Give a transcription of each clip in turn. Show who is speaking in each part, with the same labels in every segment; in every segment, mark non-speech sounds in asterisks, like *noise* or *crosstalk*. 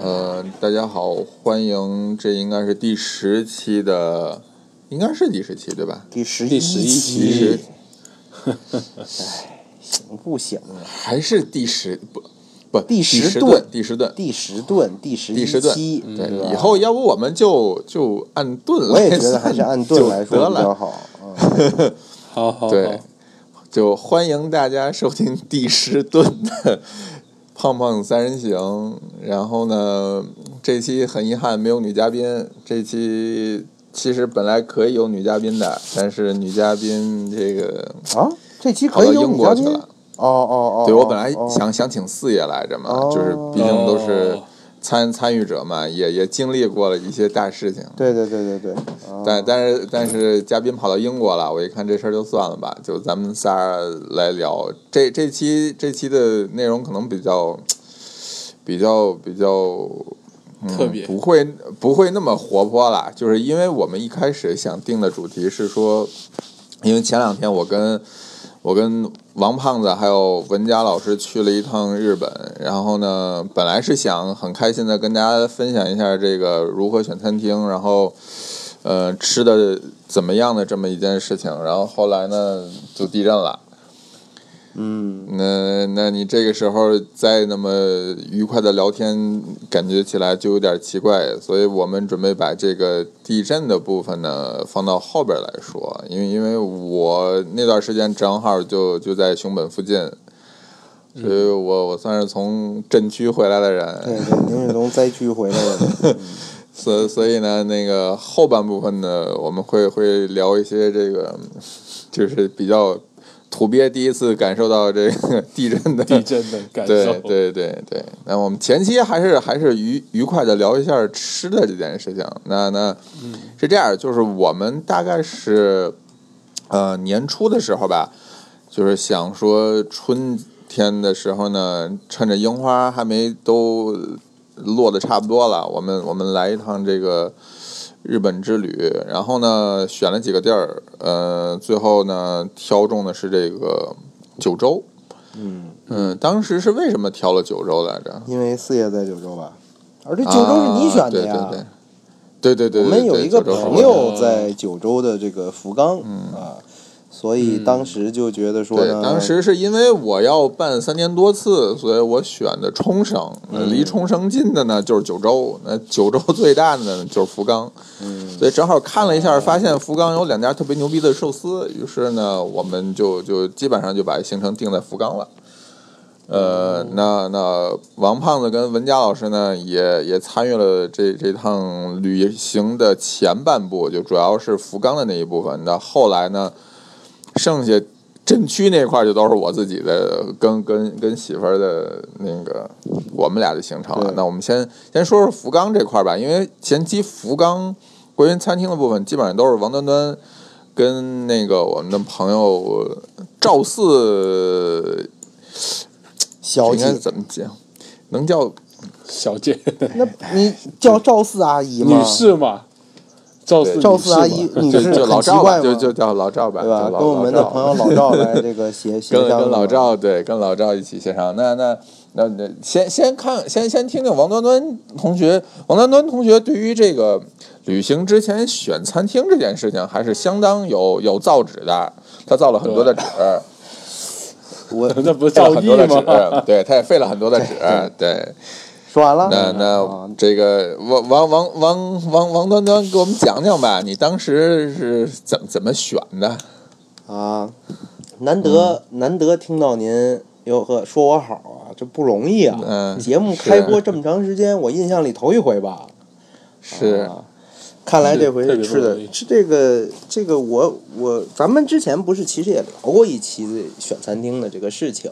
Speaker 1: 呃大家好，欢迎，这应该是第十期的，应该是第十期对吧？
Speaker 2: 第十
Speaker 3: 第11
Speaker 1: 第
Speaker 3: 期
Speaker 1: 十
Speaker 2: *laughs*
Speaker 3: 是
Speaker 2: 行不行啊？
Speaker 1: 还是第十不不
Speaker 2: 第十
Speaker 1: 十
Speaker 2: 顿
Speaker 1: 第十顿，
Speaker 2: 第十顿，第十
Speaker 1: 第
Speaker 2: 一
Speaker 1: 十顿。
Speaker 2: 期，嗯对吧
Speaker 1: 对，以后要不我们就就按 *laughs* 顿
Speaker 2: 我
Speaker 1: 来
Speaker 2: 也
Speaker 1: 算，
Speaker 2: 觉得还是按顿来
Speaker 1: 就
Speaker 2: 说
Speaker 1: 得
Speaker 2: 比
Speaker 1: 了
Speaker 2: 较好。嗯，
Speaker 3: 好好好，
Speaker 1: 对，就欢迎大家收听第十顿的《胖胖三人行》。然后呢，这期很遗憾没有女嘉宾。这期其实本来可以有女嘉宾的，但是女嘉宾这个
Speaker 2: 啊，这期
Speaker 1: 跑
Speaker 2: 可
Speaker 1: 到
Speaker 2: 以有
Speaker 1: 英
Speaker 2: 女
Speaker 1: 国
Speaker 2: 嘉
Speaker 1: 去
Speaker 2: 宾。
Speaker 1: 了
Speaker 2: 哦。哦哦，
Speaker 1: 对我本来
Speaker 2: 哦
Speaker 1: 想想请四爷来着嘛，
Speaker 2: 哦
Speaker 1: 就是毕竟都是
Speaker 3: 哦
Speaker 1: 参参与者嘛，也也经历过了一些大事情。
Speaker 2: 对对对对对，啊
Speaker 1: 但
Speaker 3: 嗯
Speaker 1: 但是但是嘉宾跑到英国了，我一看这事儿就算了吧，就咱们仨来聊这这期这期的内容可能比较比较比较、嗯、
Speaker 3: 特别
Speaker 1: 不会不会那么活泼啦，就是因为我们一开始想定的主题是说，因为前两天我跟我跟王胖子还有文佳老师去了一趟日本，然后呢，本来是想很开心的跟大家分享一下这个如何选餐厅，然后呃吃的怎么样的这么一件事情，然后后来呢就地震了。
Speaker 2: 嗯，
Speaker 1: 那那你这个时候再那么愉快的聊天，感觉起来就有点奇怪，所以我们准备把这个地震的部分呢放到后边来说，因为因为我那段时间正好就就在熊本附近，所以我我算是从震区回来的
Speaker 2: 嗯对
Speaker 1: 人，
Speaker 2: 对，您是从灾区回来的，
Speaker 1: 所以所以呢，那个后半部分呢，我们会会聊一些这个， *laughs* 就是比较土鳖第一次感受到这个地震的
Speaker 3: *laughs* 地震的感受，
Speaker 1: 对对对对，那我们前期还是还是愉愉快的聊一下吃的这件事情。那那
Speaker 3: 嗯
Speaker 1: 是这样，就是我们大概是呃年初的时候吧，就是想说春天的时候呢，趁着樱花还没都落的差不多了，我们我们来一趟这个日本之旅。然后呢，选了几个地儿，呃，最后呢挑中的是这个九州。嗯，当时是为什么挑了九州来着？
Speaker 2: 因为四爷在九州吧，而这九州是你选的呀。
Speaker 1: 啊对对对对对对对，
Speaker 2: 我们有一个
Speaker 1: 九州是我选
Speaker 2: 朋
Speaker 1: 的嗯
Speaker 2: 友在九州的这个福冈啊，所以当时就觉得说
Speaker 1: 嗯对，
Speaker 2: 呢，
Speaker 1: 当时是因为我要办三年多次，所以我选的冲绳。那
Speaker 2: 嗯
Speaker 1: 离冲绳近的呢就是九州，那九州 *laughs* 最大的呢就是福冈。
Speaker 2: 嗯
Speaker 1: 所以正好看了一
Speaker 2: 哦
Speaker 1: 下，发现福冈有两家特别牛逼的寿司，于是呢，我们就就基本上就把行程定在福冈了。
Speaker 2: 哦
Speaker 1: 呃，那那王胖子跟文佳老师呢，也也参与了这这趟旅行的前半部，就主要是福冈的那一部分。那后来呢，剩下镇区那块儿就都是我自己的，跟跟跟媳妇儿的那个我们俩的行程了。
Speaker 2: 对
Speaker 1: 那我们先先说说福冈这块儿吧，因为前期福冈关于餐厅的部分，基本上都是王端端跟那个我们的朋友赵四，
Speaker 2: 小
Speaker 1: 应该
Speaker 2: 姐，
Speaker 1: 怎么讲？能叫
Speaker 3: 小姐
Speaker 2: 那你叫赵四阿姨吗？
Speaker 3: 女士嘛，赵四
Speaker 1: 对
Speaker 2: 赵四阿姨
Speaker 3: 女士嘛，
Speaker 2: 女
Speaker 1: 就
Speaker 2: 士
Speaker 1: 就老
Speaker 2: 很奇
Speaker 1: 赵吧，
Speaker 2: 怪
Speaker 1: 就
Speaker 2: 吗？
Speaker 1: 就叫老赵吧，
Speaker 2: 对吧？
Speaker 1: 就老
Speaker 2: 跟我们的
Speaker 1: 老赵
Speaker 2: 朋友老赵来这个协协
Speaker 1: 跟
Speaker 2: 商，
Speaker 1: 跟老赵对，跟老赵一起协商。那那那那先先看先先听听王端端同学，王端端同学对于这个旅行之前选餐厅这件事情，还是相当有有造纸的。他造了很多的纸，
Speaker 2: 我
Speaker 3: 那不是
Speaker 1: 费了
Speaker 3: 赵
Speaker 1: 很
Speaker 3: 毅
Speaker 1: 多的
Speaker 3: 吗？
Speaker 1: 纸，对，啊他也费了很多的纸，对。嗯
Speaker 2: 说完了。
Speaker 1: 那那
Speaker 2: 啊
Speaker 1: 这个王王王王王王端端给我们讲讲吧，你当时是怎么怎么选的？
Speaker 2: 啊，难得、
Speaker 1: 嗯
Speaker 2: 难得听到您哟呵说我好啊，这不容易啊。
Speaker 1: 嗯
Speaker 2: 节目
Speaker 1: 是
Speaker 2: 开播这么长时间，我印象里头一回吧。
Speaker 1: 是
Speaker 2: 啊，看来这回
Speaker 3: 是特别
Speaker 2: 吃
Speaker 3: 不
Speaker 2: 的
Speaker 3: 容易
Speaker 2: 吃这个这个我我咱们之前不是其实也聊过一期选餐厅的这个事情。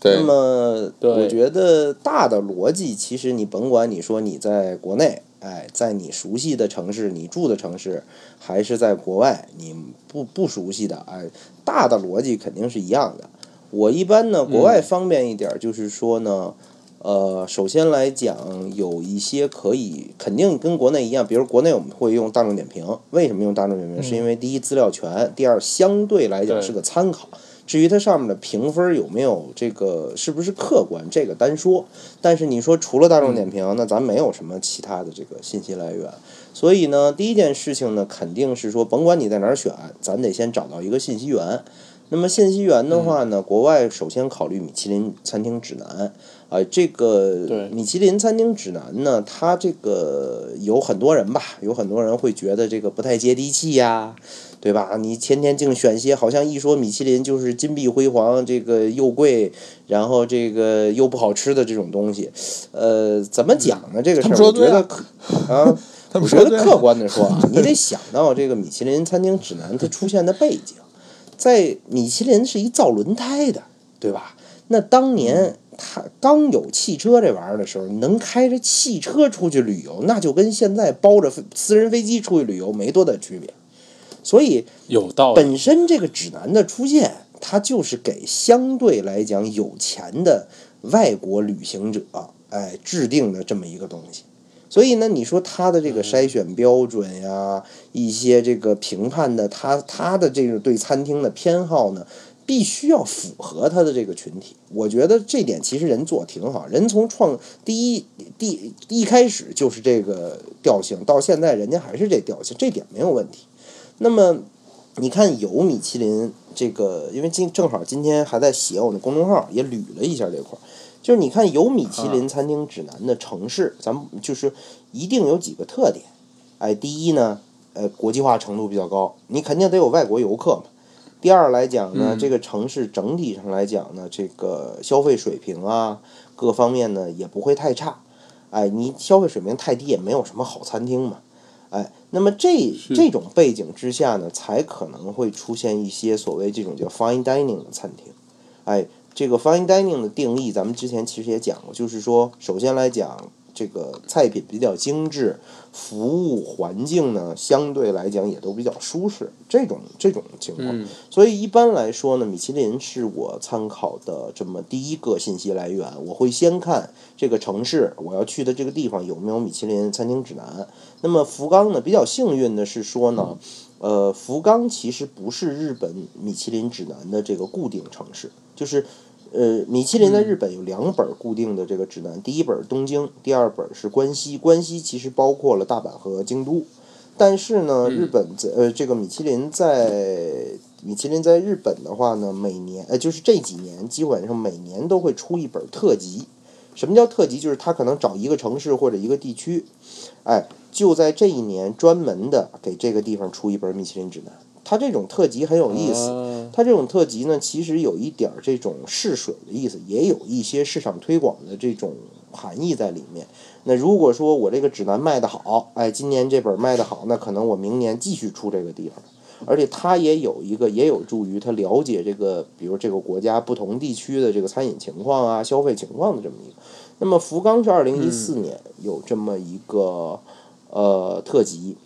Speaker 1: 对
Speaker 2: 那么
Speaker 3: 对
Speaker 2: 我觉得大的逻辑，其实你甭管你说你在国内，哎，在你熟悉的城市，你住的城市，还是在国外，你不不熟悉的，哎，大的逻辑肯定是一样的。我一般呢，国外方便一点儿，就是说呢，呃，首先来讲，有一些可以肯定跟国内一样，比如国内我们会用大众点评，为什么用大众点评？是因为第一资料全，第二相对来讲
Speaker 3: 对
Speaker 2: 是个参考。至于它上面的评分有没有这个是不是客观，这个单说。但是你说除了大众点评，那咱没有什么其他的这个信息来源。所以呢，第一件事情呢，肯定是说，甭管你在哪儿选，咱得先找到一个信息源。那么信息源的话
Speaker 1: 嗯
Speaker 2: 呢，国外首先考虑米其林餐厅指南。啊、这个
Speaker 3: 对
Speaker 2: 米其林餐厅指南呢，它这个有很多人吧，有很多人会觉得这个不太接地气呀、对吧？你天天净选些，好像一说米其林就是金碧辉煌，这个又贵，然后这个又不好吃的这种东西。呃，怎么讲呢？这个
Speaker 1: 他
Speaker 2: 事
Speaker 1: 们
Speaker 2: 儿，
Speaker 1: 说
Speaker 2: 我觉
Speaker 1: 对
Speaker 2: 得
Speaker 1: 啊
Speaker 2: 可啊，
Speaker 1: 他
Speaker 2: 我
Speaker 1: 们
Speaker 2: 觉
Speaker 1: 说
Speaker 2: 得
Speaker 1: 对啊
Speaker 2: 客观的说啊， *laughs* 你得想到这个米其林餐厅指南它出现的背景，在米其林是一造轮胎的，对吧？那当年它刚有汽车这玩意儿的时候，能开着汽车出去旅游，那就跟现在包着私人飞机出去旅游没多大区别。所以
Speaker 3: 有道理，
Speaker 2: 本身这个指南的出现，它就是给相对来讲有钱的外国旅行者，哎，制定的这么一个东西。所以呢，你说它的这个筛选标准呀，一些这个评判的，它它的这个对餐厅的偏好呢，必须要符合它的这个群体。我觉得这点其实人做得挺好，人从创第一第第一开始就是这个调性，到现在人家还是这调性，这点没有问题。那么你看有米其林这个，因为今正好今天还在写我们公众号，也捋了一下这块儿。就是你看有米其林餐厅指南的城市，咱们就是一定有几个特点。哎，第一呢，呃，国际化程度比较高，你肯定得有外国游客嘛。第二来讲呢，这个城市整体上来讲呢，这个消费水平啊，各方面呢也不会太差。哎，你消费水平太低也没有什么好餐厅嘛。哎，那么这这种背景之下呢，才可能会出现一些所谓这种叫 fine dining 的餐厅。哎，这个 fine dining 的定义，咱们之前其实也讲过，就是说，首先来讲，这个菜品比较精致，服务环境呢相对来讲也都比较舒适，这种这种情况。
Speaker 3: 嗯
Speaker 2: 所以一般来说呢，米其林是我参考的这么第一个信息来源。我会先看这个城市，我要去的这个地方有没有米其林餐厅指南。那么福冈呢，比较幸运的是说呢，呃，福冈其实不是日本米其林指南的这个固定城市，就是。呃，米其林在日本有两本固定的这个指南，第一本是东京，第二本是关西。关西其实包括了大阪和京都。但是呢，日本在呃，这个米其林在米其林在日本的话呢，每年呃，就是这几年基本上每年都会出一本特辑。什么叫特辑？就是他可能找一个城市或者一个地区，哎，就在这一年专门的给这个地方出一本米其林指南。他这种特辑很有意思，
Speaker 3: 啊
Speaker 2: 它这种特辑呢，其实有一点儿这种试水的意思，也有一些市场推广的这种含义在里面。那如果说我这个指南卖得好，哎，今年这本卖得好，那可能我明年继续出这个地方。而且它也有一个，也有助于他了解这个，比如这个国家不同地区的这个餐饮情况啊、消费情况的这么一个。那么福冈是二零一四年有这么一个、呃特辑，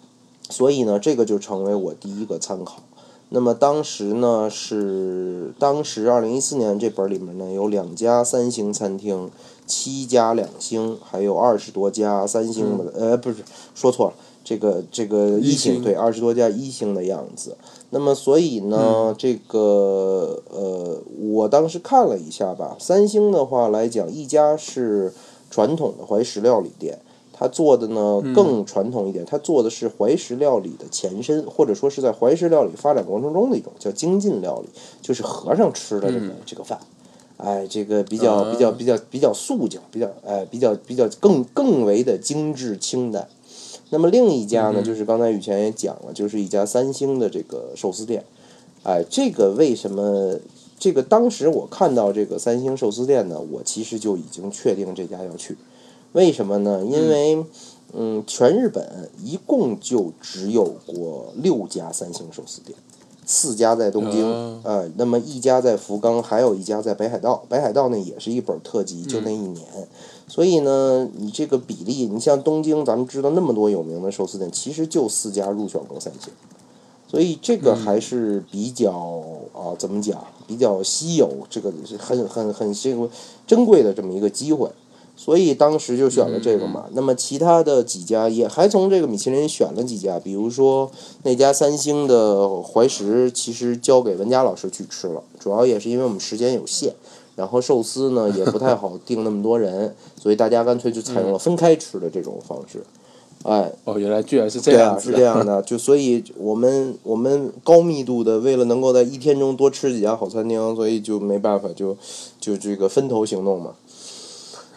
Speaker 2: 所以呢，这个就成为我第一个参考。那么当时呢是当时二零一四年这本里面呢有两家三星餐厅，七家两星，还有二十多家三星的，呃不是说错了，这个这个一
Speaker 3: 一
Speaker 2: 星
Speaker 3: 星
Speaker 2: 对二十多家一星的样子。那么所以呢，这个呃我当时看了一下吧，三星的话来讲，一家是传统的怀石料理店。它做的呢更传统一点，它做的是怀石料理的前身，或者说是在怀石料理发展过程中的一种叫精进料理，就是和尚吃的这个、这个饭。哎，这个比较比较比较比较素净，比较哎比较比较更更为的精致清淡。那么另一家呢，就是刚才雨前也讲了，就是一家三星的这个寿司店。哎，这个为什么？这个当时我看到这个三星寿司店呢，我其实就已经确定这家要去。为什么呢？因为，嗯，全日本一共就只有过六家三星寿司店，四家在东京，
Speaker 3: 啊
Speaker 2: 呃，那么一家在福冈，还有一家在北海道。北海道呢也是一本特辑，就那一年。所以呢，你这个比例，你像东京，咱们知道那么多有名的寿司店，其实就四家入选过三星。所以这个还是比较啊、怎么讲，比较稀有，这个是很很很这个珍贵的这么一个机会。所以当时就选了这个嘛。那么其他的几家也还从这个米其林选了几家，比如说那家三星的怀石，其实交给文佳老师去吃了，主要也是因为我们时间有限，然后寿司呢也不太好 *laughs* 订那么多人，所以大家干脆就采用了分开吃的这种方式。哎，
Speaker 3: 哦，原来居然是这
Speaker 2: 对
Speaker 3: 样
Speaker 2: 啊，
Speaker 3: 子
Speaker 2: 是
Speaker 3: 的
Speaker 2: 这样的，就所以我们我们高密度的，为了能够在一天中多吃几家好餐厅，所以就没办法，就就这个分头行动嘛。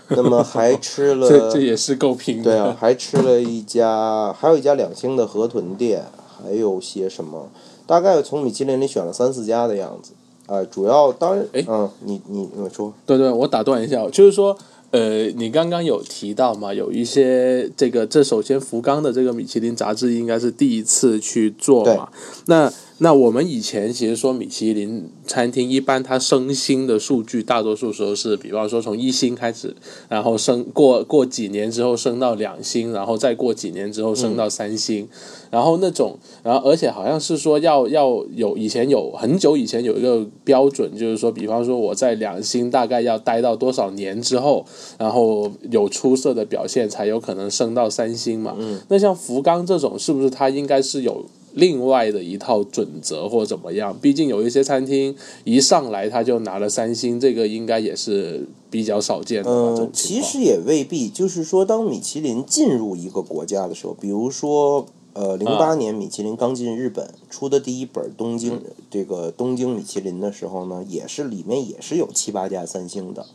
Speaker 2: 那么还吃了，
Speaker 3: *laughs*
Speaker 1: 啊
Speaker 3: 这这也是够拼
Speaker 2: 对
Speaker 3: 的。
Speaker 2: 啊，还吃了一家，还有一家两星的河豚店，还有些什么，大概从米其林里选了三四家的样子。哎、主要当然
Speaker 3: 哎，
Speaker 2: 嗯，你你你说，
Speaker 3: 对对，我打断一下，就是说，呃，你刚刚有提到嘛，有一些这个，这首先福冈的这个米其林杂志应该是第一次去做嘛。那那我们以前其实说米其林餐厅一般它升星的数据，大多数时候是，比方说从一星开始，然后升过过几年之后升到两星，然后再过几年之后升到三星，然后那种，然后而且好像是说要要有以前有很久以前有一个标准，就是说，比方说我在两星大概要待到多少年之后，然后有出色的表现才有可能升到三星嘛。那像福冈这种，是不是它应该是有？另外的一套准则或怎么样，毕竟有一些餐厅一上来他就拿了三星，这个应该也是比较少见的吧。
Speaker 2: 嗯
Speaker 3: 这种，情
Speaker 2: 其
Speaker 3: 况
Speaker 2: 实也未必，就是说，当米其林进入一个国家的时候，比如说，呃，零
Speaker 3: 啊
Speaker 2: 八年米其林刚进日本出的第一本东京、
Speaker 3: 嗯
Speaker 2: 这个东京米其林的时候呢，也是里面也是有七八家三星的，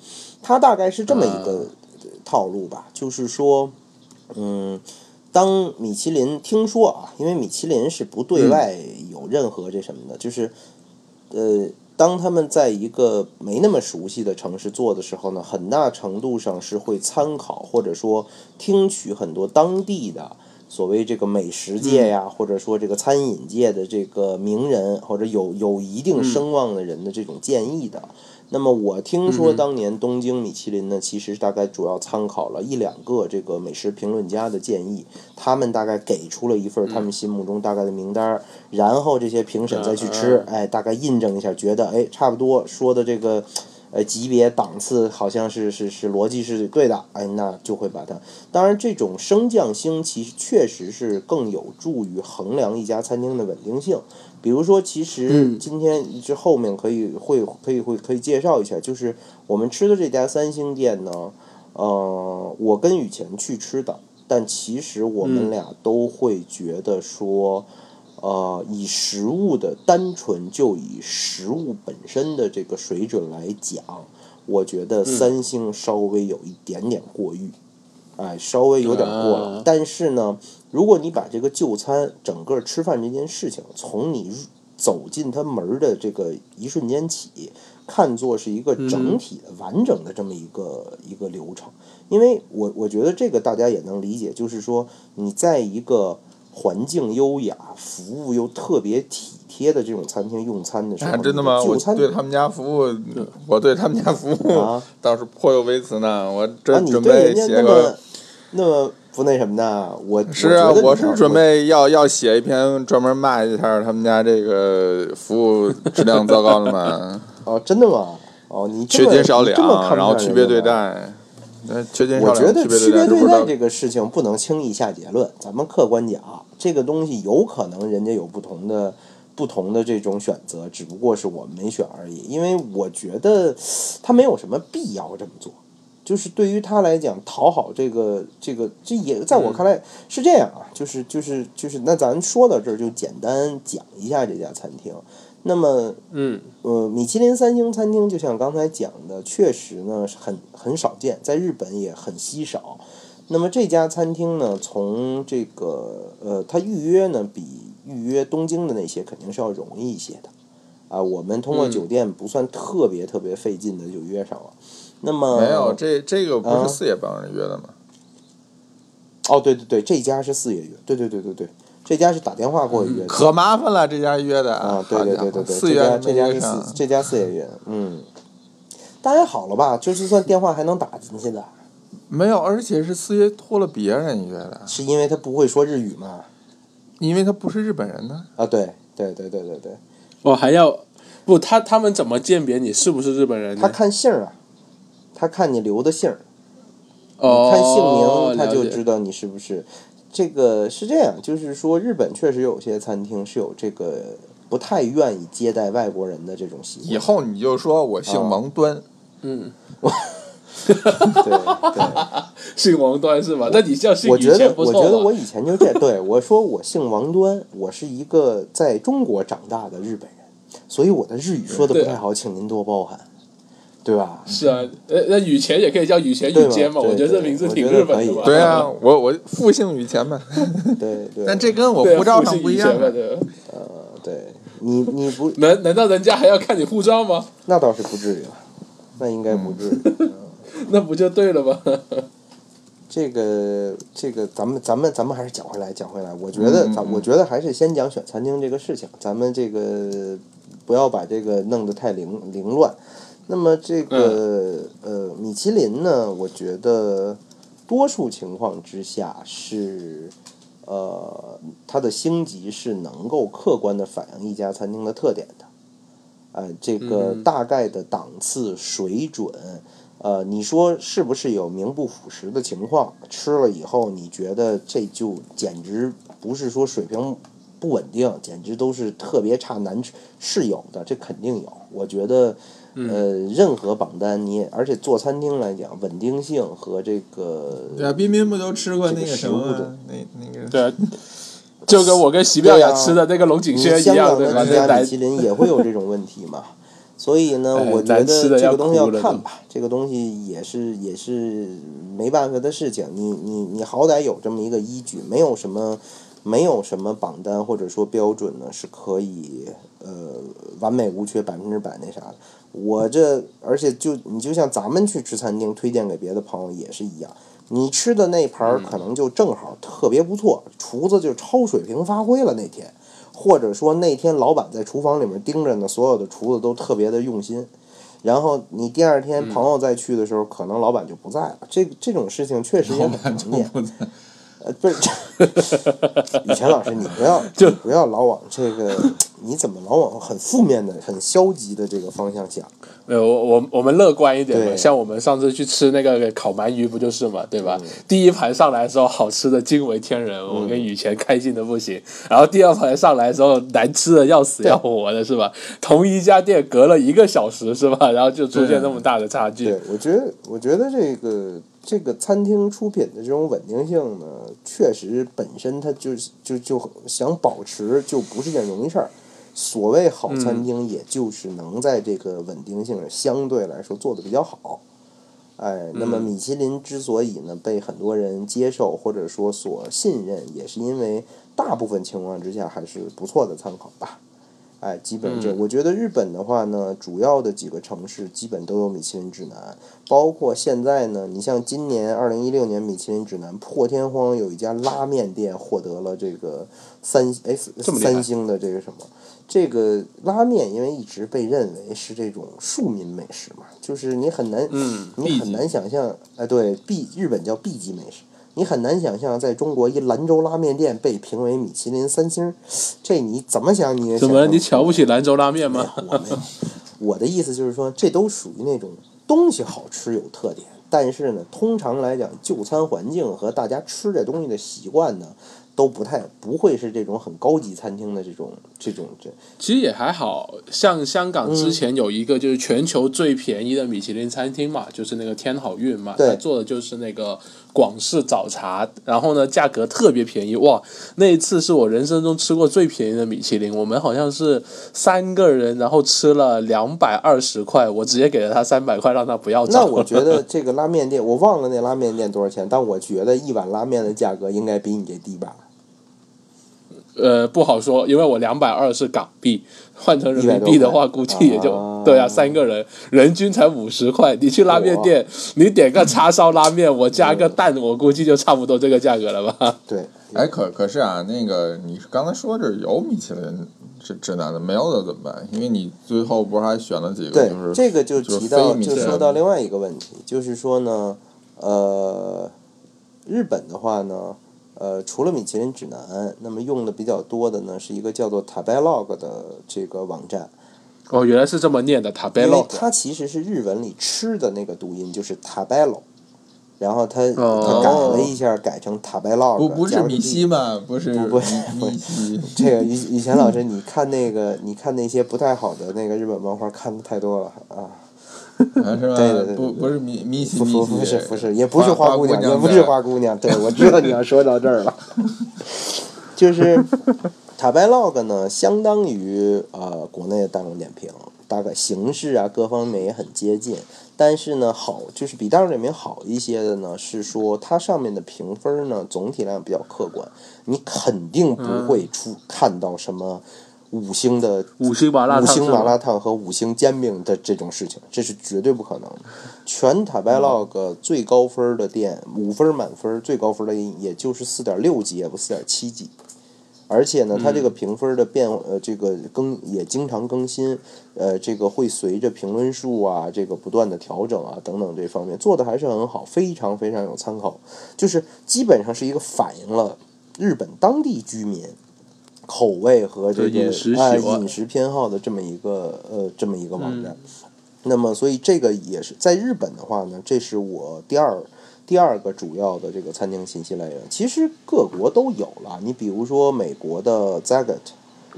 Speaker 2: 它大概是这么一个套路吧，就是说，嗯。当米其林听说啊，因为米其林是不对外有任何这什么的，就是，呃，当他们在一个没那么熟悉的城市做的时候呢，很大程度上是会参考或者说听取很多当地的所谓这个美食界呀，或者说这个餐饮界的这个名人或者有有一定声望的人的这种建议的。那么我听说当年东京米其林呢，其实大概主要参考了一两个这个美食评论家的建议，他们大概给出了一份他们心目中大概的名单儿，然后这些评审再去吃，哎，大概印证一下，觉得哎差不多说的这个。呃，级别档次好像是是是逻辑是对的，哎，那就会把它。当然，这种升降星其实确实是更有助于衡量一家餐厅的稳定性。比如说，其实今天这后面可以会可以会可以介绍一下，就是我们吃的这家三星店呢，呃，我跟雨前去吃的，但其实我们俩都会觉得说，呃，以食物的单纯就以食物本身的这个水准来讲，我觉得三星稍微有一点点过誉，哎，稍微有点过了。
Speaker 3: 啊
Speaker 2: 但是呢，如果你把这个就餐整个吃饭这件事情，从你入走进他门儿的这个一瞬间起，看作是一个
Speaker 1: 嗯
Speaker 2: 整体的、完整的这么一个一个流程。因为我我觉得这个大家也能理解，就是说你在一个环境优雅、服务又特别体贴的这种餐厅用餐的时候，
Speaker 1: 啊，真的吗？
Speaker 2: 你
Speaker 1: 我
Speaker 2: 就餐
Speaker 1: 对他们家服务，我对他们家服务
Speaker 2: 啊
Speaker 1: *laughs* 倒是颇有微词呢。我
Speaker 2: 啊，
Speaker 1: 这
Speaker 2: 你
Speaker 1: 准
Speaker 2: 对
Speaker 1: 备
Speaker 2: 人家
Speaker 1: 写
Speaker 2: 那
Speaker 1: 个
Speaker 2: 么那么不那什么呢？我
Speaker 1: 是啊，
Speaker 2: 我觉得你
Speaker 1: 我是
Speaker 2: 要
Speaker 1: 准备要要写一篇专门骂一下他们家这个服务质量糟糕的
Speaker 2: *laughs*
Speaker 1: 嘛，
Speaker 2: 哦，真的吗？哦，你这
Speaker 1: 缺
Speaker 2: 么
Speaker 1: 斤少
Speaker 2: 你这么看
Speaker 1: 两，
Speaker 2: 不
Speaker 1: 然后
Speaker 2: 上
Speaker 1: 区
Speaker 2: 人
Speaker 1: 别
Speaker 2: 家
Speaker 1: 对
Speaker 2: 吗
Speaker 1: 待，呃，缺斤少
Speaker 2: 我觉
Speaker 1: 两，
Speaker 2: 得
Speaker 1: 区别
Speaker 2: 区
Speaker 1: 对
Speaker 2: 别
Speaker 1: 待，
Speaker 2: 对
Speaker 1: 不知
Speaker 2: 待
Speaker 1: 道
Speaker 2: 这个事情不能轻易下结论，咱们客观讲，这个东西有可能人家有不同的不同的这种选择，只不过是我们没选而已。因为我觉得他没有什么必要这么做，就是对于他来讲，讨好这个这个这也在
Speaker 1: 嗯
Speaker 2: 我看来是这样啊，就是就是就是，那咱说到这儿就简单讲一下这家餐厅。那么
Speaker 3: 嗯，
Speaker 2: 呃，米其林三星餐厅，就像刚才讲的，确实呢是很很少见，在日本也很稀少。那么这家餐厅呢，从这个呃，它预约呢比预约东京的那些肯定是要容易一些的，啊，我们通过
Speaker 3: 嗯
Speaker 2: 酒店不算特别特别费劲的就约上了。那么
Speaker 1: 没有这这个不
Speaker 2: 啊
Speaker 1: 是四野帮人约的吗？
Speaker 2: 哦，对对对，这家是四月约，对对对对对，这家是打电话过去约的，
Speaker 1: 嗯可麻烦了，这家约的
Speaker 2: 啊，对对对对对，
Speaker 1: 四
Speaker 2: 这家
Speaker 1: 元
Speaker 2: 这家
Speaker 1: 没
Speaker 2: 是
Speaker 1: 约上
Speaker 2: 四，这家四月月，嗯，当然好了吧，就就算电话还能打进去的，
Speaker 1: 没有，而且是四爷托了别人约的，
Speaker 2: 是因为他不会说日语嘛？
Speaker 1: 因为他不是日本人呢。
Speaker 2: 啊，对对对对对对，
Speaker 3: 我哦还要不他他们怎么鉴别你是不是日本人
Speaker 2: 他
Speaker 3: 呢？
Speaker 2: 看姓儿啊，他看你留的姓儿，
Speaker 3: 哦，
Speaker 2: 看姓名他就
Speaker 3: 了解
Speaker 2: 知道你是不是。这个是这样，就是说日本确实有些餐厅是有这个不太愿意接待外国人的这种习
Speaker 1: 以
Speaker 2: 惯。
Speaker 1: 后你就说我姓王端，
Speaker 3: 嗯，
Speaker 2: 对对，
Speaker 3: 姓王端是吧？那你叫姓
Speaker 2: 我
Speaker 3: 以
Speaker 2: 觉
Speaker 3: 前
Speaker 2: 得
Speaker 3: 不
Speaker 2: 我
Speaker 3: 错
Speaker 2: 觉得
Speaker 3: 吧
Speaker 2: 我以前就这，对我说我姓王端，我是一个在中国长大的日本人，所以我的日语说的不太好，请您多包涵，对吧？
Speaker 3: 是啊，呃，那雨前也可以叫雨前
Speaker 2: 对
Speaker 3: 雨
Speaker 2: 吧
Speaker 3: 间嘛，
Speaker 2: 对
Speaker 3: 我觉得这
Speaker 2: 对
Speaker 3: 名字
Speaker 2: 我
Speaker 3: 挺
Speaker 2: 觉得
Speaker 3: 日
Speaker 2: 可
Speaker 3: 本的
Speaker 2: 以
Speaker 3: 吧？
Speaker 1: *laughs* 对啊，我我复姓雨前呗，
Speaker 2: 对对。
Speaker 1: *laughs* 但这跟我
Speaker 3: 对啊，
Speaker 1: 护照
Speaker 3: 复
Speaker 1: 上
Speaker 3: 姓
Speaker 1: 不一
Speaker 3: 雨
Speaker 1: 样
Speaker 3: 前
Speaker 1: 啊
Speaker 3: 嘛，。对。
Speaker 2: 呃，对你你不
Speaker 3: 难难道人家还要看你护照吗？ *laughs*
Speaker 2: 那倒是不至于了，那应该不至于。
Speaker 3: 那不就对了吗？
Speaker 2: 这个这个，咱们咱们咱们还是讲回来讲回来。我觉得咱、我觉得还是先讲选餐厅这个事情，咱们这个不要把这个弄得太凌凌乱。那么这个、呃，米其林呢，我觉得多数情况之下是呃，它的星级是能够客观的反映一家餐厅的特点的。呃，这个
Speaker 3: 嗯
Speaker 2: 大概的档次水准，呃，你说是不是有名不副实的情况？吃了以后，你觉得这就简直不是说水平不稳定，简直都是特别差难吃，是有的，这肯定有。我觉得，呃，任何榜单你也，而且做餐厅来讲，稳定性和这个
Speaker 1: 对啊，彬彬不都吃过
Speaker 2: 这个
Speaker 1: 那个
Speaker 2: 食
Speaker 1: 什
Speaker 2: 物
Speaker 1: 么
Speaker 2: 的
Speaker 1: 吗？那那个
Speaker 3: 对，就跟我跟席妙
Speaker 2: 对
Speaker 3: 雅
Speaker 2: 啊
Speaker 3: 吃的那个龙井
Speaker 2: 你
Speaker 3: 轩一
Speaker 2: 香
Speaker 3: 样，
Speaker 2: 港
Speaker 3: 对
Speaker 2: 的
Speaker 3: 吧？
Speaker 2: 这
Speaker 3: 那
Speaker 2: 家
Speaker 3: 奶
Speaker 2: 米其林也会有这种问题
Speaker 3: *laughs*
Speaker 2: 嘛。所以呢，
Speaker 3: 哎
Speaker 2: 我觉
Speaker 3: 难
Speaker 2: 得
Speaker 3: 吃得
Speaker 2: 这
Speaker 3: 要
Speaker 2: 个东西要
Speaker 3: 哭了
Speaker 2: 看
Speaker 3: 都
Speaker 2: 吧，这个东西也是也是没办法的事情。你你你好歹有这么一个依据，没有什么没有什么榜单或者说标准呢，是可以呃完美无缺百分之百那啥的。我这而且就你就像咱们去吃餐厅推荐给别的朋友也是一样，你吃的那盘儿可能就正好特别不错，厨子就超水平发挥了那天，或者说那天老板在厨房里面盯着呢，所有的厨子都特别的用心。然后你第二天朋友再去的时候，可能老板就不在了。这这种事情确实也很常见。呃，不是， *laughs* 雨前老师，你不要就不要老往这个，你怎么老往很负面的、很消极的这个方向想？
Speaker 3: 没有，我我我们乐观一点嘛，
Speaker 2: 对
Speaker 3: 像我们上次去吃那个烤鳗鱼不就是嘛，对
Speaker 2: 嗯
Speaker 3: 吧？第一盘上来的时候好吃的惊为天人，我跟雨前开心的不行。然后第二盘上来的时候难吃的要死要活的是吧？同一家店隔了一个小时是吧？然后就出现那么大的差距
Speaker 2: 对，，我觉得，我觉得这个这个餐厅出品的这种稳定性呢，确实本身它就就就想保持就不是件容易事儿。所谓好餐厅，也就是能在这个稳定性上相对来说做的比较好。哎，那么米其林之所以呢被很多人接受或者说所信任，也是因为大部分情况之下还是不错的参考吧。哎，基本
Speaker 3: 嗯
Speaker 2: 这，我觉得日本的话呢，主要的几个城市基本都有米其林指南，包括现在呢，你像今年二零一六年米其林指南破天荒有一家拉面店获得了这个三哎
Speaker 3: 这么厉害
Speaker 2: 三星的这个什么。这个拉面，因为一直被认为是这种庶民美食嘛，就是你很难，
Speaker 3: 嗯
Speaker 2: 你
Speaker 3: B 级
Speaker 2: 很难想象，哎，对，B 日本叫 B 级美食，你很难想象在中国一兰州拉面店被评为米其林三星儿，这你怎么想你也
Speaker 3: 怎
Speaker 2: 想
Speaker 3: 么
Speaker 2: 象
Speaker 3: 你
Speaker 2: 不
Speaker 3: 瞧不起兰州拉面
Speaker 2: 没
Speaker 3: 吗？
Speaker 2: 有， *laughs* 我没有。我的意思就是说，这都属于那种东西好吃有特点，但是呢，通常来讲，就餐环境和大家吃这东西的习惯呢，都不太不会是这种很高级餐厅的这种这种这。
Speaker 3: 其实也还好像香港之前
Speaker 2: 嗯
Speaker 3: 有一个就是全球最便宜的米其林餐厅嘛，就是那个天好运嘛，
Speaker 2: 对
Speaker 3: 它做的就是那个广式早茶，然后呢价格特别便宜，哇，那一次是我人生中吃过最便宜的米其林，我们好像是三个人，然后吃了两百二十块，我直接给了他三百块，让他不要找。
Speaker 2: 那我觉得这个拉面店，我忘了那拉面店多少钱，但我觉得一碗拉面的价格应该比你这低吧，
Speaker 3: 呃不好说，因为我两百二是港币，换成人民币的话，
Speaker 2: 100多
Speaker 3: 估
Speaker 2: 块
Speaker 3: 计也就、
Speaker 2: 啊
Speaker 3: 对啊，三个人人均才五十块。你去拉面店，你点个叉烧拉面，我加个蛋，我估计就差不多这个价格了吧？
Speaker 2: 对。
Speaker 1: 哎，可可是啊，那个你刚才说这有米其林指指南的，没有的怎么办？因为你最后不是还选了几个，
Speaker 2: 对，
Speaker 1: 就是
Speaker 2: 这个就
Speaker 1: 就是
Speaker 2: 提
Speaker 1: 非
Speaker 2: 到，
Speaker 1: 米
Speaker 2: 就
Speaker 1: 其
Speaker 2: 说
Speaker 1: 林
Speaker 2: 到另外一个问题，就是说呢，呃，日本的话呢，呃，除了米其林指南，那么用的比较多的呢是一个叫做 Tabelog 的这个网站，
Speaker 3: 哦，原来是这么念的，塔贝
Speaker 2: 因为
Speaker 3: 洛。
Speaker 2: 它其实是日文里吃的那个读音，就是 Tabelo。然后他、他
Speaker 3: 哦
Speaker 2: 改了一下，改成塔贝洛
Speaker 1: 不
Speaker 2: 克，
Speaker 1: 不
Speaker 2: 加
Speaker 1: 是
Speaker 2: 了个
Speaker 1: 米
Speaker 2: B
Speaker 1: 西嘛，不是
Speaker 2: 不不
Speaker 1: 米米西，
Speaker 2: 这个以以前老师，你看那个，你看那些不太好的那个日本漫画看的太多了啊！
Speaker 1: 啊是
Speaker 2: 对对
Speaker 1: 吧？
Speaker 2: 对
Speaker 1: 不不是米米西
Speaker 2: 不
Speaker 1: 米
Speaker 2: 不
Speaker 1: 西，
Speaker 2: 不是不是，也不是
Speaker 1: 花
Speaker 2: 花姑
Speaker 1: 娘，
Speaker 2: 也不
Speaker 1: 的
Speaker 2: 是花姑娘。对，我知道你要说到这儿 *laughs* 了，就是塔白 log 呢，相当于呃国内的大众点评，大概形式啊各方面也很接近。但是呢，好就是比大众点评好一些的呢，是说它上面的评分呢总体量比较客观，你肯定不会出、看到什么五星的
Speaker 3: 五星麻辣
Speaker 2: 五
Speaker 3: 烫是
Speaker 2: 星
Speaker 3: 吗，
Speaker 2: 麻辣烫和五星煎饼的这种事情，这是绝对不可能的。全塔白 log 最高分的店，五分满分最高分的也就是四点六级，也不四点七级。而且呢，它这个评分的变呃，这个更也经常更新，呃，这个会随着评论数啊，这个不断的调整啊等等这方面做的还是很好，非常非常有参考，就是基本上是一个反映了日本当地居民口味和这个
Speaker 3: 对饮食
Speaker 2: 啊、
Speaker 3: 喜好
Speaker 2: 饮食偏好的这么一个呃这么一个网站。
Speaker 3: 嗯
Speaker 2: 那么，所以这个也是在日本的话呢，这是我第二第二个主要的这个餐厅信息来源。其实各国都有了，你比如说美国的 Zagat，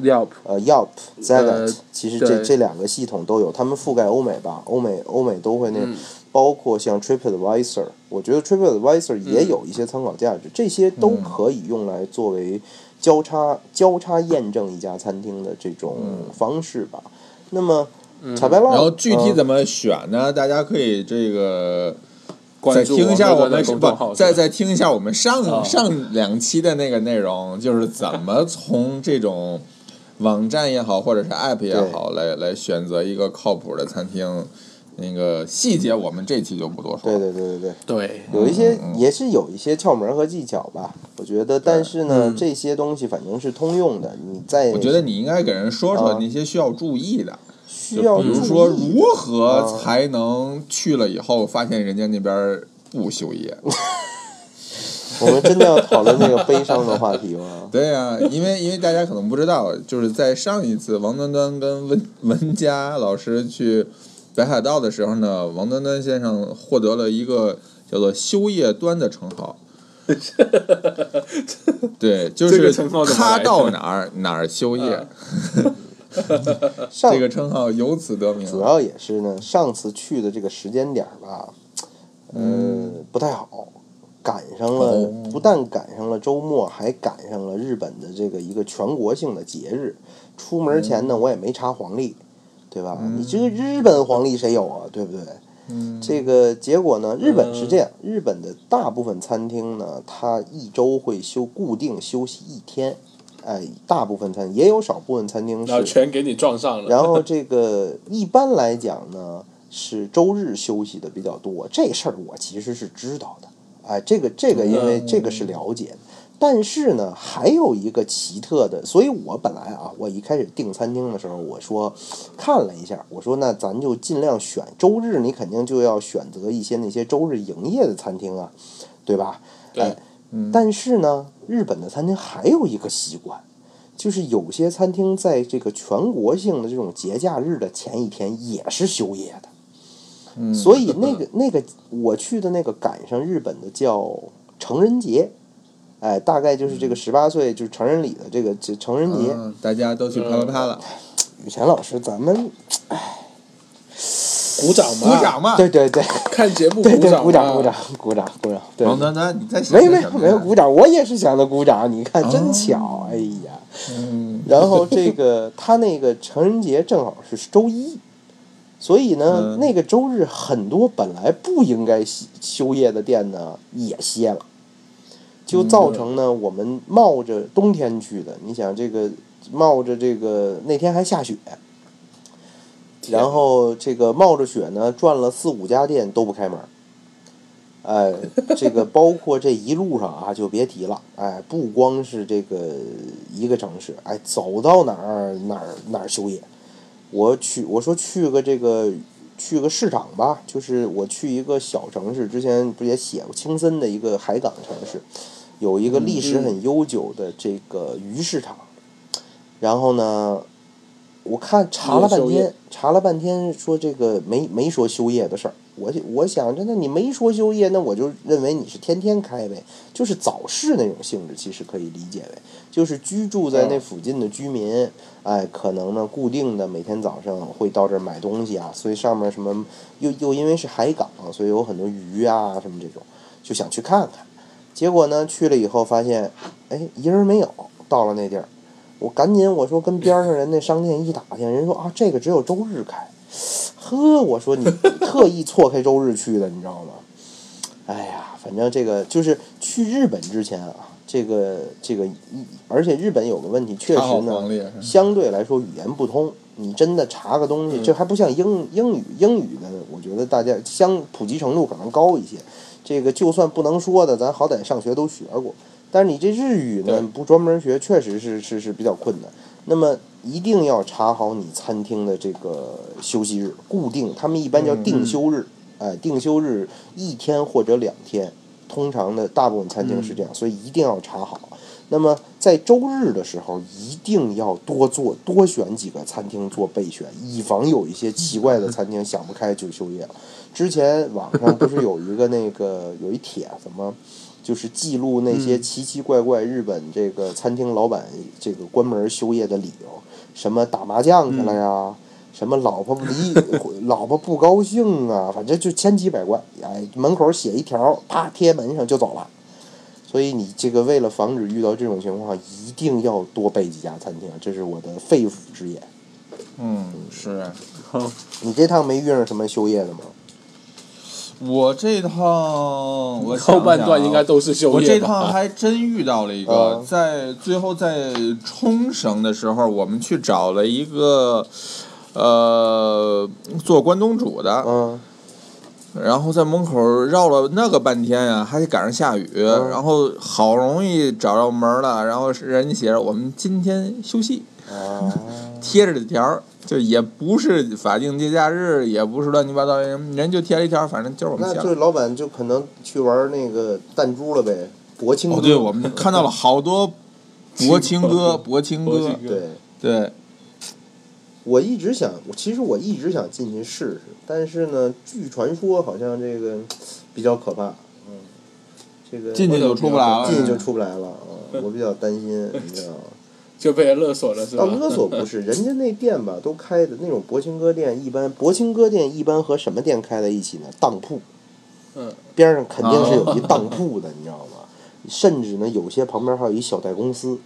Speaker 3: 要不
Speaker 2: 呃 Yelp、Zagat，其实这
Speaker 3: 对
Speaker 2: 这两个系统都有，他们覆盖欧美吧，欧美欧美都会那，
Speaker 1: 嗯
Speaker 2: 包括像 TripAdvisor，我觉得 TripAdvisor 也
Speaker 1: 嗯
Speaker 2: 有一些参考价值，这些都可以用来作为交叉交叉验证一家餐厅的这种方式吧。那么。茶白浪，
Speaker 1: 嗯然后具体
Speaker 2: 嗯
Speaker 1: 怎么选呢？大家可以这个再
Speaker 3: 关注
Speaker 1: 听一下
Speaker 3: 我
Speaker 1: 们
Speaker 3: 的
Speaker 1: 是
Speaker 3: 公众号
Speaker 1: 不，再再听一下我们上、
Speaker 3: 啊
Speaker 1: 上两期的那个内容，就是怎么从这种网站也好，或者是 App 也好，来来选择一个靠谱的餐厅。那个细节我们这期就不多说
Speaker 2: 对
Speaker 1: 了。
Speaker 2: 对对对对，
Speaker 3: 对，
Speaker 2: 有一
Speaker 1: 嗯
Speaker 2: 些也是有一些窍门和技巧吧，我觉得，但是呢，这些东西反正是通用的，你
Speaker 1: 嗯
Speaker 2: 在
Speaker 1: 我觉得你应该给人说说
Speaker 2: 啊
Speaker 1: 那些需要注意的，
Speaker 2: 需要
Speaker 1: 就比
Speaker 2: 注
Speaker 1: 如
Speaker 2: 意
Speaker 1: 说如何才能去了以后发现人家那边儿不休业。？
Speaker 2: 我们真的要讨论这个悲伤的话题吗
Speaker 1: *laughs* 对呀、因为因为大家可能不知道，就是在上一次王端端跟文文佳老师去北海道的时候呢，王端端先生获得了一个叫做“休业端”的称号。对，就
Speaker 3: 这
Speaker 1: 是
Speaker 3: 个称号怎么来
Speaker 1: 他
Speaker 3: 的啊
Speaker 1: 到哪儿哪儿休业，
Speaker 2: 上
Speaker 1: 这个称号由此得名。
Speaker 2: 主要也是呢，上次去的这个时间点儿吧，呃，不太好，赶上了，不但赶上了周末，还赶上了日本的这个一个全国性的节日。出门前呢，我也没查黄历，对吧？你这个日本黄历谁有啊？对不对？这个结果呢？日本是这样，日本的大部分餐厅呢，它一周会休固定休息一天，哎，大部分餐也有少部分餐厅是
Speaker 3: 然后全给你撞上了，
Speaker 2: 然后这个一般来讲呢，是周日休息的比较多。这事儿我其实是知道的，哎，这个这个因为这个是了解的。但是呢，还有一个奇特的，所以我本来啊，我一开始订餐厅的时候，我说看了一下，我说那咱就尽量选周日，你肯定就要选择一些那些周日营业的餐厅啊，对吧？
Speaker 3: 对
Speaker 2: 哎但是呢，日本的餐厅还有一个习惯，就是有些餐厅在这个全国性的这种节假日的前一天也是休业的。所以那个 *laughs* 那个我去的那个赶上日本的叫成人节，哎，大概就是这个十八岁就是成人礼的这个这成人节。
Speaker 1: 嗯，大家都去啪啪啪了，
Speaker 2: 雨前老师，咱们
Speaker 3: 嗯鼓掌
Speaker 1: 鼓
Speaker 3: 嘛，
Speaker 1: 掌嘛！
Speaker 2: 对对对
Speaker 3: 看节目
Speaker 2: 对对，
Speaker 3: 掌，
Speaker 2: 鼓
Speaker 3: 鼓
Speaker 2: 掌鼓掌。鼓掌鼓掌，对。
Speaker 1: 王端端，你在想
Speaker 2: 没有
Speaker 1: 些什
Speaker 2: 没有
Speaker 1: 么
Speaker 2: 没有
Speaker 1: 呀
Speaker 2: 鼓掌，我也是想的鼓掌，你看真巧，哎呀，
Speaker 1: 嗯，
Speaker 2: 然后这个他那个成人节正好是周一，所以呢，
Speaker 1: 嗯
Speaker 2: 那个周日很多本来不应该休休业的店呢也歇了，就造成呢我们冒着冬天去的，你想这个冒着这个那天还下雪，
Speaker 3: 天
Speaker 2: 然后这个冒着雪呢转了四五家店都不开门。哎，这个包括这一路上啊，就别提了。哎，不光是这个一个城市，哎，走到哪儿哪儿哪儿休业。我去，我说去个这个去个市场吧，就是我去一个小城市，之前不也写过青森的一个海港城市，有一个历史很悠久的这个鱼市场。然后呢，我看查了半
Speaker 3: 没有休
Speaker 2: 天
Speaker 3: 业，
Speaker 2: 查了半天说这个没没说休业的事儿，我我想着，那你没说休业，那我就认为你是天天开呗，就是早市那种性质，其实可以理解为，就是居住在那附近的居民，哎，可能呢固定的每天早上会到这儿买东西啊，所以上面什么又又因为是海港，所以有很多鱼啊什么这种，就想去看看，结果呢去了以后发现，哎，一人没有，到了那地儿。我赶紧我说跟边上人那商店一打听，人说啊这个只有周日开，呵，我
Speaker 1: *laughs*
Speaker 2: 说你特意错开周日去的，你知道吗？哎呀，反正这个就是去日本之前啊，这个这个，而且日本有个问题，确
Speaker 1: 查好
Speaker 2: 实
Speaker 1: 黄
Speaker 2: 呢，
Speaker 1: 历是
Speaker 2: 相对来说语言不通。你真的查个东
Speaker 1: 嗯
Speaker 2: 西，这还不像英英语，英语呢，我觉得大家相普及程度可能高一些。这个就算不能说的，咱好歹上学都学过。但是你这日语
Speaker 1: 对
Speaker 2: 呢，不专门学，确实是是是比较困难。那么一定要查好你餐厅的这个休息日，固定，他们一般叫定休日，哎，定休日一天或者两天，通常的大部分餐厅是这样，所以一定要查好。那么在周日的时候，一定要多做多选几个餐厅做备选，以防有一些奇怪的餐厅想不开就休业了。之前网上不是有一个那个 *laughs* 有一帖子吗？就是记录那些奇奇怪怪日本这个餐厅老板这个关门休业的理由，什么打麻将去了呀，什么老婆不离老婆不高兴啊，反正就千奇百怪。哎，门口写一条，啪贴门上就走了。所以你这个为了防止遇到这种情况，一定要多备几家餐厅，这是我的肺腑之言。
Speaker 1: 嗯，是
Speaker 2: 你这趟没遇上什么休业的吗？
Speaker 1: 我这趟我想
Speaker 3: 后半段
Speaker 1: 想啊
Speaker 3: 应该都是休
Speaker 1: 我
Speaker 3: 业
Speaker 1: 这
Speaker 3: 吧？
Speaker 1: 趟还真遇到了一个
Speaker 2: 嗯，
Speaker 1: 在最后在冲绳的时候，我们去找了一个，呃，做关东煮的，
Speaker 2: 嗯，
Speaker 1: 然后在门口绕了那个半天呀、还得赶上下雨，
Speaker 2: 嗯
Speaker 1: 然后好容易找着门了，然后人家写着我们今天休息，
Speaker 2: 啊，
Speaker 1: 贴着条儿，就也不是法定节假日，也不是乱七八糟人，人就贴了一条儿，反正就是我们
Speaker 2: 那
Speaker 1: 下
Speaker 2: 这老板就可能去玩那个弹珠了呗，博清
Speaker 1: 哦，
Speaker 2: 哥。
Speaker 1: 对，我们看到了好多薄情哥，薄情
Speaker 3: 薄情
Speaker 1: 哥，
Speaker 2: *laughs*
Speaker 3: 哥
Speaker 2: 对
Speaker 1: 对，
Speaker 2: 我一直想，我其实我一直想进去试试，但是呢，据传说好像这个比较可怕，嗯，这个
Speaker 1: 进去就出不来了，
Speaker 2: 进去就出不来
Speaker 1: *laughs*
Speaker 2: 了，嗯，我比较担心，你知道吗？
Speaker 3: 就被人勒索了是吧
Speaker 2: 倒？勒索不是，人家那店吧都开的那种博清哥店，一般博清哥店一般和什么店开在一起呢？当铺，
Speaker 3: 嗯，
Speaker 2: 边上肯定是有一当铺的，你知道吗？甚至呢，有些旁边还有一小贷公司。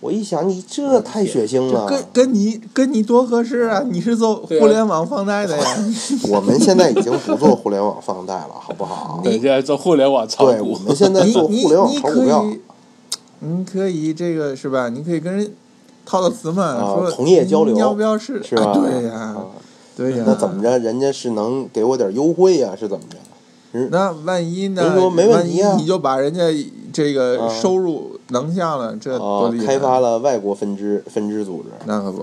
Speaker 2: 我一想，你这太血腥了。
Speaker 1: 跟跟你跟你多合适啊！你是做
Speaker 3: 对啊
Speaker 1: 互联网放贷的呀，
Speaker 2: 我们现在已经不做互联网放贷了，好不好？
Speaker 3: 人家做互联网炒
Speaker 2: 对，我
Speaker 3: 股，
Speaker 2: 们 *laughs* 现在
Speaker 1: 你
Speaker 2: 做
Speaker 1: 你
Speaker 2: 互联网
Speaker 1: 你
Speaker 2: 炒
Speaker 1: 可
Speaker 2: 股票
Speaker 1: 以，你可以这个是吧？你可以跟人套套词嘛，
Speaker 2: 啊
Speaker 1: 说
Speaker 2: 同业交流
Speaker 1: 你要不要试？
Speaker 2: 是吧？
Speaker 1: 啊对呀、
Speaker 2: 啊
Speaker 1: 对呀、
Speaker 2: 那怎么着？人家是能给我点优惠呀、是怎么着？
Speaker 1: 那万一呢？
Speaker 2: 人说没问
Speaker 1: 万
Speaker 2: 题
Speaker 1: 一
Speaker 2: 啊
Speaker 1: 你就把人家这个
Speaker 2: 啊
Speaker 1: 收入囊下了，这多
Speaker 2: 啊
Speaker 1: 厉，害！
Speaker 2: 开发了外国分支分支组织。
Speaker 1: 那可不，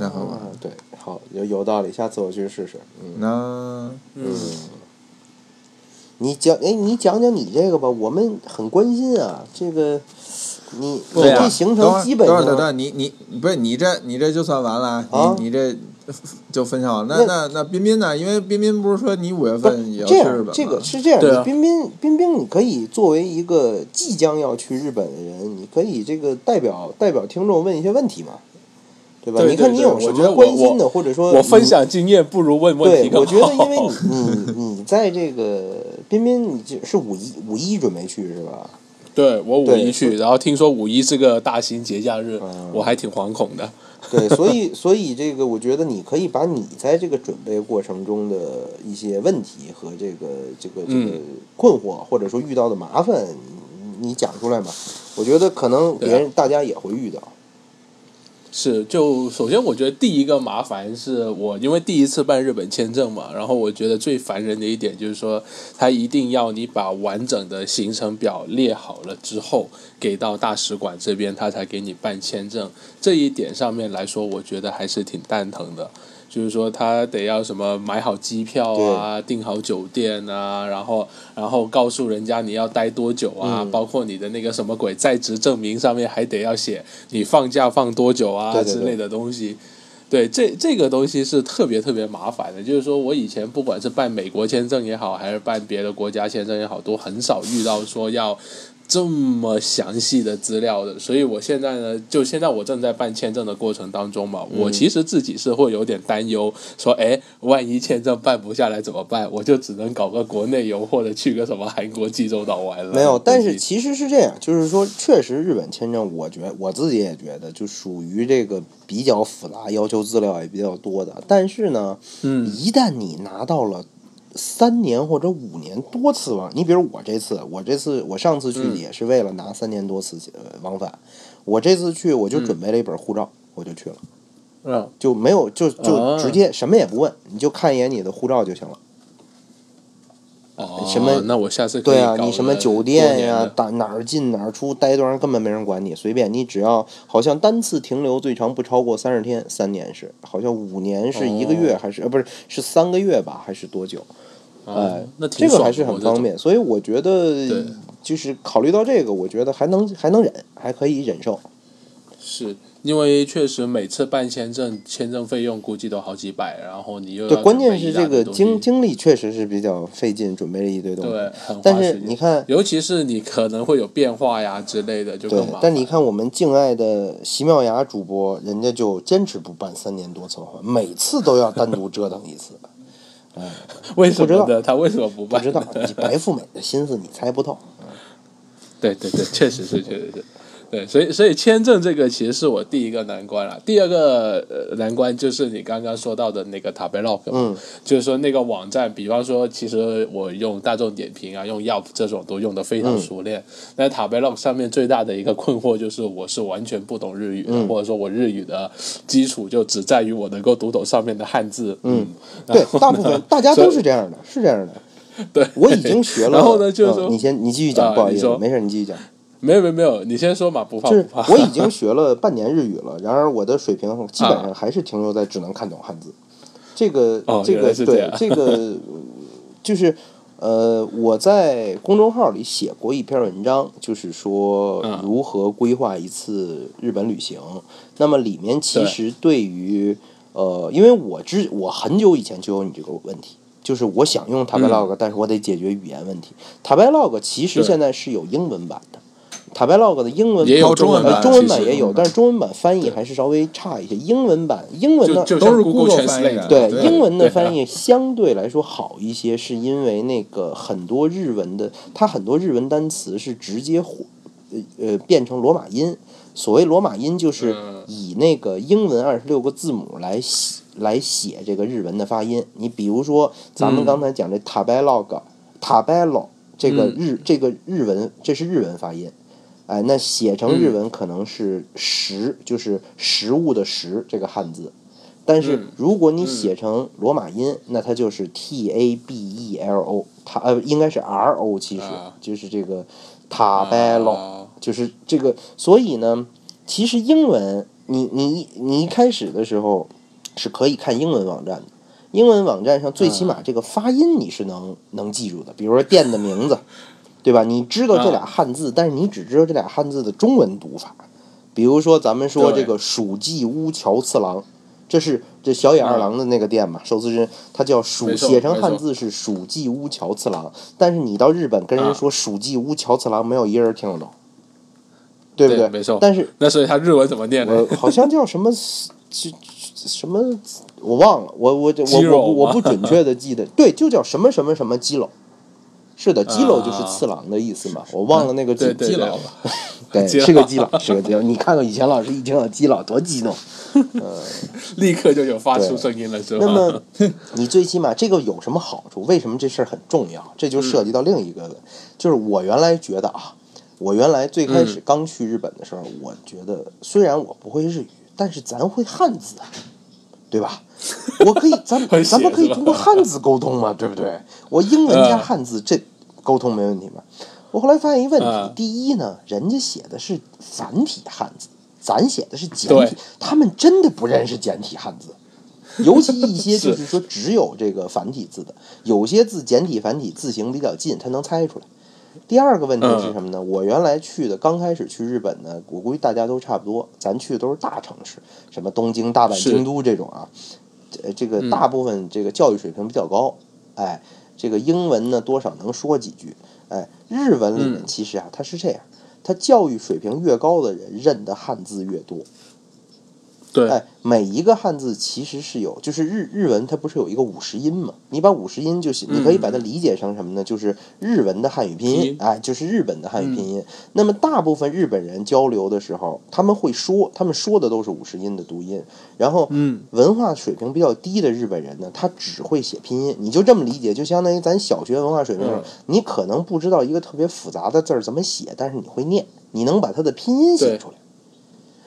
Speaker 1: 那可不
Speaker 2: 啊，，对，好，有有道理，下次我去试试。嗯，
Speaker 1: 那
Speaker 3: 嗯，
Speaker 2: 你讲，哎，你讲讲你这个吧，我们很关心啊。这个，你你
Speaker 3: 啊
Speaker 1: 对呀
Speaker 2: 这行程基本
Speaker 1: 等会儿等会儿等会
Speaker 2: 上
Speaker 1: 儿，你你不是你这你这就算完了，
Speaker 2: 啊
Speaker 1: 你你这就分享完。那
Speaker 2: 那
Speaker 1: 那那彬彬呢？因为彬彬不是说你五月
Speaker 2: 不
Speaker 1: 份也要
Speaker 2: 这
Speaker 1: 去日
Speaker 2: 样
Speaker 1: 本，吗？
Speaker 2: 这个是这样。
Speaker 3: 对啊
Speaker 2: 你彬彬彬彬，你可以作为一个即将要去日本的人，你可以这个代表代表听众问一些问题嘛，对吧？
Speaker 3: 对
Speaker 2: 你看
Speaker 3: 对
Speaker 2: 你
Speaker 3: 对
Speaker 2: 有
Speaker 3: 我
Speaker 2: 什
Speaker 3: 觉
Speaker 2: 么
Speaker 3: 得我
Speaker 2: 关心的，
Speaker 3: 我
Speaker 2: 或者说
Speaker 3: 我分
Speaker 2: 你
Speaker 3: 享经验不如问问题
Speaker 2: 对，
Speaker 3: 更好。
Speaker 2: 我觉得因为你你你在这个彬彬，你就是五一五一准备去是吧？
Speaker 3: *laughs* 对我五
Speaker 2: 对
Speaker 3: 一去，然后听说五一是个大型节假日
Speaker 2: 嗯，
Speaker 3: 我还挺惶恐的。
Speaker 2: 对，所以所以这个，我觉得你可以把你在这个准备过程中的一些问题和这个这个这个
Speaker 3: 嗯
Speaker 2: 困惑，或者说遇到的麻烦，你你讲出来吧。我觉得可能
Speaker 3: 啊
Speaker 2: 别人大家也会遇到。
Speaker 3: 是，就首先我觉得第一个麻烦是我因为第一次办日本签证嘛，然后我觉得最烦人的一点就是说，他一定要你把完整的行程表列好了之后，给到大使馆这边，他才给你办签证。这一点上面来说，我觉得还是挺蛋疼的。就是说，他得要什么买好机票啊，订好酒店啊，然后然后告诉人家你要待多久啊，
Speaker 2: 嗯
Speaker 3: 包括你的那个什么鬼在职证明上面还得要写你放假放多久啊
Speaker 2: 对对对
Speaker 3: 之类的东西。对，这这个东西是特别特别麻烦的，就是说我以前不管是办美国签证也好，还是办别的国家签证也好，都很少遇到说要这么详细的资料的。所以我现在呢，就现在我正在办签证的过程当中嘛，
Speaker 2: 嗯
Speaker 3: 我其实自己是会有点担忧，说哎，万一签证办不下来怎么办？我就只能搞个国内游，或者去个什么韩国济州岛玩了。
Speaker 2: 没有，但
Speaker 3: 估
Speaker 2: 是
Speaker 3: 计
Speaker 2: 其实是这样，就是说，确实日本签证，我觉我自己也觉得就属于这个比较复杂，要求资料也比较多的。但是呢，
Speaker 3: 嗯
Speaker 2: 一旦你拿到了三年或者五年多次往，你比如我这次，我这次我上次去
Speaker 3: 嗯
Speaker 2: 也是为了拿三年多次呃往返，我这次去我就准备了一本护照，我就去了，
Speaker 3: 嗯，
Speaker 2: 就没有就就
Speaker 3: 啊
Speaker 2: 直接什么也不问，你就看一眼你的护照就行了。
Speaker 3: 哦，
Speaker 2: 什么
Speaker 3: 那我下次可以
Speaker 2: 对啊，
Speaker 3: 搞
Speaker 2: 你什么
Speaker 3: 个
Speaker 2: 酒
Speaker 3: 多
Speaker 2: 店
Speaker 3: 年
Speaker 2: 呀、
Speaker 3: 的
Speaker 2: 打哪儿进哪儿出，待多长时间根本没人管你，随便你只要好像单次停留最长不超过三十天，三年是，好像五年是一个月
Speaker 3: 哦
Speaker 2: 还是、呃不是是三个月吧还是多久？
Speaker 3: 哦
Speaker 2: 哎，
Speaker 3: 那挺
Speaker 2: 这个
Speaker 3: 爽
Speaker 2: 还是
Speaker 3: 的
Speaker 2: 很方。便，所以我觉
Speaker 3: 对
Speaker 2: 得就是考虑到这个，我觉得还能还能忍，还可以忍受。
Speaker 3: 我这种是因为确实每次办签证，签证费用估计都好几百，然后你又要
Speaker 2: 对，关键
Speaker 3: 准
Speaker 2: 是
Speaker 3: 备啊一大
Speaker 2: 这
Speaker 3: 堆
Speaker 2: 个
Speaker 3: 东
Speaker 2: 精
Speaker 3: 西
Speaker 2: 精力确实是比较费劲，准备了一堆东西。
Speaker 3: 对，很花
Speaker 2: 但是
Speaker 3: 时间
Speaker 2: 你看，
Speaker 3: 尤其是你可能会有变化呀之类的，就更
Speaker 2: 对
Speaker 3: 麻烦。，
Speaker 2: 但你看我们敬爱的席妙雅主播，人家就坚持不办三年多策划，每次都要单独折腾一
Speaker 3: *laughs*
Speaker 2: 次，
Speaker 3: 为什
Speaker 2: 不知
Speaker 3: 么
Speaker 2: 道
Speaker 3: 呢？他为什么不
Speaker 2: 不
Speaker 3: 办？
Speaker 2: 知道你白富美的心思你猜不透。
Speaker 3: *laughs* 对对对，确实是，确实是。对，所以所以签证这个其实是我第一个难关了。第二个、呃、难关就是你刚刚说到的那个 Tabelog，
Speaker 2: 嗯，
Speaker 3: 就是说那个网站，比方说，其实我用大众点评啊，用 Yelp 这种都用的非常熟
Speaker 2: 嗯
Speaker 3: 练。那 Tabelog 上面最大的一个困惑就是，我是完全不懂日语的，
Speaker 2: 嗯
Speaker 3: 或者说我日语的基础就只在于我能够读懂上面的汉字。嗯，
Speaker 2: 对
Speaker 3: 然后，
Speaker 2: 大部分
Speaker 3: 呢
Speaker 2: 大家都
Speaker 3: 所
Speaker 2: 是这样的，是这样的。
Speaker 3: *laughs* 对，
Speaker 2: 我已经学了。
Speaker 3: 然后呢，就是
Speaker 2: 嗯
Speaker 3: 说，
Speaker 2: 你先你继续
Speaker 3: 啊
Speaker 2: 讲，不好
Speaker 3: 你
Speaker 2: 意思
Speaker 3: 说，
Speaker 2: 没事，你继续讲。
Speaker 3: 没有没有没有，你先说嘛，不怕
Speaker 2: 就
Speaker 3: 不
Speaker 2: 是
Speaker 3: 怕。
Speaker 2: 我已经学了半年日语了， *laughs* 然而我的水平基本上还是停留在只能看懂汉字。这个、
Speaker 3: 哦
Speaker 2: 这
Speaker 3: 原来
Speaker 2: 个
Speaker 3: 是这
Speaker 2: 对
Speaker 3: 样
Speaker 2: 这个
Speaker 3: *laughs*
Speaker 2: 嗯就是呃，我在公众号里写过一篇文章，就是说
Speaker 3: 嗯
Speaker 2: 如何规划一次日本旅行。那么里面其
Speaker 3: 对
Speaker 2: 实对于呃，因为我之我很久以前就有你这个问题。就是我想
Speaker 3: 嗯
Speaker 2: 用 Tabelog，、但是我得解决语言问题。Tabelog 其实
Speaker 3: 对
Speaker 2: 现在是有英文版的，Tabelog 的英文
Speaker 3: 也有
Speaker 2: 版
Speaker 1: 中文
Speaker 2: 呃
Speaker 1: 版
Speaker 2: 中文
Speaker 1: 其
Speaker 2: 版
Speaker 1: 实
Speaker 2: 也有，但是中文版翻译还是稍微差一些。英文版英文
Speaker 3: 就
Speaker 2: 的
Speaker 3: 就
Speaker 1: 都是
Speaker 3: Google
Speaker 1: Google 翻译
Speaker 3: Translate
Speaker 1: 的
Speaker 2: 对
Speaker 1: 对
Speaker 2: 英文的翻
Speaker 3: 译。
Speaker 2: 译相对来说好一些，是因为那个很多日文的，它很多日文单词是直接火呃呃变成罗马音。所谓罗马音，就是
Speaker 3: 嗯
Speaker 2: 以那个英文二十六个字母来写来写这个日文的发音。你比如说，咱们
Speaker 3: 嗯
Speaker 2: 刚才讲这 tabelog、tabelo 这个
Speaker 3: 嗯
Speaker 2: 日、这个日文，这是日文发音。哎，那写成日
Speaker 3: 嗯
Speaker 2: 文可能是食，就是食物的食这个汉字。但是
Speaker 3: 嗯
Speaker 2: 如果你写成罗马音，那它就是 T A B E L O，它呃应该是 R O，其实、
Speaker 3: 啊
Speaker 2: 就是这个 tabello，、
Speaker 3: 啊
Speaker 2: 就是这个。所以呢，其实英文你你你一开始的时候是可以看英文网站的，英文网站上最起
Speaker 3: 嗯
Speaker 2: 码这个发音你是能、能记住的，比如说店的名字，对吧？你知道这
Speaker 3: 嗯
Speaker 2: 俩汉字，但是你只知道这俩汉字的中文读法。比如说咱们说
Speaker 3: 对
Speaker 2: 这个蜀记屋乔次郎，这是这小野二郎的那个店嘛，寿司之神，它叫蜀，
Speaker 3: 没错
Speaker 2: 写成
Speaker 3: 没错
Speaker 2: 汉字是蜀记屋乔次郎，但是你到日本
Speaker 3: 嗯
Speaker 2: 跟人说蜀记屋乔次郎，没有一个人听得懂，对不
Speaker 3: 对
Speaker 2: 对？
Speaker 3: 没错
Speaker 2: 但
Speaker 3: *laughs*
Speaker 2: 是
Speaker 3: 那所以他日文怎么念呢？
Speaker 2: 我好像叫什么就什么，我忘了，我我我
Speaker 3: 鸡
Speaker 2: 我
Speaker 3: 肉
Speaker 2: 不我
Speaker 3: 吗
Speaker 2: 不准确的记得，对，就叫什么什么什么基楼。是的，基楼就是次郎的意思嘛，我忘了那个基
Speaker 3: 啊对对
Speaker 2: 基
Speaker 3: 对
Speaker 2: 佬了，对，
Speaker 3: 基佬
Speaker 2: 是个基佬，是个基佬。你看看以前老师一听到基佬多激动，
Speaker 3: 立刻就有发出声音了，是吧？
Speaker 2: 那
Speaker 3: *laughs*
Speaker 2: 么你最起码这个有什么好处？为什么这事儿很重要？这
Speaker 3: 嗯
Speaker 2: 就涉及到另一个，就是我原来觉得啊，我原来最开
Speaker 3: 嗯
Speaker 2: 始刚去日本的时候，我觉得虽然我不会日语，但是咱会汉字啊，对吧？我
Speaker 3: *laughs*
Speaker 2: 可以，咱
Speaker 3: 会写
Speaker 2: 咱们可以
Speaker 3: 是吧
Speaker 2: 通过汉字沟通嘛，对不对？我英文加
Speaker 3: 嗯
Speaker 2: 汉字这沟通没问题嘛？我后来发现一问题
Speaker 3: 嗯，
Speaker 2: 第一呢，人家写的是繁体汉字，咱写的是简体
Speaker 3: 对，
Speaker 2: 他们真的不认识简体汉字。尤其一
Speaker 3: *laughs*
Speaker 2: 些就是说只有这个繁体字的，有些字简体繁体字形比较近，他能猜出来。第二个问题
Speaker 3: 嗯
Speaker 2: 是什么呢？我原来去的，刚开始去日本呢，我估计大家都差不多，咱去的都是大城市，什么东京、大阪、
Speaker 3: 是嗯
Speaker 2: 京都这种啊，呃，这个大部分这个教育水平比较高，哎，这个英文呢多少能说几句，哎，日文里面
Speaker 3: 嗯
Speaker 2: 其实啊，它是这样，它教育水平越高的人认的汉字越多，
Speaker 3: 对，
Speaker 2: 哎，每一个汉字其实是有，就是日日文它不是有一个五十音嘛？你把五十音就行，你可以把它理解成什么呢？就是日文的汉语拼
Speaker 3: 嗯拼
Speaker 2: 音
Speaker 3: 音，嗯
Speaker 2: 哎，就是日本的汉语拼音。那么大部分日本人交流的时候，他们会说，他们说的都是五十音的读音。然后，
Speaker 3: 嗯，
Speaker 2: 文化水平比较低的日本人呢，他只会写拼音。你就这么理解，就相当于咱小学文化水平，
Speaker 3: 嗯
Speaker 2: 你可能不知道一个特别复杂的字儿怎么写，但是你会念，你能把它的拼音写
Speaker 3: 对
Speaker 2: 出来。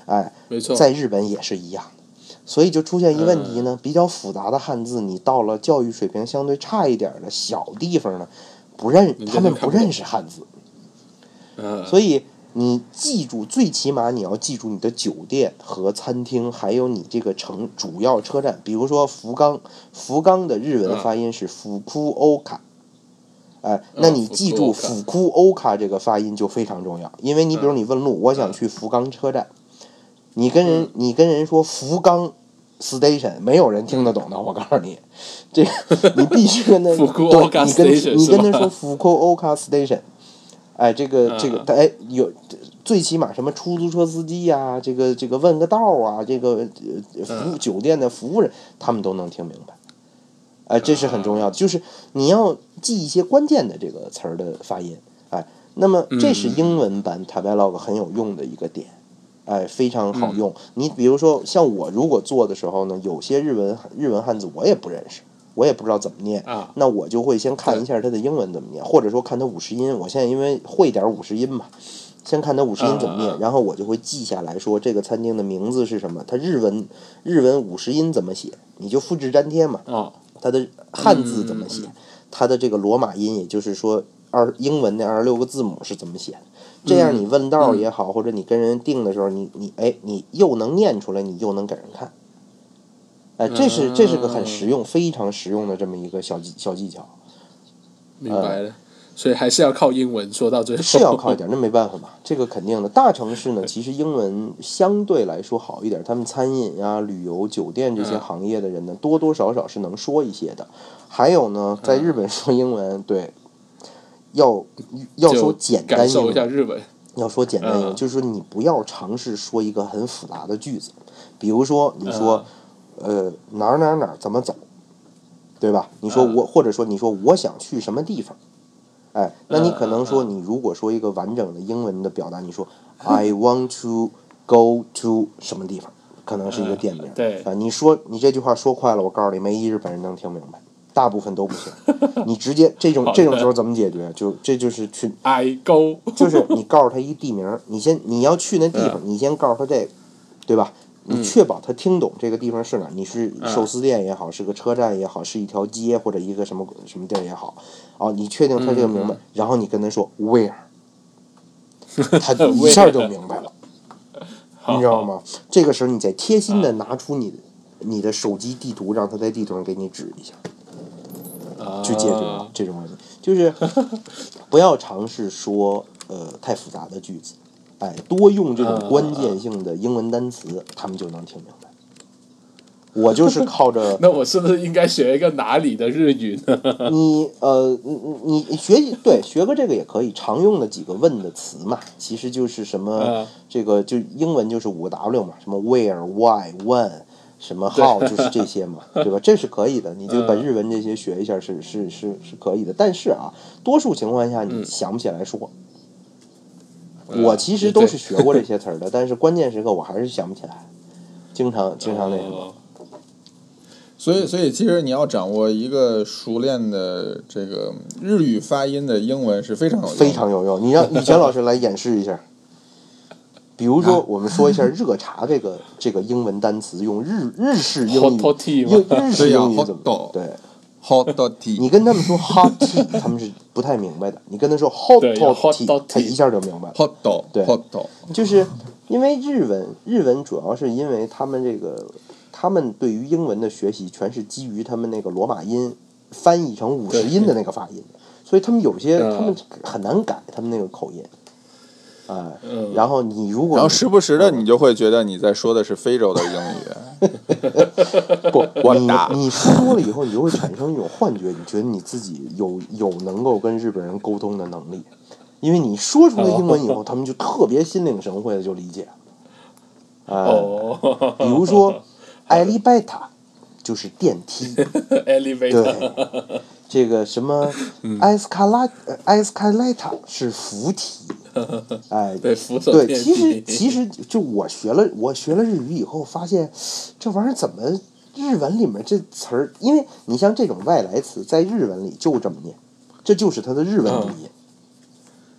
Speaker 2: 哎，
Speaker 3: 没错，
Speaker 2: 在日本也是一样的，所以就出现一问题
Speaker 3: 嗯
Speaker 2: 呢，比较复杂的汉字，你到了教育水平相对差一点的小地方呢，不认
Speaker 3: 你真的
Speaker 2: 他们不
Speaker 3: 看不懂
Speaker 2: 认识汉字，
Speaker 3: 嗯，
Speaker 2: 所以你记住，最起码你要记住你的酒店和餐厅，还有你这个城主要车站，比如说福冈，福冈的日文
Speaker 3: 嗯
Speaker 2: 发音是福库欧卡。哎，那你
Speaker 3: 福
Speaker 2: 记
Speaker 3: 库
Speaker 2: 住“
Speaker 3: 欧卡
Speaker 2: 福库欧卡”这个发音就非常重要，因为你比如你问路，我想去福冈车站，你跟
Speaker 3: 嗯
Speaker 2: 人你跟人说福冈 station，没有人听得懂的。我告诉你，这个你必须跟他
Speaker 3: *laughs* 福库欧卡
Speaker 2: 对你跟
Speaker 3: station
Speaker 2: 你跟他
Speaker 3: 是吧
Speaker 2: 说福库欧卡 station，哎，这个
Speaker 3: 嗯
Speaker 2: 这个哎有。最起码什么出租车司机呀、这个这个问个道啊，这个呃
Speaker 3: 嗯
Speaker 2: 服务酒店的服务人，他们都能听明白。哎，这是很重要的，就是你要记一些关键的这个词儿的发音。哎，那么
Speaker 3: 嗯
Speaker 2: 这是英文版 Tabelog 很有用的一个点，哎，非常
Speaker 3: 嗯
Speaker 2: 好用。你比如说，像我如果做的时候呢，有些日文日文汉字我也不认识，我也不知道怎么念，
Speaker 3: 啊，
Speaker 2: 那我就会先看一下它的英文怎么念，或者说看它五十音。我现在因为会点五十音嘛，先看它五十音怎么
Speaker 3: 啊啊
Speaker 2: 念
Speaker 3: 啊，
Speaker 2: 然后我就会记下来说这个餐厅的名字是什么，它日文日文五十音怎么写，你就复制粘贴嘛。
Speaker 3: 哦，
Speaker 2: 它的汉字怎么写，它的这个罗马音，也就是说二英文那二十六个字母是怎么写的。这样你问道儿也好，或者你跟人定的时候，你你哎，你又能念出来，你又能给人看。哎，这是这是个很实用、非常实用的这么一个小技小技巧，
Speaker 3: 明白了，所以还是要靠英文，说到最后
Speaker 2: 呃是要
Speaker 3: *laughs*
Speaker 2: 靠一点，那没办法嘛，这个肯定的。大城市呢，其实英文相对来说好一点，他们餐饮呀、旅游、酒店这些
Speaker 3: 嗯
Speaker 2: 行业的人呢，多多少少是能说一些的。还有呢，在日
Speaker 3: 嗯
Speaker 2: 本说英文，对，要要说
Speaker 3: 就
Speaker 2: 简单
Speaker 3: 感
Speaker 2: 英
Speaker 3: 受一下
Speaker 2: 文，
Speaker 3: 日本，
Speaker 2: 要说简单英文，
Speaker 3: 嗯
Speaker 2: 就是说你不要尝试说一个很复杂的句子，比如说你
Speaker 3: 啊
Speaker 2: 说，呃，哪儿哪儿哪儿怎么走，对吧？你说
Speaker 3: 嗯
Speaker 2: 我，或者说你说我想去什么地方，哎，那你可能说
Speaker 3: 嗯
Speaker 2: 你如果说一个完整的英文的表达，你说 I want to go to 什么地方，可能是一个店名。
Speaker 3: 嗯对
Speaker 2: 啊，你说你这句话说快了，我告诉你，没一日本人能听明白，大部分都不
Speaker 3: *laughs*
Speaker 2: 行。你直接这种
Speaker 3: 好的
Speaker 2: 这种时候怎么解决？就这就是去，
Speaker 3: I go，
Speaker 2: 就是你告诉他一地名，你先你要去那地
Speaker 3: 嗯
Speaker 2: 方，你先告诉他这个，对吧？你确保他听懂这个地方是哪儿，你是
Speaker 3: 嗯
Speaker 2: 寿司店也好，是个车站也好，是一条街或者一个什么什么地儿也好，啊，你确定他这个
Speaker 3: 嗯
Speaker 2: 明白，然后你跟他说 where，他
Speaker 3: *laughs*
Speaker 2: 一下就明白了，
Speaker 3: 好嗯
Speaker 2: 你知道？吗？这个时候你再贴心的拿出你的你的手机地图，让他在地图上给你指一下，*laughs*
Speaker 3: 啊
Speaker 2: 去解决这种问题，就是 *laughs* 不要尝试说呃太复杂的句子，哎，多用这种关键性的英文单词，他们就能听明白。我就是靠
Speaker 3: *laughs*
Speaker 2: 着
Speaker 3: 那我是不是应该学一个哪里的日语呢？
Speaker 2: 你呃，你你你学对学个这个也可以，常用的几个问的词嘛，其实就是什么、
Speaker 3: 嗯
Speaker 2: 这个就英文就是五个 W 嘛，什么 where、why、when，什么 how 就是这些
Speaker 3: *laughs*
Speaker 2: 嘛，对吧？这是可以的，你
Speaker 3: 嗯
Speaker 2: 就把日文这些学一下是、是是是可以的，但是啊，多数情况下
Speaker 3: 嗯
Speaker 2: 你想不起来说。我其实都是学过这些词儿的，但是关键时刻我还是想不起来，经常经常那什么。
Speaker 3: 哦
Speaker 1: 所以，所以其实你要掌握一个熟练的这个日语发音的英文是非常有用的
Speaker 2: 非常有用。你让以前老师来演示一下，比如
Speaker 3: 啊
Speaker 2: 说我们说一下热茶这个这个英文单词，用日日式英语
Speaker 3: Hot tea
Speaker 2: 用
Speaker 3: 吗 *laughs*
Speaker 2: 日式英语
Speaker 1: 对呀
Speaker 2: 怎么
Speaker 1: hot dog
Speaker 2: 对？
Speaker 1: hot dot t
Speaker 2: 你跟他们说 hot
Speaker 3: *laughs*
Speaker 2: tea，他们是不太明白的。你跟他说 hot
Speaker 3: 对要 hot
Speaker 2: tea，
Speaker 3: dog
Speaker 2: 他
Speaker 3: tea
Speaker 2: 一下就明白了。
Speaker 1: hot dot
Speaker 2: 对
Speaker 1: hot dot
Speaker 2: 就是因为日文，日文主要是因为他们这个，他们对于英文的学习全是基于他们那个罗马音翻译成五十音的那个发音，所以他们有些
Speaker 3: 嗯
Speaker 2: 他们很难改他们那个口音，哎，
Speaker 3: 嗯
Speaker 2: 然后你如果
Speaker 1: 然后时不时的你就会觉得你在说的是非洲的英语，
Speaker 2: 不，
Speaker 1: *laughs* 我
Speaker 2: 你
Speaker 1: 打
Speaker 2: 你说多了以后，你就会产生一种幻觉，你觉得你自己有有能够跟日本人沟通的能力，因为你说出了英文以
Speaker 1: 哦
Speaker 2: 后，他们就特别心领神会的就理解了。啊、
Speaker 3: 哦，
Speaker 2: 比
Speaker 1: *laughs*
Speaker 2: 如
Speaker 3: *laughs*
Speaker 2: 说 elevator 就是电梯，
Speaker 3: elevator，
Speaker 2: 对，这个什么
Speaker 1: 嗯
Speaker 2: escalator escalator 是扶
Speaker 1: *laughs*
Speaker 2: 梯，哎，
Speaker 3: 对扶 *laughs* 手
Speaker 2: 对，
Speaker 3: 电
Speaker 2: 其实
Speaker 3: 梯，
Speaker 2: 其实就我学了，我学了日语以后，发现这玩意儿怎么日文里面这词儿，因为你像这种外来词，在日文里就这么念，这就是它的日文读音。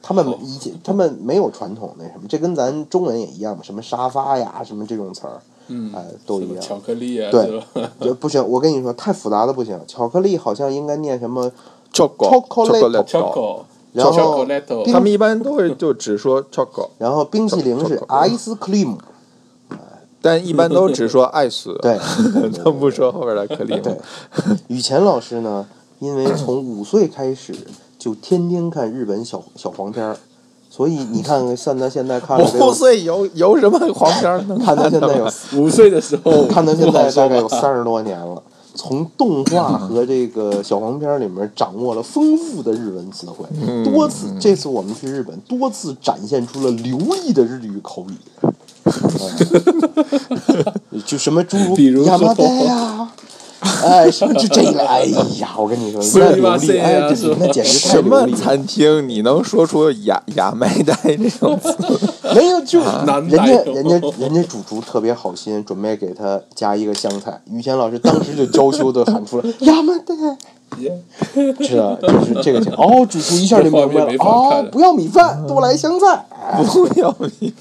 Speaker 2: 他们以前他们没有传统那什么，这跟咱中文也一样嘛，什么沙发呀，什么这种词儿，
Speaker 3: 嗯
Speaker 2: 哎，都
Speaker 3: 什
Speaker 2: 一
Speaker 3: 么
Speaker 2: 样。
Speaker 3: 巧 *laughs* 克力啊，
Speaker 2: 对
Speaker 3: 是吧？
Speaker 2: 也不行，我跟你说，太复杂的不行。巧克力好像应该念什么，
Speaker 1: choco
Speaker 2: *laughs* Chocolate
Speaker 3: choco，
Speaker 2: 然后
Speaker 3: chocolate，
Speaker 1: 他们一般都会就只说 choco，
Speaker 2: 然后冰淇淋是 ice cream，
Speaker 1: 但一般都只说爱死，
Speaker 2: *laughs* 对，
Speaker 1: *laughs* 他们不说后边的克里姆 *laughs*
Speaker 2: 对，雨前老师呢，因为从五岁开始就天天看日本小小黄片儿，所以你看看，算到现在看了得
Speaker 1: 五
Speaker 2: 有，
Speaker 1: 岁哦有有什么黄片儿 *laughs* 能
Speaker 2: 看到现在有，
Speaker 3: 五岁的 *laughs* 时候，
Speaker 2: 看到现
Speaker 3: 嗯不好
Speaker 2: 在
Speaker 3: 说
Speaker 2: 大概
Speaker 3: 吧嗯
Speaker 2: 有三十多年了。从动画和这个小黄片儿里面掌握了丰富的日文词汇，
Speaker 3: 嗯
Speaker 2: 多次这次我们去日本多次展现出了流利的日语口
Speaker 3: *laughs*
Speaker 2: 语，哎就什么诸如
Speaker 3: 比如说
Speaker 2: 亚麻袋
Speaker 3: *laughs*
Speaker 2: 呀，哎，什么就这个，哎呀，我跟你说，
Speaker 3: 所以
Speaker 2: 那流
Speaker 3: 哇塞
Speaker 2: 利，哎，
Speaker 3: 呀
Speaker 2: 这
Speaker 3: 是吧
Speaker 2: 那简直太
Speaker 1: 什
Speaker 2: 流
Speaker 1: 么
Speaker 2: 利了，
Speaker 1: 餐厅你能说出 *laughs* 雅雅麦代这种词？ *laughs*
Speaker 2: 没有就
Speaker 3: 难
Speaker 2: 人
Speaker 3: 带
Speaker 2: 家
Speaker 3: 哟
Speaker 2: 啊人家人家主厨特别好心，准备给他加一个香菜，于谦老师当时就娇羞的喊出了 *laughs* “亚麻袋”。是啊，就是这个情况。哦，主厨一下就明白
Speaker 3: 这画面没
Speaker 2: 了。
Speaker 3: 法看
Speaker 2: 哦
Speaker 3: 了，
Speaker 2: 不要米饭，多来香菜。
Speaker 1: 不要 *laughs* 你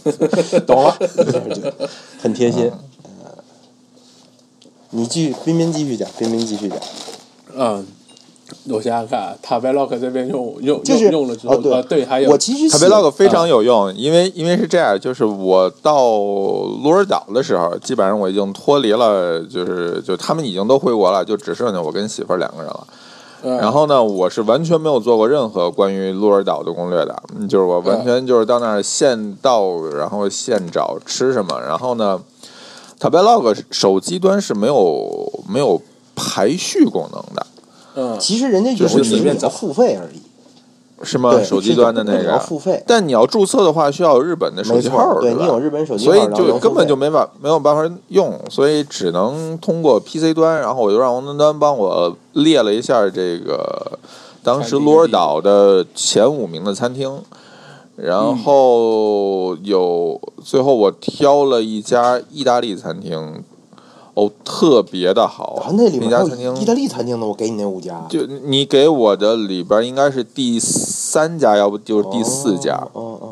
Speaker 2: 懂了，就很贴
Speaker 3: 啊
Speaker 2: 心。呃你继续，彬彬继续讲，彬彬继续讲。
Speaker 3: 嗯，我想想看啊，塔贝洛克这边用用
Speaker 2: 就是
Speaker 3: 用用了之后，
Speaker 2: 哦对
Speaker 3: 呃，对，还有
Speaker 2: 我其实
Speaker 1: 塔贝洛克非常有用，因为因为是这样，就是我到鹿儿岛的时候，基本上我已经脱离了，就是就他们已经都回国了，就只剩下我跟媳妇儿两个人了。
Speaker 3: 嗯
Speaker 1: 然后呢，我是完全没有做过任何关于鹿儿岛的攻略的，嗯就是我完全就是到那儿现到，然后现找吃什么。然后呢，塔贝洛克手机端是没有没有排序功能的，
Speaker 3: 嗯，
Speaker 2: 其实人家有
Speaker 1: 就是
Speaker 2: 只是
Speaker 1: 随
Speaker 2: 你
Speaker 1: 便
Speaker 2: 要付费而已。
Speaker 1: 是吗？
Speaker 2: 对，
Speaker 1: 手机端的那
Speaker 2: 是你要
Speaker 1: 个。
Speaker 2: 付费，
Speaker 1: 但你要注册的话，需要有日本的手
Speaker 2: 没
Speaker 1: 机号
Speaker 2: 错
Speaker 1: 儿，，
Speaker 2: 对
Speaker 1: 是吧
Speaker 2: 你有日本手机号，
Speaker 1: 所以
Speaker 2: 然后
Speaker 1: 就
Speaker 2: 能
Speaker 1: 根
Speaker 2: 付
Speaker 1: 本
Speaker 2: 费
Speaker 1: 就没法没有办法用，所以只能通过 PC 端，然后我就让王端端帮我列了一下这个当时鹿儿岛的前五名的餐厅，然后有最后我挑了一家意大利餐厅，哦，特别的好
Speaker 2: 啊，，那里面还
Speaker 1: 家
Speaker 2: 有
Speaker 1: 餐厅
Speaker 2: 意大利餐厅的，我给你那五家，
Speaker 1: 就你给我的里边应该是第三家，要不就是第四家，
Speaker 2: 哦哦哦，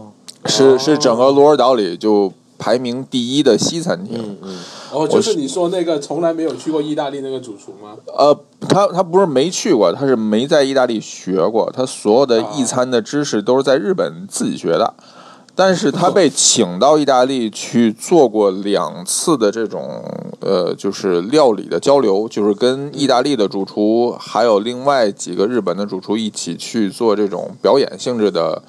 Speaker 1: 是是整个鹿儿岛里就排名第一的西餐厅。
Speaker 2: 嗯嗯，
Speaker 3: 哦，就是
Speaker 1: 是
Speaker 3: 你说那个从来没有去过意大利那个主厨吗？
Speaker 1: 呃，他他不是没去过，他是没在意大利学过，他所有的意餐的知识都是在日本自己学的。但是他被请到意大利去做过两次的这种呃，就是料理的交流，就是跟意大利的主厨还有另外几个日本的主厨一起去做这种表演性质的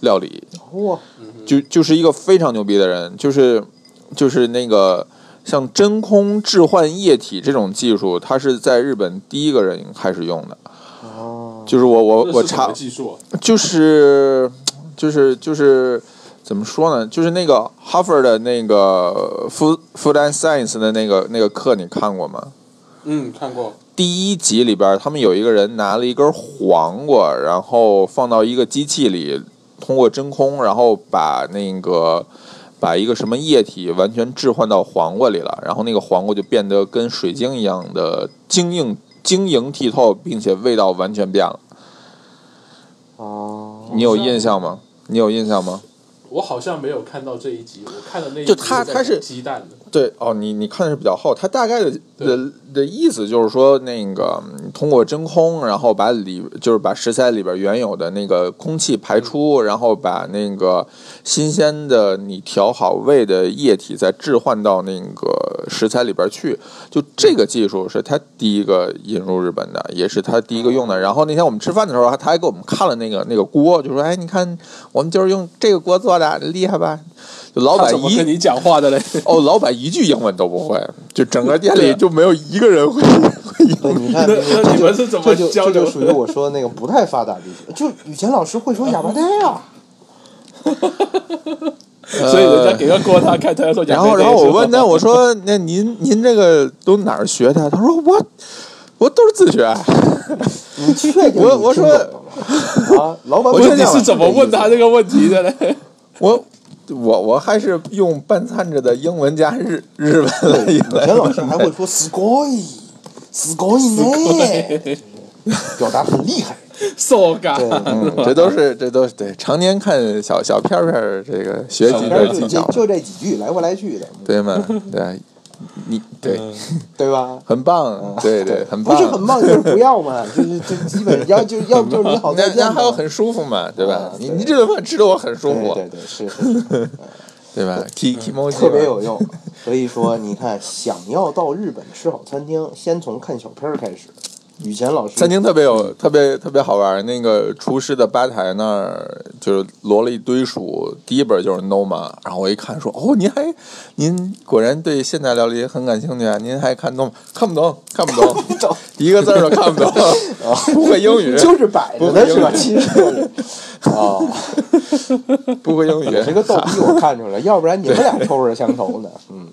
Speaker 1: 料理。
Speaker 2: 哇，
Speaker 1: 就就是一个非常牛逼的人，就是就是那个像真空置换液体这种技术，他是在日本第一个人开始用的。
Speaker 2: 哦，
Speaker 1: 就是我我我
Speaker 3: 那是什么
Speaker 1: 查，
Speaker 3: 技术啊，
Speaker 1: 就是就是就是怎么说呢？就是那个哈佛的那个 Food Food and Science 的那个那个课，你看过吗？
Speaker 3: 嗯，看过，
Speaker 1: 第一集里边儿，他们有一个人拿了一根黄瓜，然后放到一个机器里，通过真空，然后把那个把一个什么液体完全置换到黄瓜里了，然后那个黄瓜就变得跟水晶一样的晶莹晶莹剔透，并且味道完全变了。
Speaker 2: 哦，
Speaker 1: 你有印象吗？你有印象吗？
Speaker 3: 我好像没有看到这一集，我看的那一集
Speaker 1: 就他
Speaker 3: 在
Speaker 1: 他是
Speaker 3: 鸡蛋的，
Speaker 1: 对哦，你你看的是比较厚，它大概的的的意思就是说，那个嗯通过真空，然后把里就是把食材里边原有的那个空气排
Speaker 3: 嗯
Speaker 1: 出，然后把那个新鲜的你调好味的液体再置换到那个食材里边去。就
Speaker 3: 嗯
Speaker 1: 这个技术是他第一个引入日本的，也是他第一个
Speaker 3: 哦
Speaker 1: 用的。然后那天我们吃饭的时候，他还给我们看了那个那个锅，就说：“哎，你看我们就是用这个锅做的，厉害吧？”就老
Speaker 3: 他
Speaker 1: 板
Speaker 3: 怎么
Speaker 1: 一
Speaker 3: 跟你讲
Speaker 1: *laughs*
Speaker 3: 话的嘞？
Speaker 1: 哦，老板一句英文都不会，就整个店里就没有一个人会 *laughs* 会英
Speaker 2: 对，
Speaker 1: 文。
Speaker 2: 你看，
Speaker 3: 那那你们是怎么
Speaker 2: 这就
Speaker 3: 交
Speaker 2: 这
Speaker 3: 流
Speaker 2: 就属于我说的那个不太发达地区，就雨前老师会说哑巴呆啊，
Speaker 3: 所以人家给个锅他看，他要说
Speaker 1: 然
Speaker 3: 讲
Speaker 1: 后，
Speaker 3: 这
Speaker 1: 呃
Speaker 3: 个
Speaker 1: 然后我问他，
Speaker 3: 说
Speaker 1: 我说：“那您您这个都哪儿学的？”他说：“我我都是自学。
Speaker 2: 你确定
Speaker 1: 我
Speaker 2: 你
Speaker 1: 我
Speaker 2: 听
Speaker 1: 说
Speaker 2: 懂了吗啊，老板，
Speaker 1: 我
Speaker 3: 我说
Speaker 1: 说
Speaker 3: 你是怎么问他这
Speaker 2: 的？
Speaker 3: 个问题
Speaker 1: *laughs*
Speaker 3: 的嘞？
Speaker 1: 我”我我还是用半掺着的英文加日日文来
Speaker 2: 雨
Speaker 1: 来
Speaker 2: 前老
Speaker 1: *laughs*
Speaker 2: 师还会说 s c o y s c o y 呢，表达很厉害。
Speaker 3: 手感
Speaker 2: 对，
Speaker 1: 嗯，这都是这都是对常年看小小片片儿这个学习
Speaker 2: 然
Speaker 1: 的
Speaker 2: 后就
Speaker 1: 技
Speaker 2: 这
Speaker 1: 巧，
Speaker 2: 就这几句来回来去的，
Speaker 1: 对吗？对，啊你对，
Speaker 2: 对吧？
Speaker 1: 很棒，对对，很
Speaker 2: 嗯不
Speaker 1: 棒，
Speaker 2: 是很棒，就是不
Speaker 1: *laughs*
Speaker 2: 要嘛，就是就基本要就要就是你好
Speaker 1: 那
Speaker 2: 再见
Speaker 1: 那
Speaker 2: 嘛。
Speaker 1: 还有很舒服嘛，对吧
Speaker 2: 啊？
Speaker 1: 你
Speaker 2: 对
Speaker 1: 你这顿饭吃的我很舒
Speaker 2: 对
Speaker 1: 服，
Speaker 2: 对对，是是是。
Speaker 1: 对吧？T T 猫
Speaker 2: 嗯特别有用。所以说，你看，想要到日本吃好餐厅，先从看小片儿开始。雨前老师，
Speaker 1: *laughs* 餐厅特别有特别特别好玩，那个厨师的吧台那儿就是摞了一堆书，第一本就是 Noma，然后我一看说哦，您还您果然对现代料理很感兴趣啊，您还看 Noma，看不懂看不懂，
Speaker 2: 懂哦
Speaker 1: 一个字儿都看
Speaker 2: *laughs*
Speaker 1: 不懂， *laughs* 不会英语
Speaker 2: 就是摆着的是吧？
Speaker 1: 不
Speaker 2: 其实就是啊，
Speaker 1: 不会英语，
Speaker 2: 你这个逗逼我看出来，要不然你们俩臭味
Speaker 1: *laughs*
Speaker 2: 相投呢。嗯，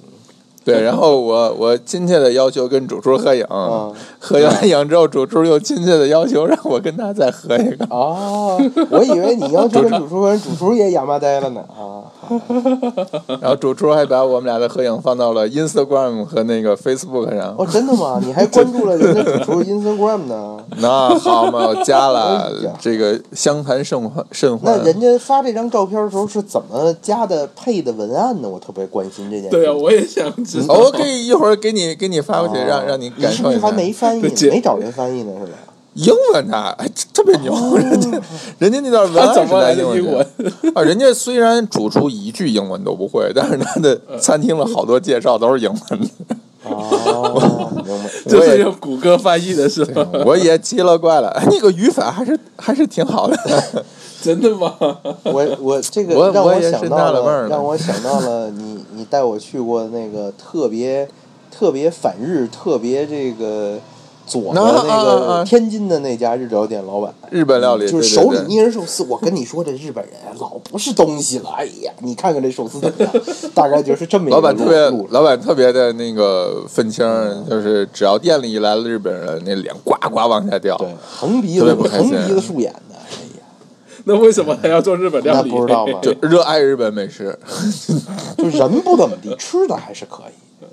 Speaker 1: 对，然后我我亲切的要求跟主厨合影，
Speaker 2: 嗯
Speaker 1: 合完影之后，主厨又亲切的要求让我跟他再合一个。
Speaker 2: 啊，
Speaker 1: 哦
Speaker 2: 我以为你要去跟主厨跟主厨也哑巴呆了呢啊。
Speaker 1: 然后主厨还把我们俩的合影放到了 Instagram 和那个 Facebook 上。
Speaker 2: 哦，真的吗？你还关注了人家主厨 Instagram 呢？
Speaker 1: 那好嘛，我加了
Speaker 2: 哎呀
Speaker 1: 这个相谈甚欢甚欢。
Speaker 2: 那人家发这张照片的时候是怎么加的配的文案呢？我特别关心这件事。
Speaker 3: *laughs* 对啊，我也想知道。
Speaker 1: 哦，我可以一会儿给你给你发过去，
Speaker 2: 哦
Speaker 1: 让让你感
Speaker 2: 是
Speaker 1: 受
Speaker 2: 不
Speaker 1: 一
Speaker 2: 是还
Speaker 1: 下。
Speaker 2: 没翻译呢
Speaker 3: 对姐，
Speaker 2: 没找人翻译呢，是吧？
Speaker 1: 英文的，哎，特别牛，人家人家那段文案
Speaker 3: 他怎么来
Speaker 1: 是
Speaker 3: 的
Speaker 1: 在
Speaker 3: 英文？
Speaker 1: 啊，人家虽然主厨一句英文都不会，但是他的餐厅的好多介绍都是英文的。
Speaker 2: 哦，明白。
Speaker 1: 我
Speaker 3: *laughs* 就
Speaker 1: 也啊
Speaker 3: 是用谷歌翻译的是吧？
Speaker 1: 我也奇了怪了，哎那个语法还是还是挺好的。
Speaker 3: 真的吗？
Speaker 2: *laughs*
Speaker 3: *laughs*
Speaker 2: 我我这个
Speaker 1: 我
Speaker 2: 让
Speaker 1: 我也
Speaker 2: 想
Speaker 1: 是纳
Speaker 2: 到
Speaker 1: 了闷儿了 *laughs*
Speaker 2: 让我想到了你你带我去过的那个特别特别反日、特别这个左的
Speaker 1: 啊
Speaker 2: 那
Speaker 1: 啊啊
Speaker 2: 个天津的那家日料店老板，
Speaker 1: 日本料理
Speaker 2: 就
Speaker 1: 对
Speaker 2: 是手
Speaker 1: 对
Speaker 2: 里
Speaker 1: 对
Speaker 2: 捏着寿司。我跟你说，这日本人啊老不是东西了。哎呀，你看看这寿司怎么样？大概就是这么一个
Speaker 1: 老板特别
Speaker 2: 路，
Speaker 1: 老板特别的那个愤青儿，
Speaker 3: 嗯
Speaker 1: 就是只要店里一来了日本人，那脸呱呱往下掉。
Speaker 2: 对，横鼻
Speaker 1: 特
Speaker 2: 子
Speaker 1: 别不开
Speaker 2: 横
Speaker 1: 心
Speaker 2: 鼻子竖眼的，哎呀。
Speaker 3: 那为什么还要做日本料
Speaker 2: 那
Speaker 3: 理？
Speaker 2: 不知道吗？
Speaker 1: 就热爱日本美食，
Speaker 2: 就人不怎么地，吃的还是可以。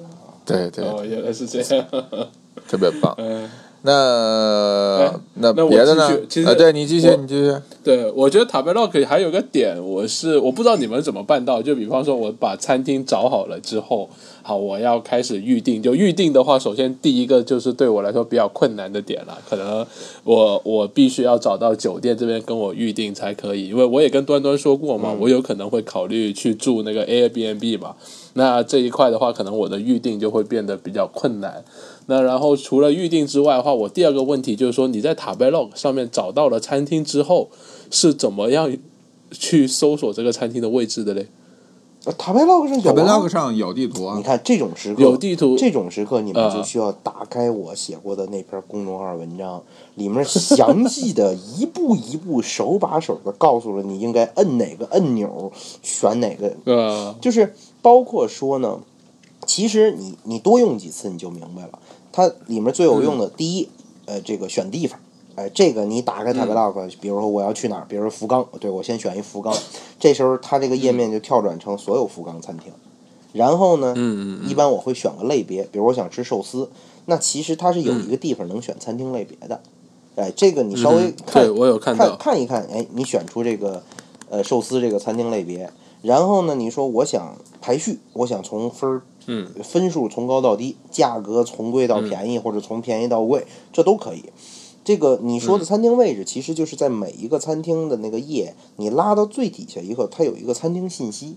Speaker 1: 对对，
Speaker 3: *laughs* 哦，原来是这样。 *laughs*
Speaker 1: 特别棒。
Speaker 3: 嗯，
Speaker 1: 那
Speaker 3: 哎
Speaker 1: 那
Speaker 3: 那我
Speaker 1: 别的呢
Speaker 3: 继续其？实
Speaker 1: 啊，对你继续，
Speaker 3: 我
Speaker 1: 你继续。
Speaker 3: 对，我觉得 Tabelog 还有个点，我是我不知道你们怎么办到，就比方说我把餐厅找好了之后，好，我要开始预定。就预定的话，首先第一个就是对我来说比较困难的点了，可能我我必须要找到酒店这边跟我预定才可以，因为我也跟端端说过嘛，我有可能会考虑去住那个 Airbnb 嘛。那这一块的话，可能我的预定就会变得比较困难。那然后除了预定之外的话，我第二个问题就是说，你在 Tabelog 上面找到了餐厅之后，是怎么样去搜索这个餐厅的位置的嘞？
Speaker 2: 呃塔贝洛克上有啊，
Speaker 1: 上有地图啊
Speaker 2: 你，看这种时刻
Speaker 3: 有地图
Speaker 2: 这种时刻你们
Speaker 3: 啊
Speaker 2: 就需要打开我写过的那篇公众号文章，里面详细的一步一步手把手的告诉了你应该摁哪个按钮，选哪个，
Speaker 3: 呃，
Speaker 2: 就是包括说呢，其实你你多用几次你就明白了，它里面最
Speaker 3: 嗯
Speaker 2: 有用的，第一，呃，这个选地方。哎，这个你
Speaker 3: 嗯
Speaker 2: 打开 Tabelog，、比如说我要去哪儿，比如说福冈，对我先选一福冈，这时候它这
Speaker 3: 嗯
Speaker 2: 个页面就跳转成所有福冈餐厅。然后呢，
Speaker 3: 嗯
Speaker 2: 一般我会选个类别，比如我想吃寿司，那其实它是
Speaker 3: 嗯
Speaker 2: 有一个地方能选餐厅类别的。哎，这个你稍微看、
Speaker 3: 嗯对我有看
Speaker 2: 看
Speaker 3: 到，
Speaker 2: 看一看，哎，你选出这个呃寿司这个餐厅类别，然后呢，你说我想排序，我想从分儿
Speaker 3: 嗯，
Speaker 2: 分数从高到低，价格从贵到便宜，或者从便宜到贵，这都可以。这个你说的
Speaker 3: 嗯
Speaker 2: 餐厅位置，其实就是在每一个餐厅的那个页，你拉到最底下一个，它有一个餐厅信息，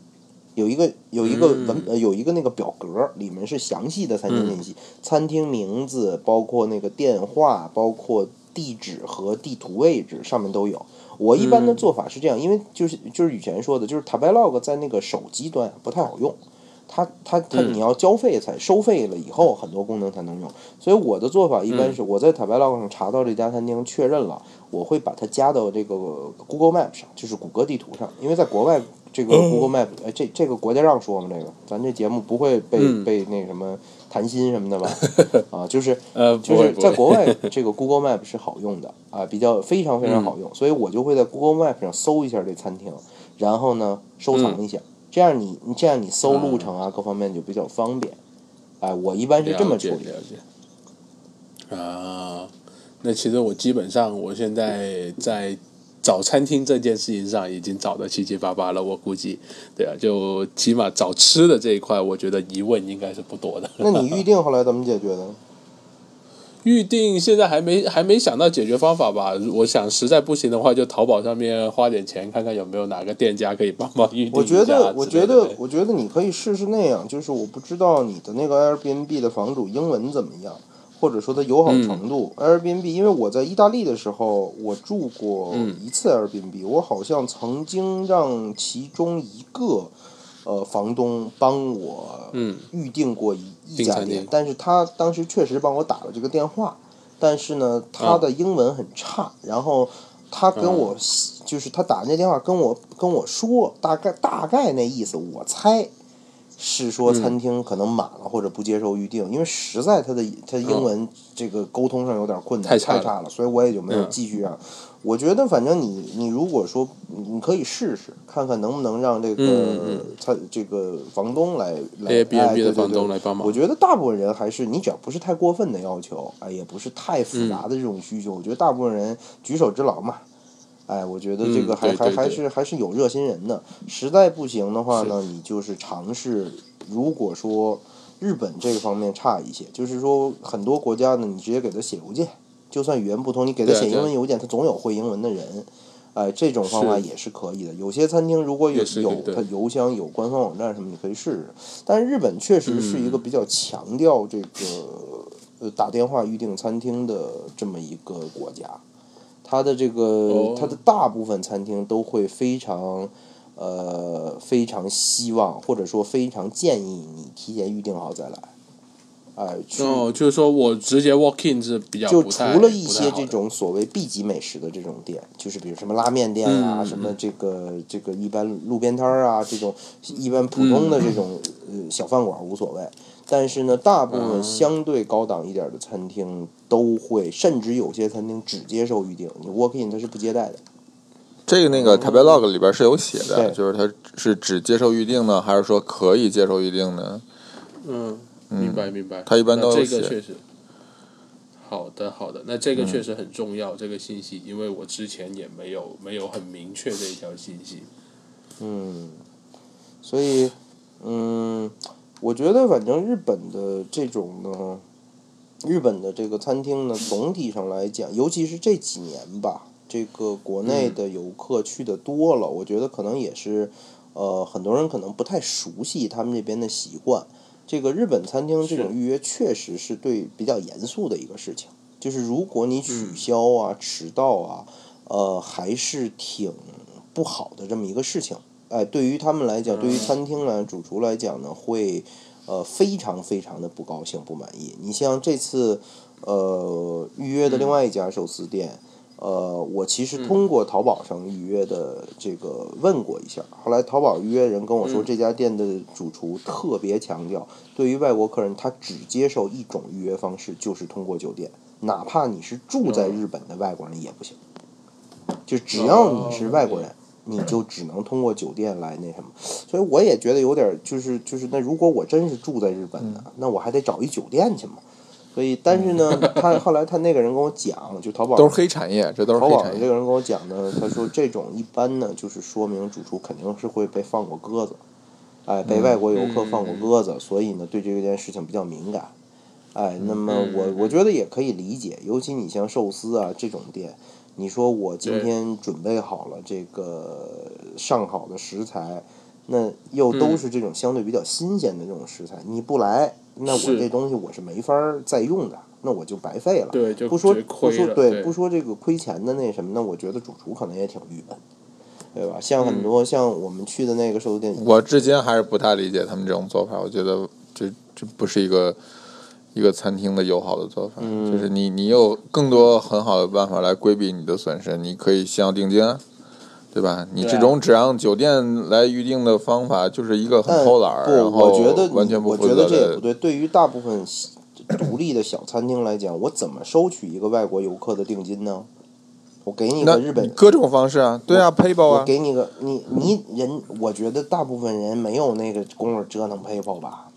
Speaker 2: 有一个有一个
Speaker 3: 嗯
Speaker 2: 文、呃有一个那个表格，里面是详细的餐厅信息，餐厅名字，包括那个电话，包括地址和地图位置，上面都有。我一
Speaker 3: 嗯
Speaker 2: 般的做法是这样，因为就是就是以前说的，就是 Tabelog 在那个手机端啊不太好用，它它它
Speaker 3: 嗯
Speaker 2: 你要交费才收费了以后，很多功能才能用。所以我的做法一
Speaker 3: 嗯
Speaker 2: 般是我在 Tabelog 上查到这家餐厅确认了，我会把它加到这个 Google Map 上，就是谷歌地图上，因为在国外这个
Speaker 3: 嗯
Speaker 2: Google Map，、哎，这这个国家让说吗？这个咱这节目不会被、
Speaker 3: 嗯
Speaker 2: 被那什么谈心什么
Speaker 3: *laughs*
Speaker 2: 的吧？啊，就是
Speaker 3: 呃，
Speaker 2: 就
Speaker 3: 不会
Speaker 2: 是
Speaker 3: 不
Speaker 2: 在
Speaker 3: 会
Speaker 2: 国外，这个 Google Map 是好用的啊，比较非常非常
Speaker 3: 嗯
Speaker 2: 好用，所以我就会在 Google Map 上搜一下这餐厅，然后呢收
Speaker 3: 嗯
Speaker 2: 藏一下，这样你你这样你搜路程啊各方面就比较方便。哎，我一般是这么处
Speaker 3: 了
Speaker 2: 理。
Speaker 3: 解了解啊，那其实我基本上我现在在找餐厅这件事情上已经找的七七八八了，我估计，对啊，就起码找吃的这一块，我觉得疑问应该是不多的。
Speaker 2: 那你预定后来怎么解决的？
Speaker 3: 预定现在还没还没想到解决方法吧？我想实在不行的话，就淘宝上面花点钱看看有没有哪个店家可以帮忙预定一下
Speaker 2: 我觉得，我
Speaker 3: 之类
Speaker 2: 觉
Speaker 3: 的
Speaker 2: 得
Speaker 3: 呗，
Speaker 2: 我觉得你可以试试那样，就是我不知道你的那个 Airbnb 的房主英文怎么样，或者说他友好
Speaker 3: 嗯
Speaker 2: 程度。Airbnb，因为我在意大利的时候，我住过
Speaker 3: 嗯
Speaker 2: 一次 Airbnb，、我好像曾经让其中一个呃房东帮我
Speaker 3: 嗯
Speaker 2: 预定过一、一
Speaker 3: 订
Speaker 2: 家
Speaker 3: 餐
Speaker 2: 店
Speaker 3: 厅，
Speaker 2: 但是他当时确实帮我打了这个电话，但是呢，他的英文很差，然后他跟我、
Speaker 3: 啊
Speaker 2: 就是他打那电话跟我跟我说大概大概那意思，我猜是说餐
Speaker 3: 嗯
Speaker 2: 厅可能满了或者不接受预定，因为实在他的他英文这个沟通上有点困难，
Speaker 3: 太
Speaker 2: 太
Speaker 3: 差了
Speaker 2: 了，所以我也就没有
Speaker 3: 嗯
Speaker 2: 继续让。我觉得反正你你如果说嗯你可以试试看看能不能让这
Speaker 3: 嗯
Speaker 2: 个
Speaker 3: 嗯
Speaker 2: 餐、这个房东来来
Speaker 3: Airbnb
Speaker 2: 哎对对
Speaker 3: 的房东
Speaker 2: 对
Speaker 3: 来帮忙
Speaker 2: 我觉得大部分人还是你只要不是太过分的要求，哎，也不是太
Speaker 3: 嗯
Speaker 2: 复杂的这种需求，我觉得大部分人举手之劳嘛。哎，我觉得这个
Speaker 3: 嗯
Speaker 2: 还、
Speaker 3: 对
Speaker 2: 还
Speaker 3: 对
Speaker 2: 还
Speaker 3: 对
Speaker 2: 是还是有热心人的。实在不行的话呢，你就是尝试。如果说日本这个方面差一些，就是说很多国家呢，你直接给他写邮件，就算语言不通，你给他
Speaker 3: 对啊
Speaker 2: 写
Speaker 3: 对啊
Speaker 2: 英文邮件，他总有会英文的人。哎，这种方法
Speaker 3: 是
Speaker 2: 也是可以的。有些餐厅如果有
Speaker 3: 也是
Speaker 2: 有
Speaker 3: 对对
Speaker 2: 它邮箱、有官方网站什么，你可以试试。但日本确实是
Speaker 3: 嗯
Speaker 2: 一个比较强调这个呃打电话预订餐厅的这么一个国家，它的这个
Speaker 3: 哦
Speaker 2: 它的大部分餐厅都会非常呃非常希望或者说非常建议你提前预定好再来，哎、去。
Speaker 3: 哦，就是说我直接 walk in 是比较
Speaker 2: 就
Speaker 3: 不
Speaker 2: 除
Speaker 3: 太
Speaker 2: 了一
Speaker 3: 不太
Speaker 2: 些
Speaker 3: 好
Speaker 2: 这
Speaker 3: 的
Speaker 2: 种所谓 B 级美食的这种店，就是比如什么拉面店啊，
Speaker 3: 嗯
Speaker 2: 什么这个这个一般路边摊儿啊，这种一般普通
Speaker 3: 嗯
Speaker 2: 的这种、呃小饭馆无所谓。但是呢，大部
Speaker 3: 嗯
Speaker 2: 分相对高档一点的餐厅都会，甚至有些餐厅只接受预定，你 walk in 它是不接待的。
Speaker 1: 这个那
Speaker 3: 哦
Speaker 1: 个 Tabelog 里边是有写的，
Speaker 2: 对
Speaker 1: 就是它是只接受预定呢，还是说可以接受预定呢？
Speaker 3: 嗯，明白明白。
Speaker 1: 他一般
Speaker 3: 那
Speaker 1: 都有
Speaker 3: 这个
Speaker 1: 写
Speaker 3: 确实。好的，好的，那这个确实很重要，这个信息，因为我之前也没有没有很明确这一条信息。
Speaker 2: 嗯，所以，嗯，我觉得反正日本的这种呢，日本的这个餐厅呢，总体上来讲，尤其是这几年吧，这个国内的游客去的多了，我觉得可能也是，呃，很多人可能不太熟悉他们这边的习惯。这个日本餐厅这种
Speaker 3: 是
Speaker 2: 预约确实是对比较严肃的一个事情，就是如果你取消啊、迟到啊，呃，还是挺不好的这么一个事情。哎，对于他们来讲，对于餐厅来、主厨来讲呢，会呃非常非常的不高兴、不满意。你像这次呃预约的另外一家寿司店，呃，我其实通过淘宝上预约的这个问过一下，后来淘宝预约人跟我说，这家店的主厨特别强调，对于外国客人，他只接受一种预约方式，就是通过酒店，哪怕你是住在日本的外国人也不行，就只要你是外国人。你就只能通过酒店来那什么，所以我也觉得有点儿就是就是那如果我真是住在日本
Speaker 1: 嗯
Speaker 2: 的，那我还得找一酒店去嘛。所以但是呢，他后来他那个人跟我讲，就淘宝
Speaker 1: 都是黑产业，这都是
Speaker 2: 淘
Speaker 1: 黑
Speaker 2: 宝的
Speaker 1: 产
Speaker 2: 这
Speaker 1: 业。
Speaker 2: 个人跟我讲呢，他说这种一般呢，就是说明主厨肯定是会被放过鸽子。哎，
Speaker 1: 嗯
Speaker 2: 被外国游客
Speaker 3: 嗯
Speaker 2: 放过鸽子，所以呢，对这件事情比较敏感。哎，那么
Speaker 3: 嗯
Speaker 2: 我我觉得也可以理解，尤其你像寿司啊这种店，你说我今天准备好了这个上好的食材，那又都
Speaker 3: 嗯
Speaker 2: 是这种相对比较新鲜的这种食材，你不来，那我
Speaker 3: 是
Speaker 2: 这东西我是没法儿再用的，那我就白费了。
Speaker 3: 对，就
Speaker 2: 不说
Speaker 3: 觉得
Speaker 2: 不
Speaker 3: 亏
Speaker 2: 说
Speaker 3: 了
Speaker 2: 对
Speaker 3: 对，
Speaker 2: 不说这个亏钱的那什么呢？我觉得主厨可能也挺郁闷，对吧？像
Speaker 3: 嗯
Speaker 2: 很多、像我们去的那个寿司店，
Speaker 1: 我至今还是不太理解他们这种做法，我觉得这这不是一个一个餐厅的友好的做法，
Speaker 2: 嗯
Speaker 1: 就是你你有更多很好的办法来规避你的损失，你可以先要定金啊。对吧？你
Speaker 3: 对啊
Speaker 1: 这种只让酒店来预定的方法，就是一个很
Speaker 2: 但
Speaker 1: 偷懒儿，然
Speaker 2: 嗯不，
Speaker 1: 后
Speaker 2: 我觉得你
Speaker 1: 完全不
Speaker 2: 我
Speaker 1: 负
Speaker 2: 觉
Speaker 1: 责
Speaker 2: 得这也
Speaker 1: 的
Speaker 2: 不。对。对于大部分小独立的小餐厅来讲，我怎么收取一个外国游客的定金呢？我给你
Speaker 1: 那
Speaker 2: 个日本，
Speaker 1: 各种方式啊，对啊，PayPal
Speaker 2: 我
Speaker 1: 啊，
Speaker 2: 给你个你你人，我觉得大部分人没有那个功夫折腾 PayPal 吧，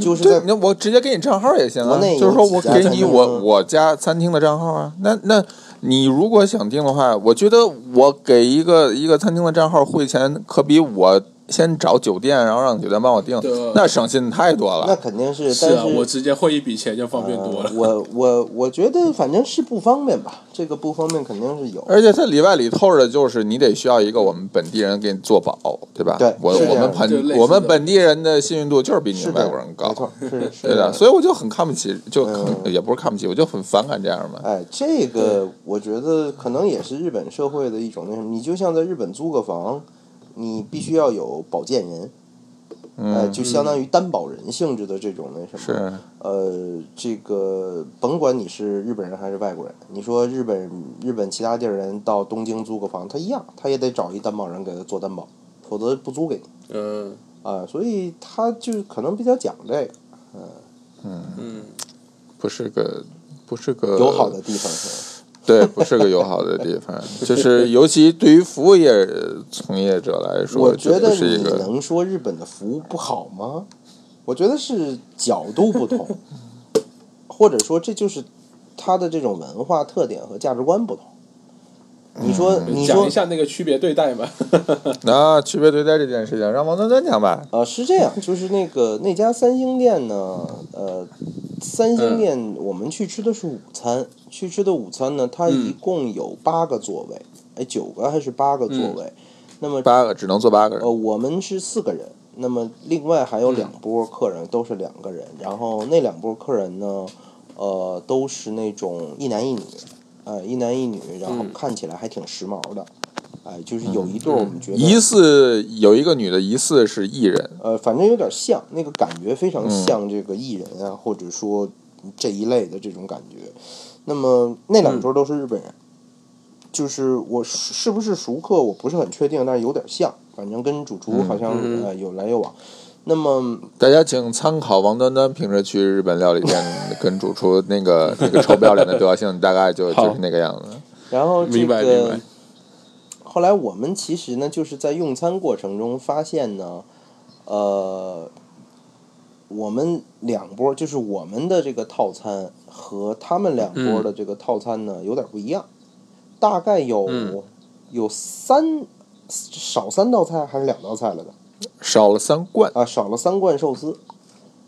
Speaker 2: 就是
Speaker 1: 对，
Speaker 2: 在
Speaker 1: 那我直接给你账号也行
Speaker 2: 国
Speaker 1: 啊，
Speaker 2: 内有
Speaker 1: 就是说我
Speaker 2: 几家
Speaker 1: 给
Speaker 2: 餐
Speaker 1: 你
Speaker 2: 厅
Speaker 1: 我我家餐厅的账号啊。那那你如果想订的话，我觉得我给一个一个餐厅的账号汇钱，可比我先找酒店，然后让酒店帮我订
Speaker 3: 对，
Speaker 1: 那省心太多
Speaker 2: 那
Speaker 1: 了。
Speaker 2: 肯定是，
Speaker 3: 是
Speaker 2: 但
Speaker 3: 啊，我直接汇一笔钱就方便多了。
Speaker 2: 呃我我我觉得反正是不方便吧，这个不方便肯定是有。
Speaker 1: 而且它里外里透着，就是你得需要一个我们本地人给你做保，对吧？
Speaker 2: 对
Speaker 1: 我
Speaker 2: 是这
Speaker 1: 我
Speaker 2: 样
Speaker 1: 们
Speaker 2: 的
Speaker 3: 就类
Speaker 1: 本
Speaker 3: 似
Speaker 1: 我们
Speaker 3: 的
Speaker 1: 本地人的信誉度就是比你
Speaker 2: 是
Speaker 1: 们
Speaker 2: 的，
Speaker 1: 外国人高
Speaker 2: 没，错，
Speaker 1: *laughs*
Speaker 2: 是是
Speaker 1: 对的，所以我就很看不起，就很、
Speaker 2: 嗯
Speaker 1: 也不是看不起，我就很反感这样嘛。
Speaker 2: 哎，这个我觉得可能也是日本社会的一种那什么，你就像在日本租个房，你必须要有保荐人，哎，
Speaker 1: 嗯，
Speaker 2: 就相当于担保人性质的这种那什么。
Speaker 1: 是。
Speaker 2: 呃，这个甭管你是日本人还是外国人，你说日本日本其他地儿人到东京租个房，他一样，他也得找一担保人给他做担保，否则不租给你。
Speaker 3: 嗯
Speaker 2: 啊，所以他就可能比较讲这个
Speaker 3: 嗯，
Speaker 1: 不是个不是个
Speaker 2: 友好的地方是吧
Speaker 1: *laughs* 对，不是个友好的地方，就是尤其对于服务业从业者来说，
Speaker 2: 我
Speaker 1: 这
Speaker 2: 觉得
Speaker 1: 不是
Speaker 2: 你
Speaker 1: 一个
Speaker 2: 能说日本的服务不好吗？我觉得是角度不同，或者说这就是他的这种文化特点和价值观不同。你说，你
Speaker 3: 嗯讲
Speaker 2: 说
Speaker 3: 一，下那个区别对
Speaker 1: *laughs*
Speaker 3: 待嘛。
Speaker 1: 啊区别对待这件事情，让王端端讲吧。
Speaker 2: 呃，是这样，就是那个那家三星店呢，呃，三星店我们去吃的是午餐，去吃的午餐呢，它一
Speaker 3: 嗯
Speaker 2: 共有八个座位，哎，九个还是八个座
Speaker 3: 嗯
Speaker 2: 位？那么
Speaker 1: 八个只能坐八个人
Speaker 2: 呃，，我们是四个人，那么另外还有两波客人都是两个人，然后那两波客人呢，呃，都是那种一男一女，呃，一男一女，然后
Speaker 3: 嗯
Speaker 2: 看起来还挺时髦的，哎、就是有一对儿我们觉得、
Speaker 1: 疑似有一个女的，疑似是艺人，
Speaker 2: 呃，反正有点像，那个感觉非
Speaker 3: 嗯
Speaker 2: 常像这个艺人啊，或者说这一类的这种感觉。那么那
Speaker 3: 嗯
Speaker 2: 两桌都是日本人，就是我是是不是熟客，我不是很确定，但是有点像，反正跟主厨好像、
Speaker 3: 嗯
Speaker 2: 呃有来有往。那么
Speaker 1: 大家请参考王端端平时去日本料理店跟主厨那个那个臭不要脸的德行，大概就
Speaker 3: 好
Speaker 1: 就是那个样子。
Speaker 2: 然后这
Speaker 3: 明白明
Speaker 2: 个
Speaker 3: 白
Speaker 2: 后来我们其实呢，就是在用餐过程中发现呢，呃，我们两波就是我们的这个套餐和他们两波的这个套餐呢、有点不一样，大概有、
Speaker 3: 嗯
Speaker 2: 有三少三道菜还是两道菜了的
Speaker 1: 少了三罐，
Speaker 2: 啊，少了三罐寿司。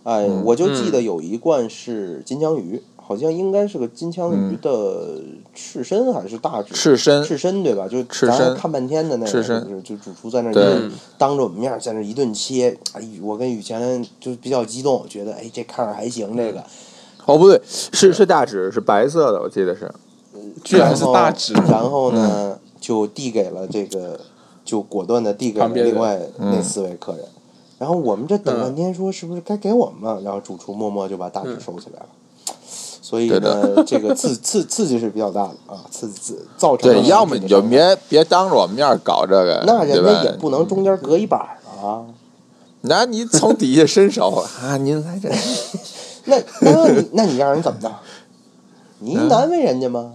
Speaker 2: 哎，我就记得有一罐是金枪鱼，好像应该是个金枪鱼的刺身还是大指
Speaker 1: 赤身
Speaker 2: 赤身对吧？就
Speaker 1: 赤
Speaker 2: 咱
Speaker 1: 身
Speaker 2: 看半天的那个，
Speaker 1: 赤身
Speaker 2: 就是就主厨在那儿一
Speaker 1: 对
Speaker 2: 顿当着我们面儿在那儿一顿切。哎，我跟雨前就比较激动，觉得哎这看着还行，这个
Speaker 1: 哦不对，是是大指，是白色的，我记得是。
Speaker 3: 居然是
Speaker 2: 后
Speaker 3: 大指，
Speaker 2: 然后
Speaker 1: 嗯
Speaker 2: 呢，就递给了这个，就果断的递给了
Speaker 3: 旁边的
Speaker 2: 另外
Speaker 1: 嗯
Speaker 2: 那四位客人。然后我们这等半天，说是不是该给我们了？然后主厨默默就把大指收起来了。所以
Speaker 1: 嗯对
Speaker 2: 呢，这个刺刺刺激是比要大的啊，刺刺造成了
Speaker 1: 对，要么你就
Speaker 2: 这个
Speaker 1: 别别当着我们面儿搞这个，
Speaker 2: 那
Speaker 1: 对
Speaker 2: 人
Speaker 1: 吧
Speaker 2: 家也？不能中间隔一板儿啊。
Speaker 1: 那你从底下伸手
Speaker 2: *laughs*
Speaker 1: 啊，您来这，
Speaker 2: 那那你那你让人怎么弄？你难为人家吗？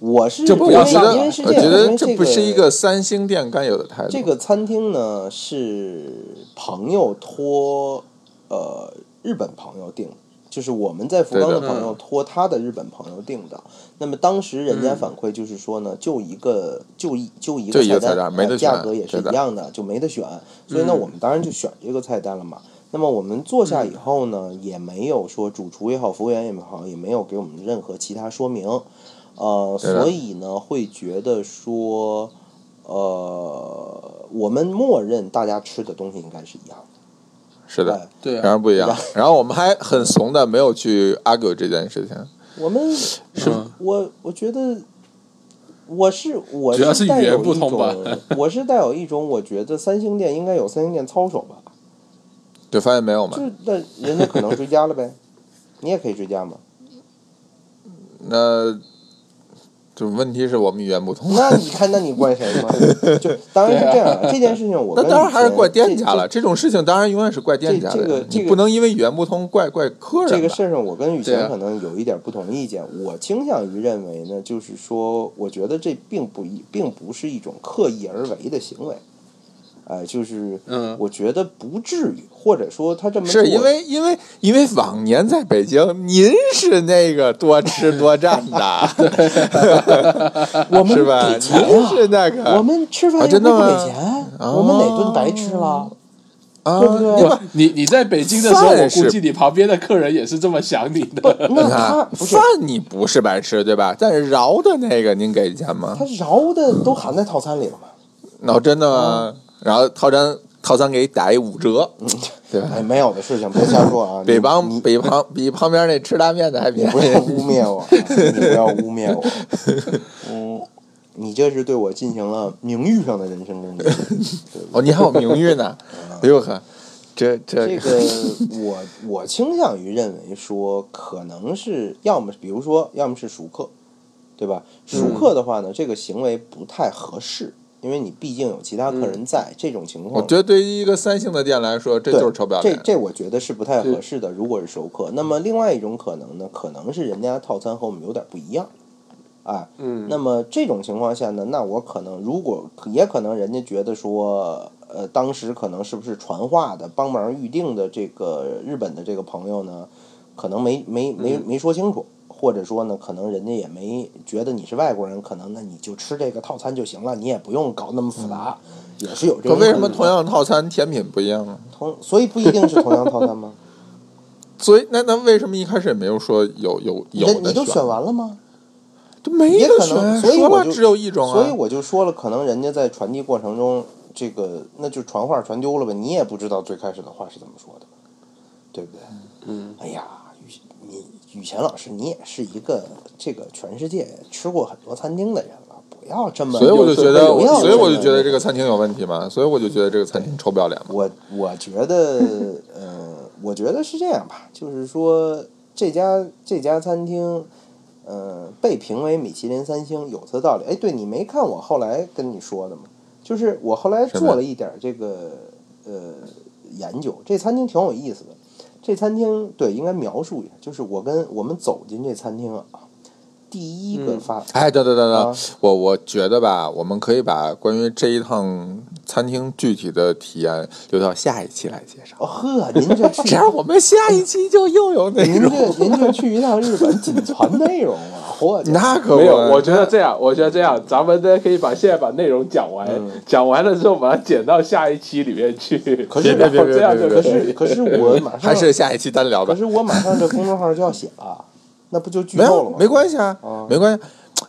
Speaker 2: 我是
Speaker 1: 这嗯不，
Speaker 2: 因为
Speaker 1: 我觉得
Speaker 2: 因为是
Speaker 1: 我
Speaker 2: 这样
Speaker 1: 觉
Speaker 2: 因
Speaker 1: 得
Speaker 2: 为
Speaker 1: 这
Speaker 2: 这
Speaker 1: 不是一个三星店该有的态度。
Speaker 2: 这个餐厅呢是朋友托呃日本朋友订就是我们在福冈的
Speaker 1: 对的嗯
Speaker 2: 朋友托他的日本朋友订的。那么当时人家反馈就是说呢，就一个就一就一
Speaker 1: 嗯就一个
Speaker 2: 个
Speaker 1: 菜
Speaker 2: 菜
Speaker 1: 单
Speaker 2: 单，
Speaker 1: 没得
Speaker 2: 呃
Speaker 1: 选
Speaker 2: 价格也是
Speaker 1: 对的嗯
Speaker 2: 一样的，就没得选。所以呢，我们当然就选这个菜单了嘛。那么我们坐下
Speaker 3: 嗯
Speaker 2: 以后呢，也没有说主厨也好，服务员也好，也没有给我们任何其他说明。呃，
Speaker 1: 对的
Speaker 2: 所以呢，会觉得说，呃，我们默认大家吃的东西应该是一样的。
Speaker 1: 是的，
Speaker 2: 哎
Speaker 3: 对
Speaker 1: 然
Speaker 3: 啊，
Speaker 1: 而不一样
Speaker 2: 然。
Speaker 1: 然后我们还很怂的没有去 argue 这件事情，
Speaker 2: 我们
Speaker 3: 是
Speaker 2: 我我我觉得我是我
Speaker 3: 主要是
Speaker 2: 带
Speaker 3: 语言
Speaker 2: 有一
Speaker 3: 不通吧
Speaker 2: 种，我是带有一种我觉得三星店应该有三星店操守
Speaker 3: *laughs*
Speaker 2: 吧，
Speaker 1: 就发现没有嘛
Speaker 2: 就。是那人家可能追加了呗，你也可以追加嘛。
Speaker 1: 那就问题是我们语言不通。
Speaker 2: 那你看，那你怪谁
Speaker 1: *laughs*
Speaker 2: 嘛？就当然是这样了，这件事情我
Speaker 1: 啊那
Speaker 2: 跟
Speaker 1: 当然还是怪店
Speaker 2: 以前
Speaker 1: 家了，这种事情当然永远是怪店家
Speaker 2: 这这
Speaker 1: 的，
Speaker 2: 个这
Speaker 1: 你
Speaker 2: 个
Speaker 1: 不能因为语言不通怪怪客
Speaker 2: 这
Speaker 1: 人
Speaker 2: 个
Speaker 1: 吧。
Speaker 2: 事儿上，我跟雨
Speaker 3: 对
Speaker 2: 晴
Speaker 3: 啊
Speaker 2: 可能有一点不同意见。我倾向于认为呢，就是说，我觉得这并不一，并不是一种刻意而为的行为。哎、就是
Speaker 3: 嗯
Speaker 2: 我觉得不至于，或者说他这么做
Speaker 1: 是因为因为因为往年在北京，您是那个多吃多占的，
Speaker 2: *laughs* 我们
Speaker 1: 是吧？
Speaker 2: 给钱
Speaker 1: 您
Speaker 2: 了，
Speaker 1: 是那
Speaker 2: 我
Speaker 1: 个
Speaker 2: 们吃
Speaker 1: 啊
Speaker 2: 饭又
Speaker 1: 真
Speaker 2: 不
Speaker 1: 的
Speaker 2: 给
Speaker 1: 吗
Speaker 2: 钱，
Speaker 1: 哦
Speaker 2: 我们哪顿白吃了？
Speaker 1: 啊，
Speaker 2: 对不对
Speaker 1: 你把
Speaker 3: 不你你在北京的时候，我
Speaker 1: 饭是
Speaker 3: 估计你旁边的客人也是这么想你
Speaker 2: 不
Speaker 3: 的。，
Speaker 2: 那他
Speaker 1: 啊
Speaker 2: 不是
Speaker 1: 饭你不是白吃对吧？但是饶的那个您给钱吗
Speaker 2: 他？饶的都含在套餐里了嘛？
Speaker 1: 哦，真的吗？
Speaker 2: 嗯
Speaker 1: 然后套餐套餐给打一五折，对吧？
Speaker 2: 哎，没有的事情别瞎说啊！
Speaker 1: 比
Speaker 2: 你
Speaker 1: 旁
Speaker 2: 你
Speaker 1: 比旁比旁边那吃拉面的还
Speaker 2: 你
Speaker 1: 便
Speaker 2: 不要
Speaker 1: 宜。
Speaker 2: 污
Speaker 1: *laughs*
Speaker 2: 蔑我，你不要污蔑我。嗯你这是对我进行了名誉上的人
Speaker 1: *laughs*
Speaker 2: 身攻击。
Speaker 1: 哦，你还有名誉
Speaker 2: *laughs*
Speaker 1: 呢，哎呦呵，这
Speaker 2: 嗯这
Speaker 1: 这
Speaker 2: 个我我倾向于认为说，可能是要么比如说，要么是熟客，对吧？熟客的话呢，这个行为不太合适，因为你毕竟有其他客人在，这种情
Speaker 1: 我
Speaker 2: 况
Speaker 1: 觉得对于一个三星的店来说，哦这
Speaker 2: 对
Speaker 1: 就是臭不要
Speaker 2: 这
Speaker 1: 脸。
Speaker 2: 这我觉得是不太合适的。如果是熟客，那么另外一种可能呢，可能是人家套餐和我们有点不一样，啊，
Speaker 3: 嗯
Speaker 2: 那么这种情况下呢，那我可能如果也可能人家觉得说，呃，当时可能是不是传话的，帮忙预定的这个日本的这个朋友呢，可能没没
Speaker 1: 嗯
Speaker 2: 没没说清楚。或者说呢，可能人家也没觉得你是外国人，可能那你就吃这个套餐就行了，你也不用搞那么复杂，也是有这
Speaker 1: 嗯可
Speaker 2: 种可能的。
Speaker 1: 为什么同样套餐甜品不一样啊呢？
Speaker 2: 同所以不一定是同样套餐吗？
Speaker 1: 所以那那为什么一开始也没有说有有 *laughs* 有
Speaker 2: 那
Speaker 1: 的
Speaker 2: 你都选完了吗？
Speaker 1: 就没
Speaker 2: 也
Speaker 1: 得
Speaker 2: 可能
Speaker 1: 选，
Speaker 2: 所以
Speaker 1: 说
Speaker 2: 我
Speaker 1: 了
Speaker 2: 就
Speaker 1: 只有一种啊。
Speaker 2: 所以我就说了，可能人家在传递过程中，这个那就传话传丢了呗，你也不知道最开始的话是怎么说的，对不对？
Speaker 3: 嗯，
Speaker 2: 哎呀，雨你雨前老师，你也是一个这个全世界吃过很多餐厅的人了，不要这么
Speaker 1: 所以我就觉得，
Speaker 2: 不要
Speaker 1: 所以我就
Speaker 2: 这
Speaker 1: 觉得
Speaker 2: 么
Speaker 1: 这个餐厅有问题嘛，所以我就觉得这个餐厅臭不要脸嘛。
Speaker 2: 我我觉得，呃，我觉得是这样吧，就是说这家这家餐厅，呃，被评为米其林三星有它道理。哎，对你没看我后来跟你说的吗？就是我后来
Speaker 1: 是吗
Speaker 2: 做了一点儿这个呃研究，这餐厅挺有意思的。这餐厅对应该描述一下，就是我跟我们走进这餐厅啊，第一个
Speaker 3: 嗯
Speaker 2: 发、
Speaker 1: 哎，对对对对，
Speaker 2: 啊
Speaker 1: 我我觉得吧，我们可以把关于这一趟餐厅具体的体验留到下一期来介绍。
Speaker 2: 哦呵，您
Speaker 1: *laughs*
Speaker 2: 这嗯去
Speaker 1: 这样我们下一期就又有内
Speaker 2: 您
Speaker 1: 容，
Speaker 2: 这您这去一趟日本仅传内容
Speaker 1: *laughs*
Speaker 2: 啊，我去。
Speaker 1: 那可不
Speaker 3: 没有，我觉得这样，我觉得这样，咱们呢可以把现在把内容讲完，
Speaker 1: 嗯
Speaker 3: 讲完了之后把它剪到下一期里面去。可
Speaker 2: 是
Speaker 3: *laughs* 然后这样
Speaker 1: 别
Speaker 3: 就
Speaker 1: 别别别别
Speaker 2: 可
Speaker 3: 可以
Speaker 2: 是可是我马上
Speaker 1: 还是下一期单聊吧
Speaker 2: 可。是我马上这公众号就要写了，那不就剧
Speaker 1: 没
Speaker 2: 透了
Speaker 1: 有
Speaker 2: 吗？，
Speaker 1: 没关系啊
Speaker 2: 啊，
Speaker 1: 没关系。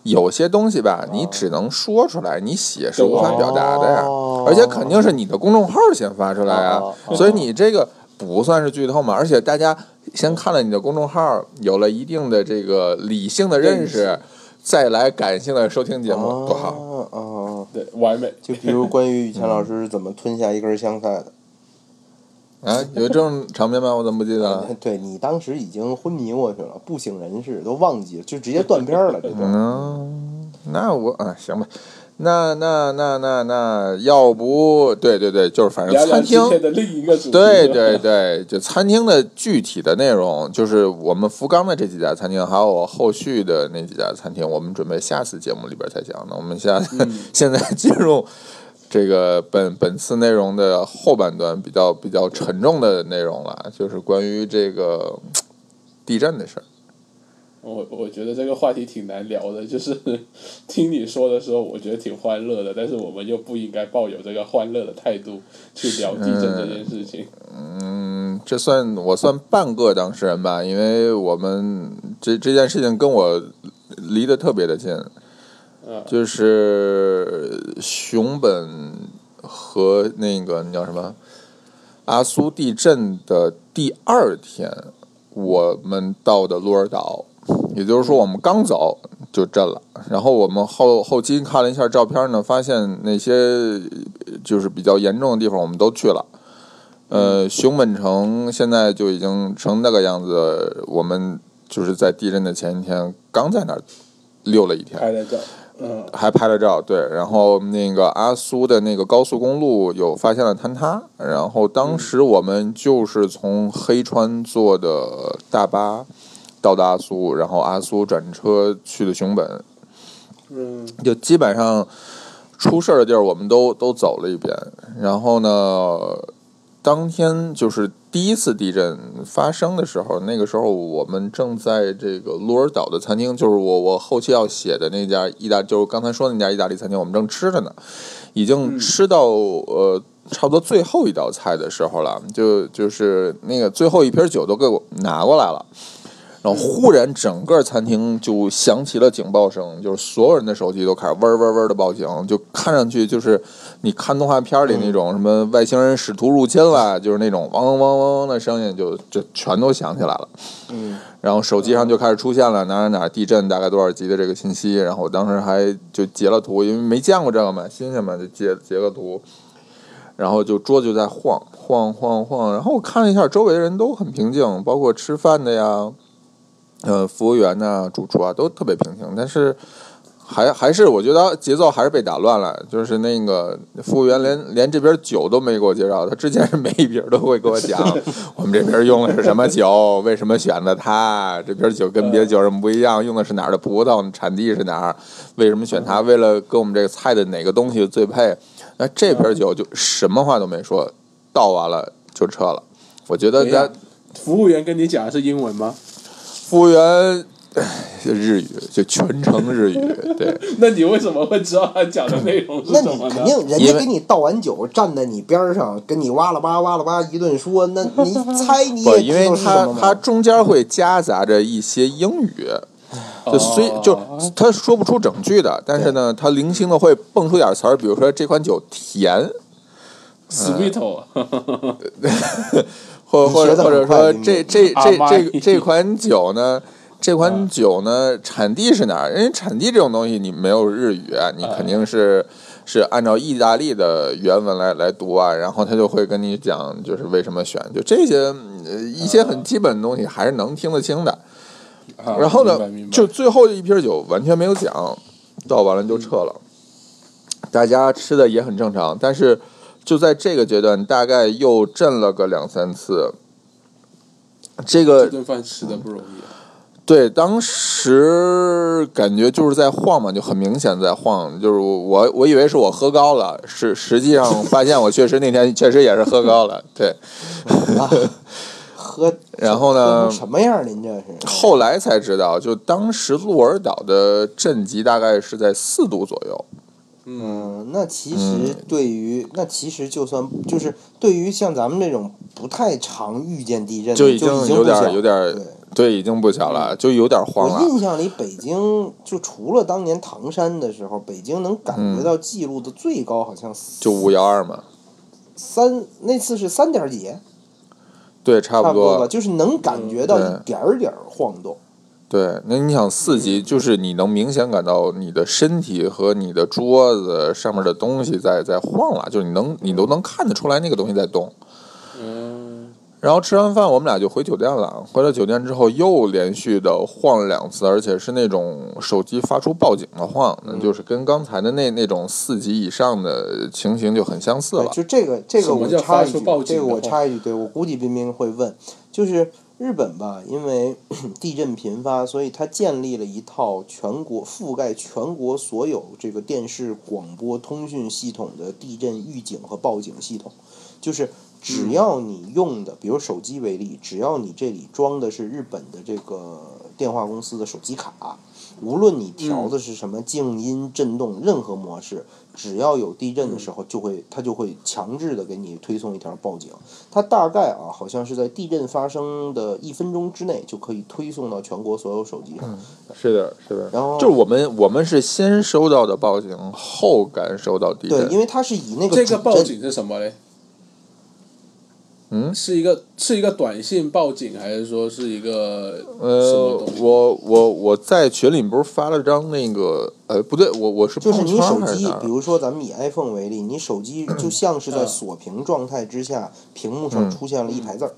Speaker 1: 有些东西吧，你只能说出来，你写是无法表达的呀
Speaker 2: 哦。
Speaker 1: 而且肯定是你的公众号先发出来啊
Speaker 2: 哦哦，
Speaker 1: 所以你这个不算是剧透嘛。而且大家先看了你的公众号，有了一定的这个理性的认识，再来感性的收听节目，多好！
Speaker 2: 啊啊！
Speaker 3: 对，完美。
Speaker 2: 就比如关于雨谦老师是怎么吞下一根香菜的，
Speaker 1: 啊，有这种场面吗？我怎么不记得
Speaker 2: *laughs*
Speaker 1: 了？
Speaker 2: 对你当时已经昏迷过去了，不省人事，都忘记了，就直接断片儿了。这段
Speaker 1: 嗯，那我啊，行吧。那那那那那，要不对对对，就是反正
Speaker 3: 聊聊
Speaker 1: 餐
Speaker 3: 今
Speaker 1: 厅
Speaker 3: 天的另一个主题。啊
Speaker 1: 对对对，就餐厅的具体的内容，就是我们福冈的这几家餐厅，还有后续的那几家餐厅，我们准备下次节目里边再讲。那我们下、
Speaker 3: 嗯
Speaker 1: *laughs* 现在进入这个本本次内容的后半段，比较比较沉重的内容了，就是关于这个地震的事儿。
Speaker 3: 我我觉得这个话题挺难聊的，就是 *laughs* 听你说的时候，我觉得挺欢乐的，但是我们又不应该抱有这个欢乐的态度去聊地震这件事情。
Speaker 1: 嗯，这算我算半个当事人吧，因为我们这这件事情跟我离得特别的近，
Speaker 3: 嗯
Speaker 1: 就是熊本和那个那叫什么阿苏地震的第二天，我们到的鹿儿岛。也就是说，我们刚走就震了，然后我们后后期看了一下照片呢，发现那些呃就是比较严重的地方我们都去了。呃，熊本城现在就已经成那个样子，我们就是在地震的前一天刚在那儿溜了一天，
Speaker 3: 拍了照，嗯，
Speaker 1: 还拍了照，对。然后那个阿苏的那个高速公路有发现了坍塌，然后当时我们就是从黑川坐的大巴到的阿苏，然后阿苏转车去的熊本，
Speaker 3: 嗯，
Speaker 1: 就基本上出事儿的地儿我们都都走了一遍。然后呢，当天就是第一次地震发生的时候，那个时候我们正在这个鹿儿岛的餐厅，就是我我后期要写的那家意大，就是刚才说的那家意大利餐厅，我们正吃着呢，已经吃到、呃。差不多最后一道菜的时候了，就就是那个最后一瓶酒都给我拿过来了，然后忽然整个餐厅就响起了警报声，就是所有人的手机都开始嗡嗡嗡的报警，就看上去就是你看动画片里那种什么外星人使徒入侵了，就是那种汪汪汪汪的声音就就全都响起来了。
Speaker 2: 嗯，
Speaker 1: 然后手机上就开始出现了哪儿哪儿哪儿地震大概多少级的这个信息，然后我当时还就截了图，因为没见过这个嘛，新鲜嘛，就截截个图，然后就桌子就在晃晃晃晃，然后我看了一下周围的人都很平静，包括吃饭的呀，呃，服务员呐、主厨啊都特别平静，但是。还还是我觉得节奏还是被打乱了，就是那个服务员连连这边酒都没给我介绍，他之前是每一瓶都会给我讲我们这边用的是什么酒，为什么选的它，这瓶酒跟别的酒什么不一样，用的是哪儿的葡萄，产地是哪儿，为什么选它，为了跟我们这个菜的哪个东西最配。那这瓶酒就什么话都没说，倒完了就撤了。我觉得
Speaker 3: 哎
Speaker 1: 咱
Speaker 3: 呀服务员跟你讲的是英文吗？
Speaker 1: 服务员。唉日语就全程日语，对，
Speaker 3: *laughs* 那你为什么会知道他讲的内容是
Speaker 2: 那
Speaker 3: 什么
Speaker 2: 你肯
Speaker 3: 呢？
Speaker 2: 定人
Speaker 1: 因
Speaker 2: 家
Speaker 1: 为
Speaker 2: 给你倒完酒，站在你边儿上，跟你哇啦吧哇啦吧一顿说，那你猜你
Speaker 1: 不，
Speaker 2: 也
Speaker 1: 因
Speaker 2: 知
Speaker 1: 为
Speaker 2: 道是什
Speaker 1: 它
Speaker 2: 么
Speaker 1: 它
Speaker 2: 吗？
Speaker 1: 中间会夹杂着一些英语，就虽
Speaker 3: 哦
Speaker 1: 就他说不出整句的，但是呢，他零星的会蹦出点词儿，比如说这款酒甜，
Speaker 3: sweet， *laughs*
Speaker 1: 或
Speaker 2: 你
Speaker 1: 或者
Speaker 2: 学得
Speaker 1: 或者
Speaker 2: 很快
Speaker 1: 说
Speaker 2: 你
Speaker 1: 这这
Speaker 3: 阿
Speaker 1: 这
Speaker 3: 妈
Speaker 1: 这这款酒呢。这款酒呢，产地是哪儿？因为产地这种东西，你没有日语啊，你肯定是是按照意大利的原文来来读啊，然后他就会跟你讲，就是为什么选，就这些呃一些很基本的东西，还是能听得清的。
Speaker 3: 啊
Speaker 1: 然后呢
Speaker 3: 明白明，白
Speaker 1: 就最后一瓶酒完全没有讲，倒完了就撤了。大家吃的也很正常，但是就在这个阶段，大概又震了个两三次。这
Speaker 3: 这
Speaker 1: 个
Speaker 3: 顿饭吃的不容易，啊
Speaker 1: 对，当时感觉就是在晃嘛，就很明显在晃。就是我，我以为是我喝高了，实实际上发现我确实那天确实也是喝高了。 *laughs* 对，
Speaker 2: 喝，
Speaker 1: 然后
Speaker 2: 喝
Speaker 1: 呢
Speaker 2: 成，什么样儿？您这是？
Speaker 1: 后来才知道，就当时鹿儿岛的震级大概是在四度左右。
Speaker 2: 嗯，那其实对于、那其实就算就是对于像咱们这种不太常遇见地震的，
Speaker 1: 就
Speaker 2: 就
Speaker 1: 已经有
Speaker 2: 不
Speaker 1: 点
Speaker 2: 小
Speaker 1: 有点
Speaker 2: 对。嗯
Speaker 1: 对，已经不小了，就有点慌
Speaker 2: 我
Speaker 1: 了。
Speaker 2: 印象里，北京就除了当年唐山的时候，北京能感觉到记录的最高好像
Speaker 1: 嗯就五幺二嘛，
Speaker 2: 三，那次是三点儿几，
Speaker 1: 对，差
Speaker 2: 差
Speaker 1: 不
Speaker 2: 不多吧，就是能感觉到
Speaker 1: 嗯对
Speaker 2: 一点儿点儿晃动。
Speaker 1: 对，那你想四
Speaker 2: 嗯
Speaker 1: 级，就是你能明显感到你的身体和你的桌子上面的东西在在晃了，就是你能你
Speaker 2: 嗯
Speaker 1: 都能看得出来那个东西在动。
Speaker 3: 嗯，
Speaker 1: 然后吃完饭，我们俩就回酒店了。回到酒店之后，又连续的晃了两次，而且是那种手机发出报警的晃，那
Speaker 2: 嗯
Speaker 1: 就是跟刚才的那那种四级以上的情形就很相似
Speaker 2: 对，
Speaker 1: 了。
Speaker 2: 就这个这
Speaker 3: 什
Speaker 2: 个
Speaker 3: 么
Speaker 2: 我
Speaker 3: 叫
Speaker 2: 插
Speaker 3: 发
Speaker 2: 一
Speaker 3: 出
Speaker 2: 句
Speaker 3: 报，
Speaker 2: 这
Speaker 3: 警
Speaker 2: 个
Speaker 3: 的
Speaker 2: 我
Speaker 3: 话
Speaker 2: 插一句，对我估计彬彬会问，就是日本吧，因为 *coughs* 地震频发，所以它建立了一套全国覆盖全国所有这个电视、广播、通讯系统的地震预警和报警系统，就是
Speaker 3: 嗯
Speaker 2: 只要你用的，比如手机为例，只要你这里装的是日本的这个电话公司的手机卡，无论你调
Speaker 3: 嗯
Speaker 2: 的是什么静音、震动，任何模式，只要有地震的时候，就会它就会强制的给你推送一条报警。它大概啊，好像是在地震发生的一分钟之内就可以推送到全国所有手机上。
Speaker 1: 是的，是的。
Speaker 2: 然后
Speaker 1: 就是我们我们是先收到的报警，后感受到地
Speaker 2: 对，
Speaker 1: 震。
Speaker 2: 因为它是以那个
Speaker 3: 这
Speaker 2: 主
Speaker 3: 个报
Speaker 2: 震
Speaker 3: 警是什么嘞？
Speaker 1: 嗯
Speaker 3: 是一个是一个短信报警，还是说是一个什
Speaker 1: 呃
Speaker 3: 么东，西？
Speaker 1: 我我我在群里不是发了张那个，呃，不对，我我是
Speaker 2: 就是
Speaker 1: 朋友
Speaker 2: 你
Speaker 1: 圈
Speaker 2: 手
Speaker 1: 还是
Speaker 2: 机
Speaker 1: 哪，儿
Speaker 2: 比如说咱们以 iPhone 为例，你手机就像是在
Speaker 3: 嗯
Speaker 2: 锁屏状态之下，屏幕上
Speaker 1: 嗯
Speaker 2: 出现了一排字儿，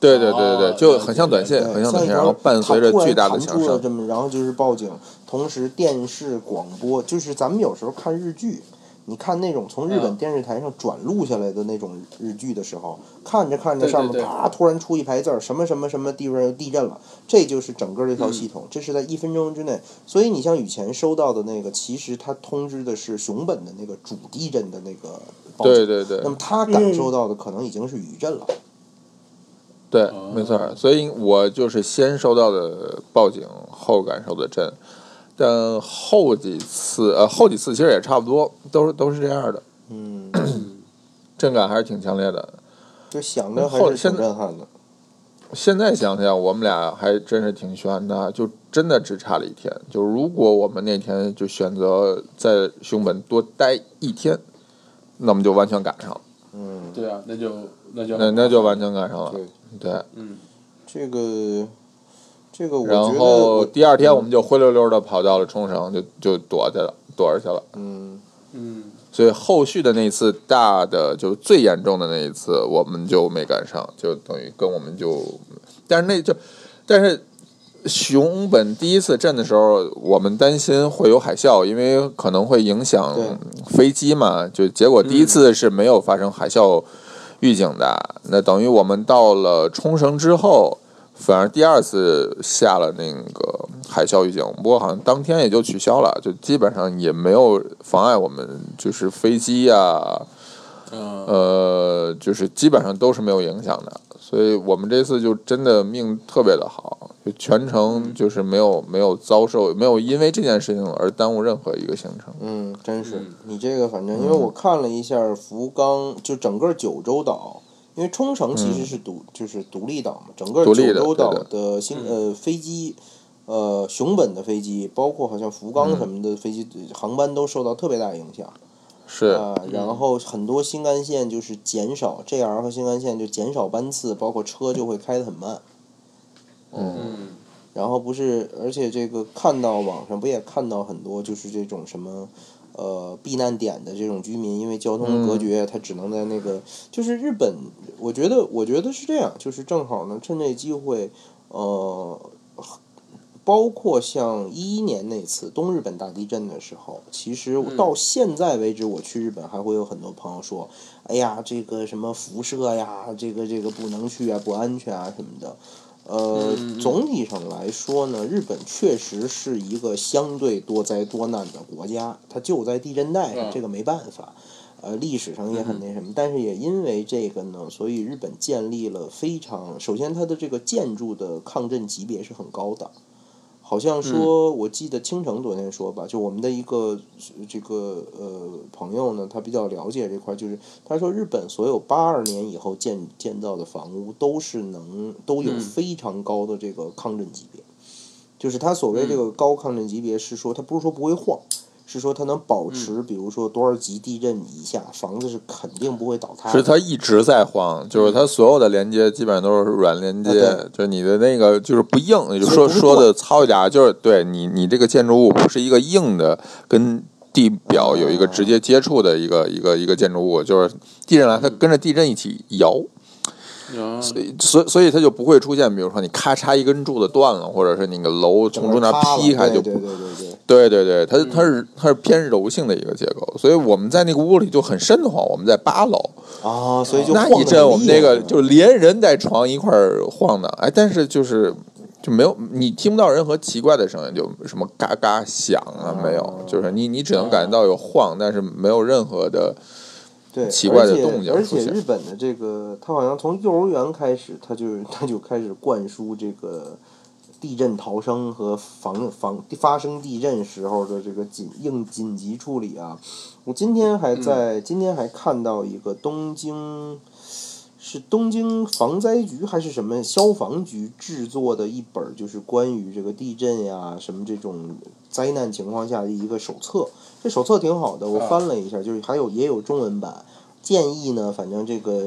Speaker 1: 对对对
Speaker 3: 哦
Speaker 1: 对，就
Speaker 3: 了解
Speaker 1: 很像短信，
Speaker 2: 对
Speaker 1: 很像
Speaker 2: 呃像
Speaker 1: 短信，
Speaker 2: 一条
Speaker 1: 然后伴随着
Speaker 2: 它突然
Speaker 1: 巨大的
Speaker 2: 弹
Speaker 1: 响
Speaker 2: 出了
Speaker 1: 声。
Speaker 2: 这么，然后就是报警。同时，电视、广播，就是咱们有时候看日剧，你看那种从日本
Speaker 3: 嗯
Speaker 2: 电视台上转录下来的那种日剧的时候，看着看着
Speaker 3: 对对
Speaker 2: 上面
Speaker 3: 对
Speaker 2: 啪突然出一排字儿，什么什么什么地方又地震了，这就是整个这套
Speaker 1: 嗯
Speaker 2: 系统，这是在一分钟之内。所以你像以前收到的那个，其实它通知的是熊本的那个主地震的那个报警。
Speaker 1: 对对对
Speaker 2: 那么他感受到的可能已经是余震了，
Speaker 1: 对
Speaker 3: 哦，
Speaker 1: 没错儿。所以我就是先收到的报警，后感受的震。但后几次，呃，后几次其实也差不多，都是都是这样的，
Speaker 2: 嗯，
Speaker 1: 震感还是挺强烈的。
Speaker 2: 就想着还
Speaker 1: 后
Speaker 2: 是挺
Speaker 1: 现在
Speaker 2: 震撼的。
Speaker 1: 现在想想，我们俩还真是挺悬的，就真的只差了一天。就如果我们那天就选择在熊本多待一天，那我们就完全赶上了，
Speaker 2: 嗯，
Speaker 3: 对啊，那就那就
Speaker 1: 那那就完全赶上了。
Speaker 2: 对，
Speaker 1: 对，
Speaker 3: 嗯，这
Speaker 2: 这个这个我
Speaker 1: 然
Speaker 2: 觉得
Speaker 1: 后
Speaker 2: 我，
Speaker 1: 第二天我们就灰溜溜的跑到了冲绳，就就躲去了，躲着去了。
Speaker 2: 嗯，
Speaker 3: 嗯
Speaker 1: 所以后续的那一次大的，就是最严重的那一次，我们就没赶上，就等于跟我们就，但是那就，但是熊本第一次震的时候，我们担心会有海啸，因为可能会影响
Speaker 2: 对
Speaker 1: 飞机嘛，就结果第一次是没有发生海啸预警的，那等于我们到了冲绳之后。反而第二次下了那个海啸预警，不过好像当天也就取消了，就基本上也没有妨碍我们，就是飞机呀、
Speaker 3: 嗯，
Speaker 1: 呃，就是基本上都是没有影响的。所以我们这次就真的命特别的好，就全程就是没有没有遭受，没有因为这件事情而耽误任何一个行程。
Speaker 2: 嗯，真是
Speaker 3: 嗯
Speaker 2: 你这个，反正因为我看了一下福冈，就整个九州岛，因为冲绳其实是独、就是独立岛嘛，整个
Speaker 1: 嗯独
Speaker 2: 九
Speaker 1: 立的
Speaker 2: 州岛
Speaker 1: 对
Speaker 2: 的新呃飞机，呃熊本的飞机，包括好像福冈
Speaker 1: 嗯
Speaker 2: 什么的飞机、航班都受到特别大影响。
Speaker 1: 是，
Speaker 2: 啊，然后很多新干线就是减少 JR 和新干线就减少班次，包括车就会开得很慢。
Speaker 1: 嗯，
Speaker 3: 嗯
Speaker 2: 然后不是，而且这个看到网上不也看到很多就是这种什么。呃，避难点的这种居民，因为交通隔绝，他只能在那个，就是日本，我觉得，我觉得是这样，就是正好呢，趁这机会，呃，包括像一一年那次东日本大地震的时候，其实我
Speaker 3: 嗯
Speaker 2: 到现在为止，我去日本还会有很多朋友说，哎呀，这个什么辐射呀，这个这个不能去啊，不安全啊什么的。呃，
Speaker 3: 嗯嗯
Speaker 2: 总体上来说呢，日本确实是一个相对多灾多难的国家，它就在地震带上，
Speaker 3: 嗯
Speaker 2: 这个没办法。呃，历史上也很那什么，但是也因为这个呢，所以日本建立了非常，首先它的这个建筑的抗震级别是很高的，好
Speaker 3: 嗯
Speaker 2: 像说，我记得青城昨天说吧，就我们的一个呃这个呃朋友呢，他比较了解这块儿，就是他说日本所有八二年以后建建造的房屋都是能都有
Speaker 3: 嗯
Speaker 2: 非常高的这个抗震级别，就是他所
Speaker 1: 嗯
Speaker 2: 谓这个高抗震级别是说，他不是说不会晃，是说它能保
Speaker 1: 嗯
Speaker 2: 持，比如说多少级地震以下，房子是肯定不会倒塌
Speaker 1: 是
Speaker 2: 的。
Speaker 1: 它一直在晃，就是它所有的连接基本上都是软连接，
Speaker 2: 啊
Speaker 1: 就是你的那个就是不硬，就
Speaker 2: 所以
Speaker 1: 说
Speaker 2: 不是
Speaker 1: 说
Speaker 2: 断
Speaker 1: 的糙一点儿，就是对你你这个建筑物不是一个硬的跟。地表有一个直接接触的一个、一个一个建筑物，就是地震来，它跟着地震一起摇，
Speaker 2: 嗯
Speaker 3: 啊
Speaker 1: 所以所以它就不会出现，比如说你咔嚓一根柱子断了，或者是那个楼从中间
Speaker 2: 塌了
Speaker 1: 劈开就
Speaker 2: 对
Speaker 1: 不
Speaker 2: 对对对对。嗯
Speaker 1: 对对对，它它是它是偏柔性的一个结构，所以我们在那个屋里就很瘆得慌。我们在八楼，
Speaker 2: 啊，所以就
Speaker 1: 哦那
Speaker 2: 晃
Speaker 1: 一
Speaker 2: 得
Speaker 1: 阵
Speaker 2: 很
Speaker 1: 我们
Speaker 2: 厉害
Speaker 1: 那个
Speaker 2: 是吧
Speaker 1: 就连人带床一块儿晃的，哎，但是就是就没有你听不到任何奇怪的声音，就什么嘎
Speaker 2: 哦
Speaker 1: 嘎响啊没有，就是你你只能感觉到有晃，但是没有任何的
Speaker 2: 对，
Speaker 1: 奇怪的动静
Speaker 2: 而
Speaker 1: 出
Speaker 2: 且而且
Speaker 1: 现
Speaker 2: 日本的这个，它好像从幼儿园开始，它就它就开始灌输这个地震逃生和防防发生地震时候的这个紧应紧急处理啊。我今天还
Speaker 1: 嗯
Speaker 2: 在、今天还看到一个东京。是东京防灾局还是什么消防局制作的一本儿，就是关于这个地震呀、什么这种灾难情况下的一个手册。这手册挺好的，
Speaker 3: 啊
Speaker 2: 我翻了一下，就是还有也有中文版。建议呢，反正这个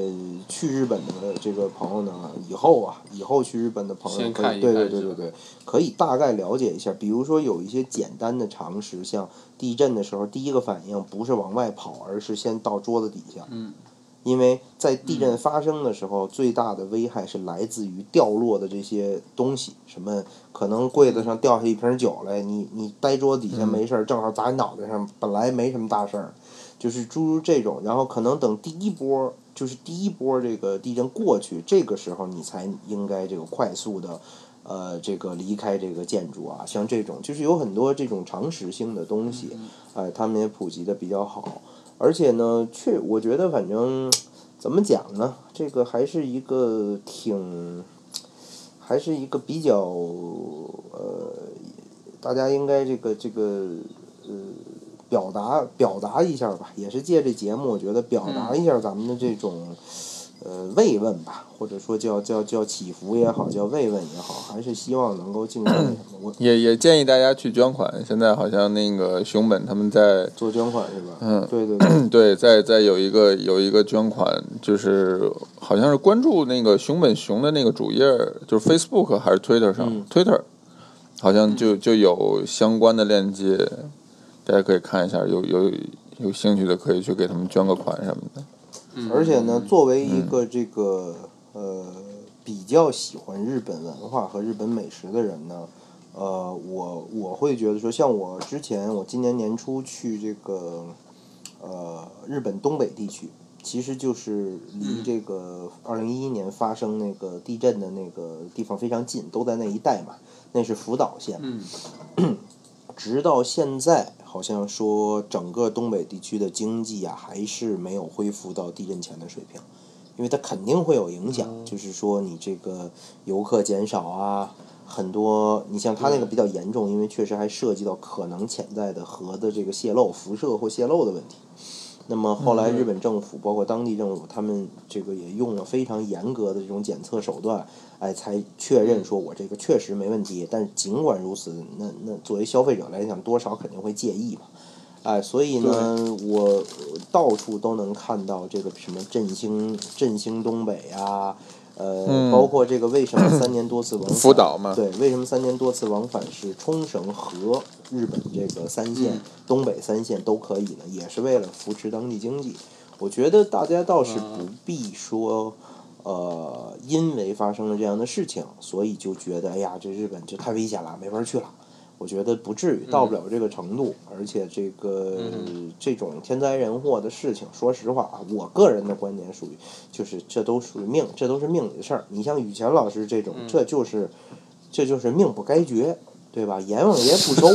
Speaker 2: 去日本的这个朋友呢，以后啊，以后去日本的朋友
Speaker 3: 先
Speaker 2: 可
Speaker 3: 看
Speaker 2: 以，
Speaker 3: 一
Speaker 2: 对对
Speaker 3: 看
Speaker 2: 对
Speaker 3: 是
Speaker 2: 对
Speaker 3: 吧
Speaker 2: 对，可以大概了解一下。比如说有一些简单的常识，像地震的时候，第一个反应不是往外跑，而是先到桌子底下。
Speaker 3: 嗯。
Speaker 2: 因为在地震发生的时候，最大的危害是来自于掉落的这些东西，什么可能柜子上掉下一瓶酒来，你你呆桌底下没事儿，正好砸你脑袋上，本来没什么大事儿，就是诸如这种，然后可能等第一波就是第一波这个地震过去，这个时候你才应该这个快速的。呃，这个离开这个建筑啊，像这种就是有很多这种常识性的东西，哎、他们也普及的比较好，而且呢，确我觉得反正怎么讲呢？这个还是一个挺，还是一个比较呃，大家应该这个这个呃，表达表达一下吧，也是借这节目，我觉得表达一下咱们的这种、呃慰问吧，或者说叫叫叫祈福也好，叫慰问也好，还是希望能够尽快什么我
Speaker 1: 也也建议大家去捐款。现在好像那个熊本他们在
Speaker 2: 做捐款是吧？
Speaker 1: 嗯
Speaker 2: 对对对
Speaker 1: 对在在有一个有一个捐款，就是好像是关注那个熊本熊的那个主页，就是 Facebook 还是 Twitter 上、
Speaker 2: 嗯
Speaker 1: t w i t t e r 好像就就有相关的链接，大家可以看一下，有有有兴趣的可以去给他们捐个款什么的。
Speaker 3: 嗯
Speaker 2: 而且呢，作为一个这个、呃比较喜欢日本文化和日本美食的人呢，呃，我我会觉得说，像我之前我今年年初去这个呃日本东北地区，其实就是离这个二零一一年发生那个地震的那个地方非常近，都在那一带嘛，那是福岛县嘛。
Speaker 3: 嗯
Speaker 2: 直到现在，好像说整个东北地区的经济啊，还是没有恢复到地震前的水平，因为它肯定会有影响，就是说你这个游客减少啊，很多你像它那个比较严重，因为确实还涉及到可能潜在的核的这个泄漏、辐射或泄漏的问题。那么后来，日本政府包括当地政府，他们这个也用了非常严格的这种检测手段，哎，才确认说我这个确实没问题。但是尽管如此，那那作为消费者来讲，多少肯定会介意嘛。哎，所以呢，我到处都能看到这个什么振兴振兴东北啊，呃，
Speaker 1: 嗯
Speaker 2: 包括这个为什么
Speaker 1: *coughs*
Speaker 2: 三年多次往返
Speaker 1: 福岛嘛
Speaker 2: 对，为什么三年多次往返是冲绳和日本这个三县、
Speaker 1: 嗯
Speaker 2: 东北三县都可以呢？也是为了扶持当地经济。我觉得大家倒是
Speaker 1: 啊
Speaker 2: 不必说，呃，因为发生了这样的事情，所以就觉得哎呀，这日本就太危险了，没法去了。我觉得不至于到不了这个程度，而且这个、这种天灾人祸的事情，说实话啊，我个人的观点属于就是这都属于命，这都是命里的事儿。你像雨前老师这种，这就是这就是命不该绝，对吧？阎王爷 *laughs* 不周，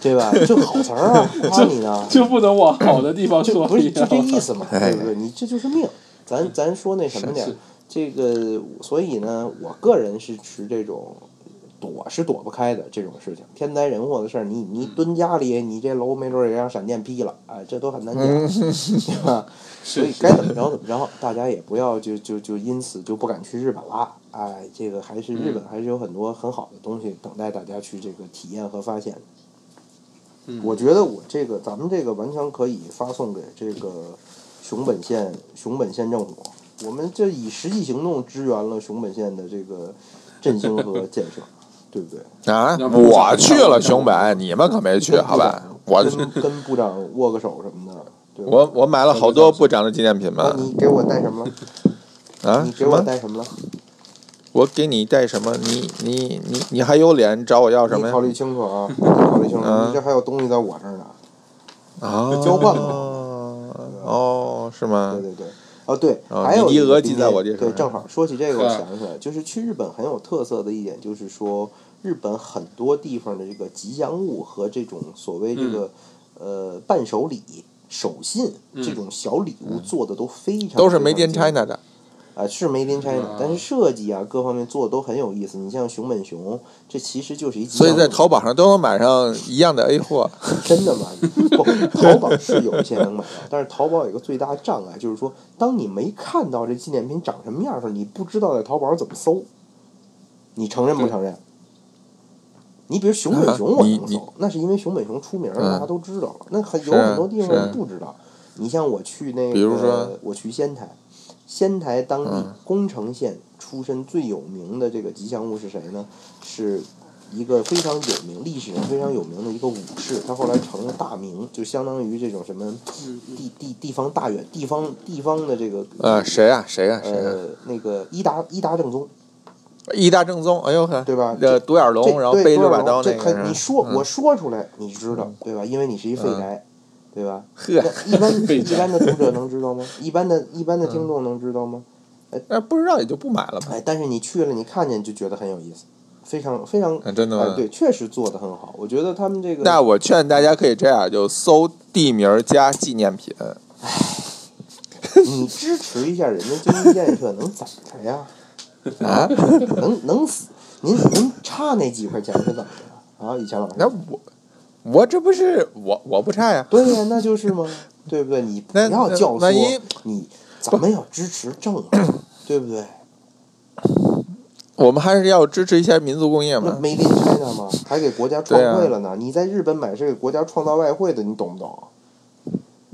Speaker 2: 对吧？这好词儿 *laughs* 啊，夸你呢，
Speaker 3: 就不能往好的地方
Speaker 2: 就
Speaker 3: 说，
Speaker 2: 不是
Speaker 3: 你知
Speaker 2: 就
Speaker 3: 道
Speaker 2: 这
Speaker 3: 吗
Speaker 2: 意思嘛，对不对？你这就是命。咱咱说那什么点儿
Speaker 3: 是，
Speaker 2: 这个所以呢，我个人是持这种躲是躲不开的这种事情，天灾人祸的事儿，你你蹲家里，你这楼没准儿也让闪电劈了，啊，这都很难讲， *laughs* 对吧？所以该怎么着怎么着，大家也不要就就就因此就不敢去日本啦。哎，这个还是日本还是有很多很好的东西等待大家去这个体验和发现的。我觉得我这个咱们这个完全可以发送给这个熊本县熊本县政府，我们这以实际行动支援了熊本县的这个振兴和建
Speaker 1: *laughs*
Speaker 2: 设，对不对？
Speaker 1: 啊，
Speaker 3: 那不
Speaker 1: 我去了熊本，你们可没去，好吧？
Speaker 2: 嗯
Speaker 1: 我去
Speaker 2: 跟跟部长握个手什么的，对吧？
Speaker 1: 我我买了好多部长的纪念品
Speaker 2: 啊
Speaker 1: 嘛
Speaker 2: 你给我带什么了？
Speaker 1: 啊
Speaker 2: 你！嗯给
Speaker 1: 什
Speaker 2: 我
Speaker 1: 么？
Speaker 2: 带什么了？
Speaker 1: 我给你带什么？你你你你还有脸找我要什么
Speaker 2: 你
Speaker 1: 呀
Speaker 2: 考？虑清楚啊！你考虑清楚，
Speaker 1: 嗯
Speaker 2: 你这还有东西在我这儿呢。
Speaker 1: 啊
Speaker 2: 就交换嘛
Speaker 1: 哦，是吗
Speaker 2: 对？对对，哦对，
Speaker 1: 哦
Speaker 2: 还有
Speaker 1: 尼迪
Speaker 2: 一个
Speaker 1: 俄
Speaker 2: 今
Speaker 1: 记在
Speaker 2: 天
Speaker 1: 我这上
Speaker 2: 对，
Speaker 1: 面
Speaker 2: 正好说起这个，我
Speaker 3: 是啊
Speaker 2: 想起来，就是去日本很有特色的一点，就是说日本很
Speaker 1: 嗯
Speaker 2: 多地方的这个吉祥物和这种所谓这个、呃伴手礼，手信这种小礼物做的都非常
Speaker 1: 嗯都是
Speaker 2: 非常
Speaker 1: Made in
Speaker 2: 精美
Speaker 1: China 嗯的，
Speaker 2: 啊，是 Made in China，但是设计啊各方面做的都很有意思。你像熊本熊，这其实就是一吉
Speaker 1: 所以
Speaker 2: 祥
Speaker 1: 在
Speaker 2: 物
Speaker 1: 淘宝上都能买上一样的 A 货。
Speaker 2: 真的吗？不，淘宝是有一些能买到，但是淘宝有一个最大的障碍，就是说，当你没看到这纪念品长什么样的时候，你不知道在淘宝怎么搜，你承认不承认？你比如熊本熊，
Speaker 1: 啊
Speaker 2: 我
Speaker 1: 你
Speaker 2: 能
Speaker 1: 你
Speaker 2: 搜，那是因为熊本熊出名
Speaker 1: 嗯
Speaker 2: 了，大家都知道了。那很有
Speaker 1: 是啊
Speaker 2: 很多地
Speaker 1: 是啊
Speaker 2: 方不知道。你像我去那个，
Speaker 1: 比如说
Speaker 2: 我去仙台，仙台当地
Speaker 1: 嗯
Speaker 2: 宫城县出身最有名的这个吉祥物是谁呢？是一个非常有名、历史上非常有名的一个武士，他后来成了大名，就相当于这种什么地地地方大员、地方地方的这个
Speaker 1: 呃，谁啊？谁啊？谁啊？
Speaker 2: 呃那个伊达伊达正宗，
Speaker 1: 伊达正宗，哎呦呵，
Speaker 2: 对吧
Speaker 1: 呃，独眼
Speaker 2: 这
Speaker 1: 龙，然后
Speaker 2: 对
Speaker 1: 背
Speaker 2: 多
Speaker 1: 六把
Speaker 2: 少楼
Speaker 1: 刀那
Speaker 2: 这
Speaker 1: 个是
Speaker 2: 可
Speaker 1: 吧，
Speaker 2: 你说
Speaker 1: 嗯
Speaker 2: 我说出来，你知道对吧？因为你是一废柴，对
Speaker 1: *laughs*
Speaker 2: 吧？
Speaker 1: 呵，
Speaker 2: 那一般
Speaker 3: 废
Speaker 2: 一
Speaker 3: 柴
Speaker 2: 般的读者能知道吗？一般的一般的听众能知道吗？
Speaker 1: 那不知道也就不买了吧？
Speaker 2: 哎，但是你去了，你看见就觉得很有意思，非常非常，
Speaker 1: 啊真的吗
Speaker 2: 哎，对，确实做的很好。我觉得他们这个，
Speaker 1: 那我劝大家可以这样，就搜地名加纪念品。
Speaker 2: 你支持一下人家京一建设，能咋的呀？ *laughs*
Speaker 1: 啊，
Speaker 2: 能能死？您您差那几块钱是怎么的啊？以前老师
Speaker 1: 那，我我这不是我我不差呀，
Speaker 2: 对呀、那就是嘛，对不对？你不
Speaker 1: 那
Speaker 2: 要
Speaker 1: 那
Speaker 2: 教
Speaker 1: 万一
Speaker 2: 唆，你咱们要支持正啊，对不对？
Speaker 1: 我们还是要支持一下民族工业
Speaker 2: 那
Speaker 1: 嘛。
Speaker 2: Made in China 嘛，还给国家创
Speaker 1: 对啊
Speaker 2: 汇了呢。你在日本买是给国家创造外汇的，你懂不懂？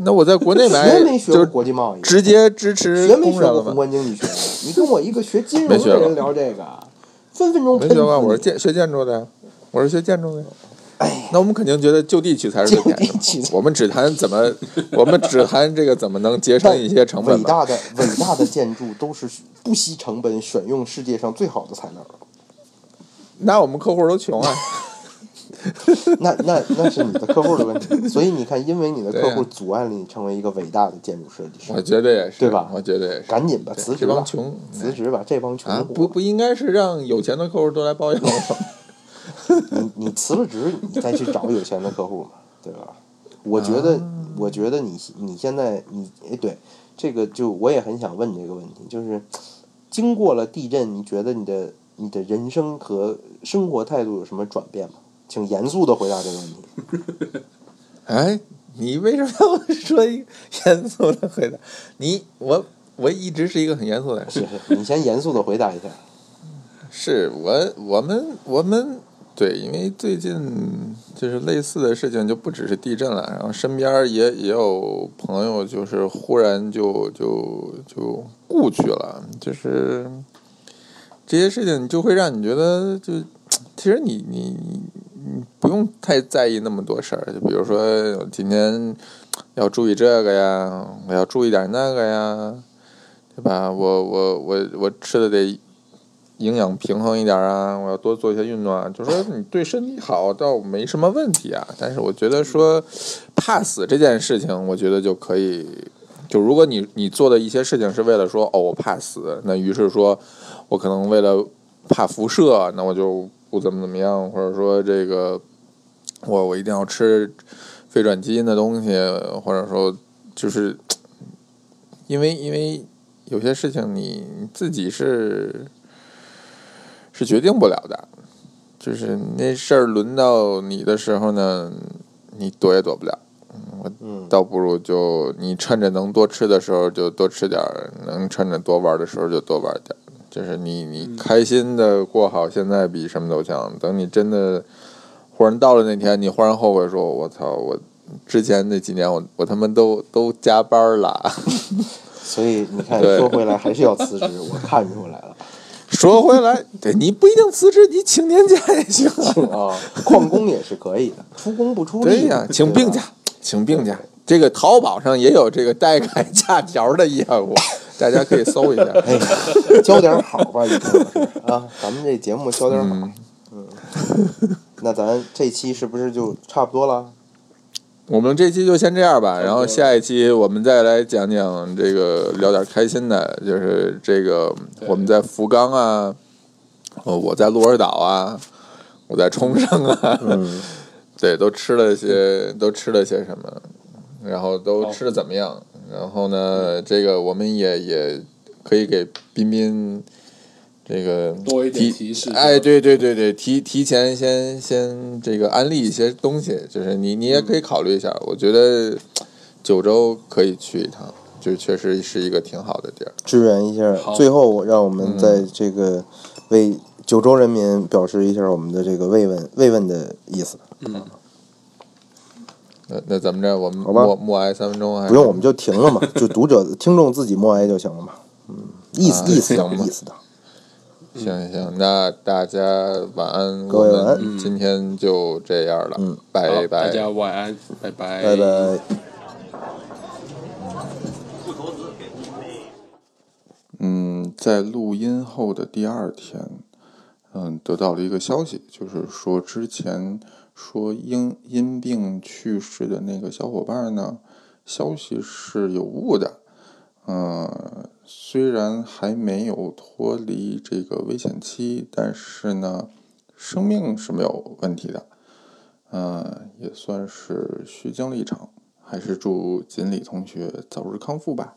Speaker 1: 那我在国内买
Speaker 2: 学没学过
Speaker 1: 就
Speaker 2: 国际贸易？
Speaker 1: 直接支持
Speaker 2: 学没
Speaker 1: 工
Speaker 2: 学
Speaker 1: 人了
Speaker 2: 过宏
Speaker 1: 嘛。
Speaker 2: 观经济学？你跟我一个学金融
Speaker 1: 没学
Speaker 2: 的
Speaker 1: 过
Speaker 2: 人聊这个，啊分分钟
Speaker 1: 没
Speaker 2: 喷
Speaker 1: 学过，我是
Speaker 2: 死你。
Speaker 1: 建学建筑的呀，我是学建筑的呀。
Speaker 2: 哎，
Speaker 1: 那我们肯定觉得就地取材是最
Speaker 2: 就
Speaker 1: 便宜
Speaker 2: 地
Speaker 1: 的嘛。
Speaker 2: 取材
Speaker 1: 我们只谈怎么，我们只谈这个怎么能节省一些成本
Speaker 2: 伟
Speaker 1: 嘛。
Speaker 2: 大的伟大的建筑都是不惜成本选用世界上最好的材料。
Speaker 1: *laughs* 那我们客户都穷啊，
Speaker 2: 那那那是你的客户的问题。所以你看，因为你的
Speaker 1: 对呀
Speaker 2: 客户阻碍了你成为一个伟大的建筑设计
Speaker 1: 我
Speaker 2: 师，
Speaker 1: 觉得也是，
Speaker 2: 对吧
Speaker 1: 我觉得也是。
Speaker 2: 赶紧吧，辞职
Speaker 1: 这
Speaker 2: 吧
Speaker 1: 帮，穷
Speaker 2: 辞职吧，这帮穷
Speaker 1: 啊，
Speaker 2: 货。
Speaker 1: 不不应该是让有钱的客户都来包养我 *laughs* 吗？
Speaker 2: 你你辞了职，你再去找有钱的客户嘛，对吧？我觉得，
Speaker 1: 啊
Speaker 2: 我觉得你你现在你哎，对这个就我也很想问这个问题，就是经过了地震，你觉得你的你的人生和生活态度有什么转变吗？请严肃的回答这个问
Speaker 1: *laughs*
Speaker 2: 题。
Speaker 1: 哎，你为什么要 *laughs* 说一个严肃的回答？你我我一直是一个很严肃的人，
Speaker 2: 是是，你先严肃的回答一下。
Speaker 1: 是我我们我们对，因为最近就是类似的事情，就不只是地震了，然后身边也也有朋友就是忽然就就就故去了，就是这些事情就会让你觉得就，其实你你你你不用太在意那么多事儿，就比如说我今天要注意这个呀，我要注意点那个呀，对吧？我我我我吃的得营养平衡一点啊，我要多做一些运动啊。就说你对身体好倒没什么问题啊，但是我觉得说怕死这件事情，我觉得就可以。就如果你你做的一些事情是为了说哦我怕死，那于是说我可能为了怕辐射，那我就不怎么怎么样，或者说这个我我一定要吃非转基因的东西，或者说就是因为因为有些事情你你自己是是决定不了的，就是那事儿轮到你的时候呢，你躲也躲不了。
Speaker 2: 嗯，
Speaker 1: 倒不如就你趁着能多吃的时候就多吃点儿，能趁着多玩儿的时候就多玩儿点儿。就是你你开心的过好现在比什么都强。等你真的忽然到了那天，你忽然后悔说：“我操，我之前那几年我我他妈都都加班儿了。 *laughs*
Speaker 2: 所以你看，
Speaker 1: 对
Speaker 2: 说回来还是要辞职，我看出来
Speaker 1: *laughs*
Speaker 2: 了。”
Speaker 1: 说回来，对你不一定辞职，你请年假也行啊。
Speaker 2: 啊，旷工也是可以的，出工不出力。
Speaker 1: 对呀、请
Speaker 2: 对
Speaker 1: 病
Speaker 2: 吧
Speaker 1: 假，请病假。这个淘宝上也有这个代改 *laughs* 假条的业务，大家可以搜一
Speaker 2: *laughs*
Speaker 1: 下。
Speaker 2: 哎，教点好吧，雨桐老师啊，咱们这节目教点好。嗯，那咱这期是不是就差不多了？
Speaker 1: 我们这期就先这样吧，然后下一期我们再来讲讲这个，聊点开心的，就是这个我们在福冈啊，呃，我在鹿儿岛啊，
Speaker 3: 嗯
Speaker 1: *laughs* 我在冲绳啊，对，都吃了些，都吃了些什么？然后都
Speaker 3: 好
Speaker 1: 吃的怎么样？然后呢，这个我们也也可以给彬彬这个
Speaker 3: 多一点
Speaker 1: 提
Speaker 3: 提示。
Speaker 1: 哎，对对对对，提提前先先这个安利一些东西，就是你你也可
Speaker 3: 嗯
Speaker 1: 以考虑一下，我觉得九州可以去一趟，就确实是一个挺好的地儿。
Speaker 2: 支援一下
Speaker 3: 好。
Speaker 2: 最后，我让我们在这个为九州人民表示一下我们的这个慰问慰问的意思。
Speaker 3: 嗯，
Speaker 1: 那那怎么着？我们
Speaker 2: 好吧
Speaker 1: 默默哀三分钟还是
Speaker 2: 不用，我们就停了嘛，就读者听众自己默哀就行了嘛。嗯，意思
Speaker 1: 啊
Speaker 2: 意思
Speaker 1: 行
Speaker 2: 的
Speaker 1: 吧
Speaker 2: 意思的。
Speaker 1: 行行，那大家晚安，
Speaker 2: 各位晚安
Speaker 1: 我们今天就这样了，
Speaker 2: 嗯
Speaker 1: 拜
Speaker 3: 嗯好，
Speaker 1: 拜，
Speaker 3: 大家晚安，拜拜，
Speaker 2: 拜拜。
Speaker 1: 嗯，在录音后的第二天，嗯，得到了一个消息，就是说之前说因因病去世的那个小伙伴呢，消息是有误的。嗯，虽然还没有脱离这个危险期，但是呢，生命是没有问题的。嗯，也算是虚惊了一场，还是祝锦鲤同学早日康复吧。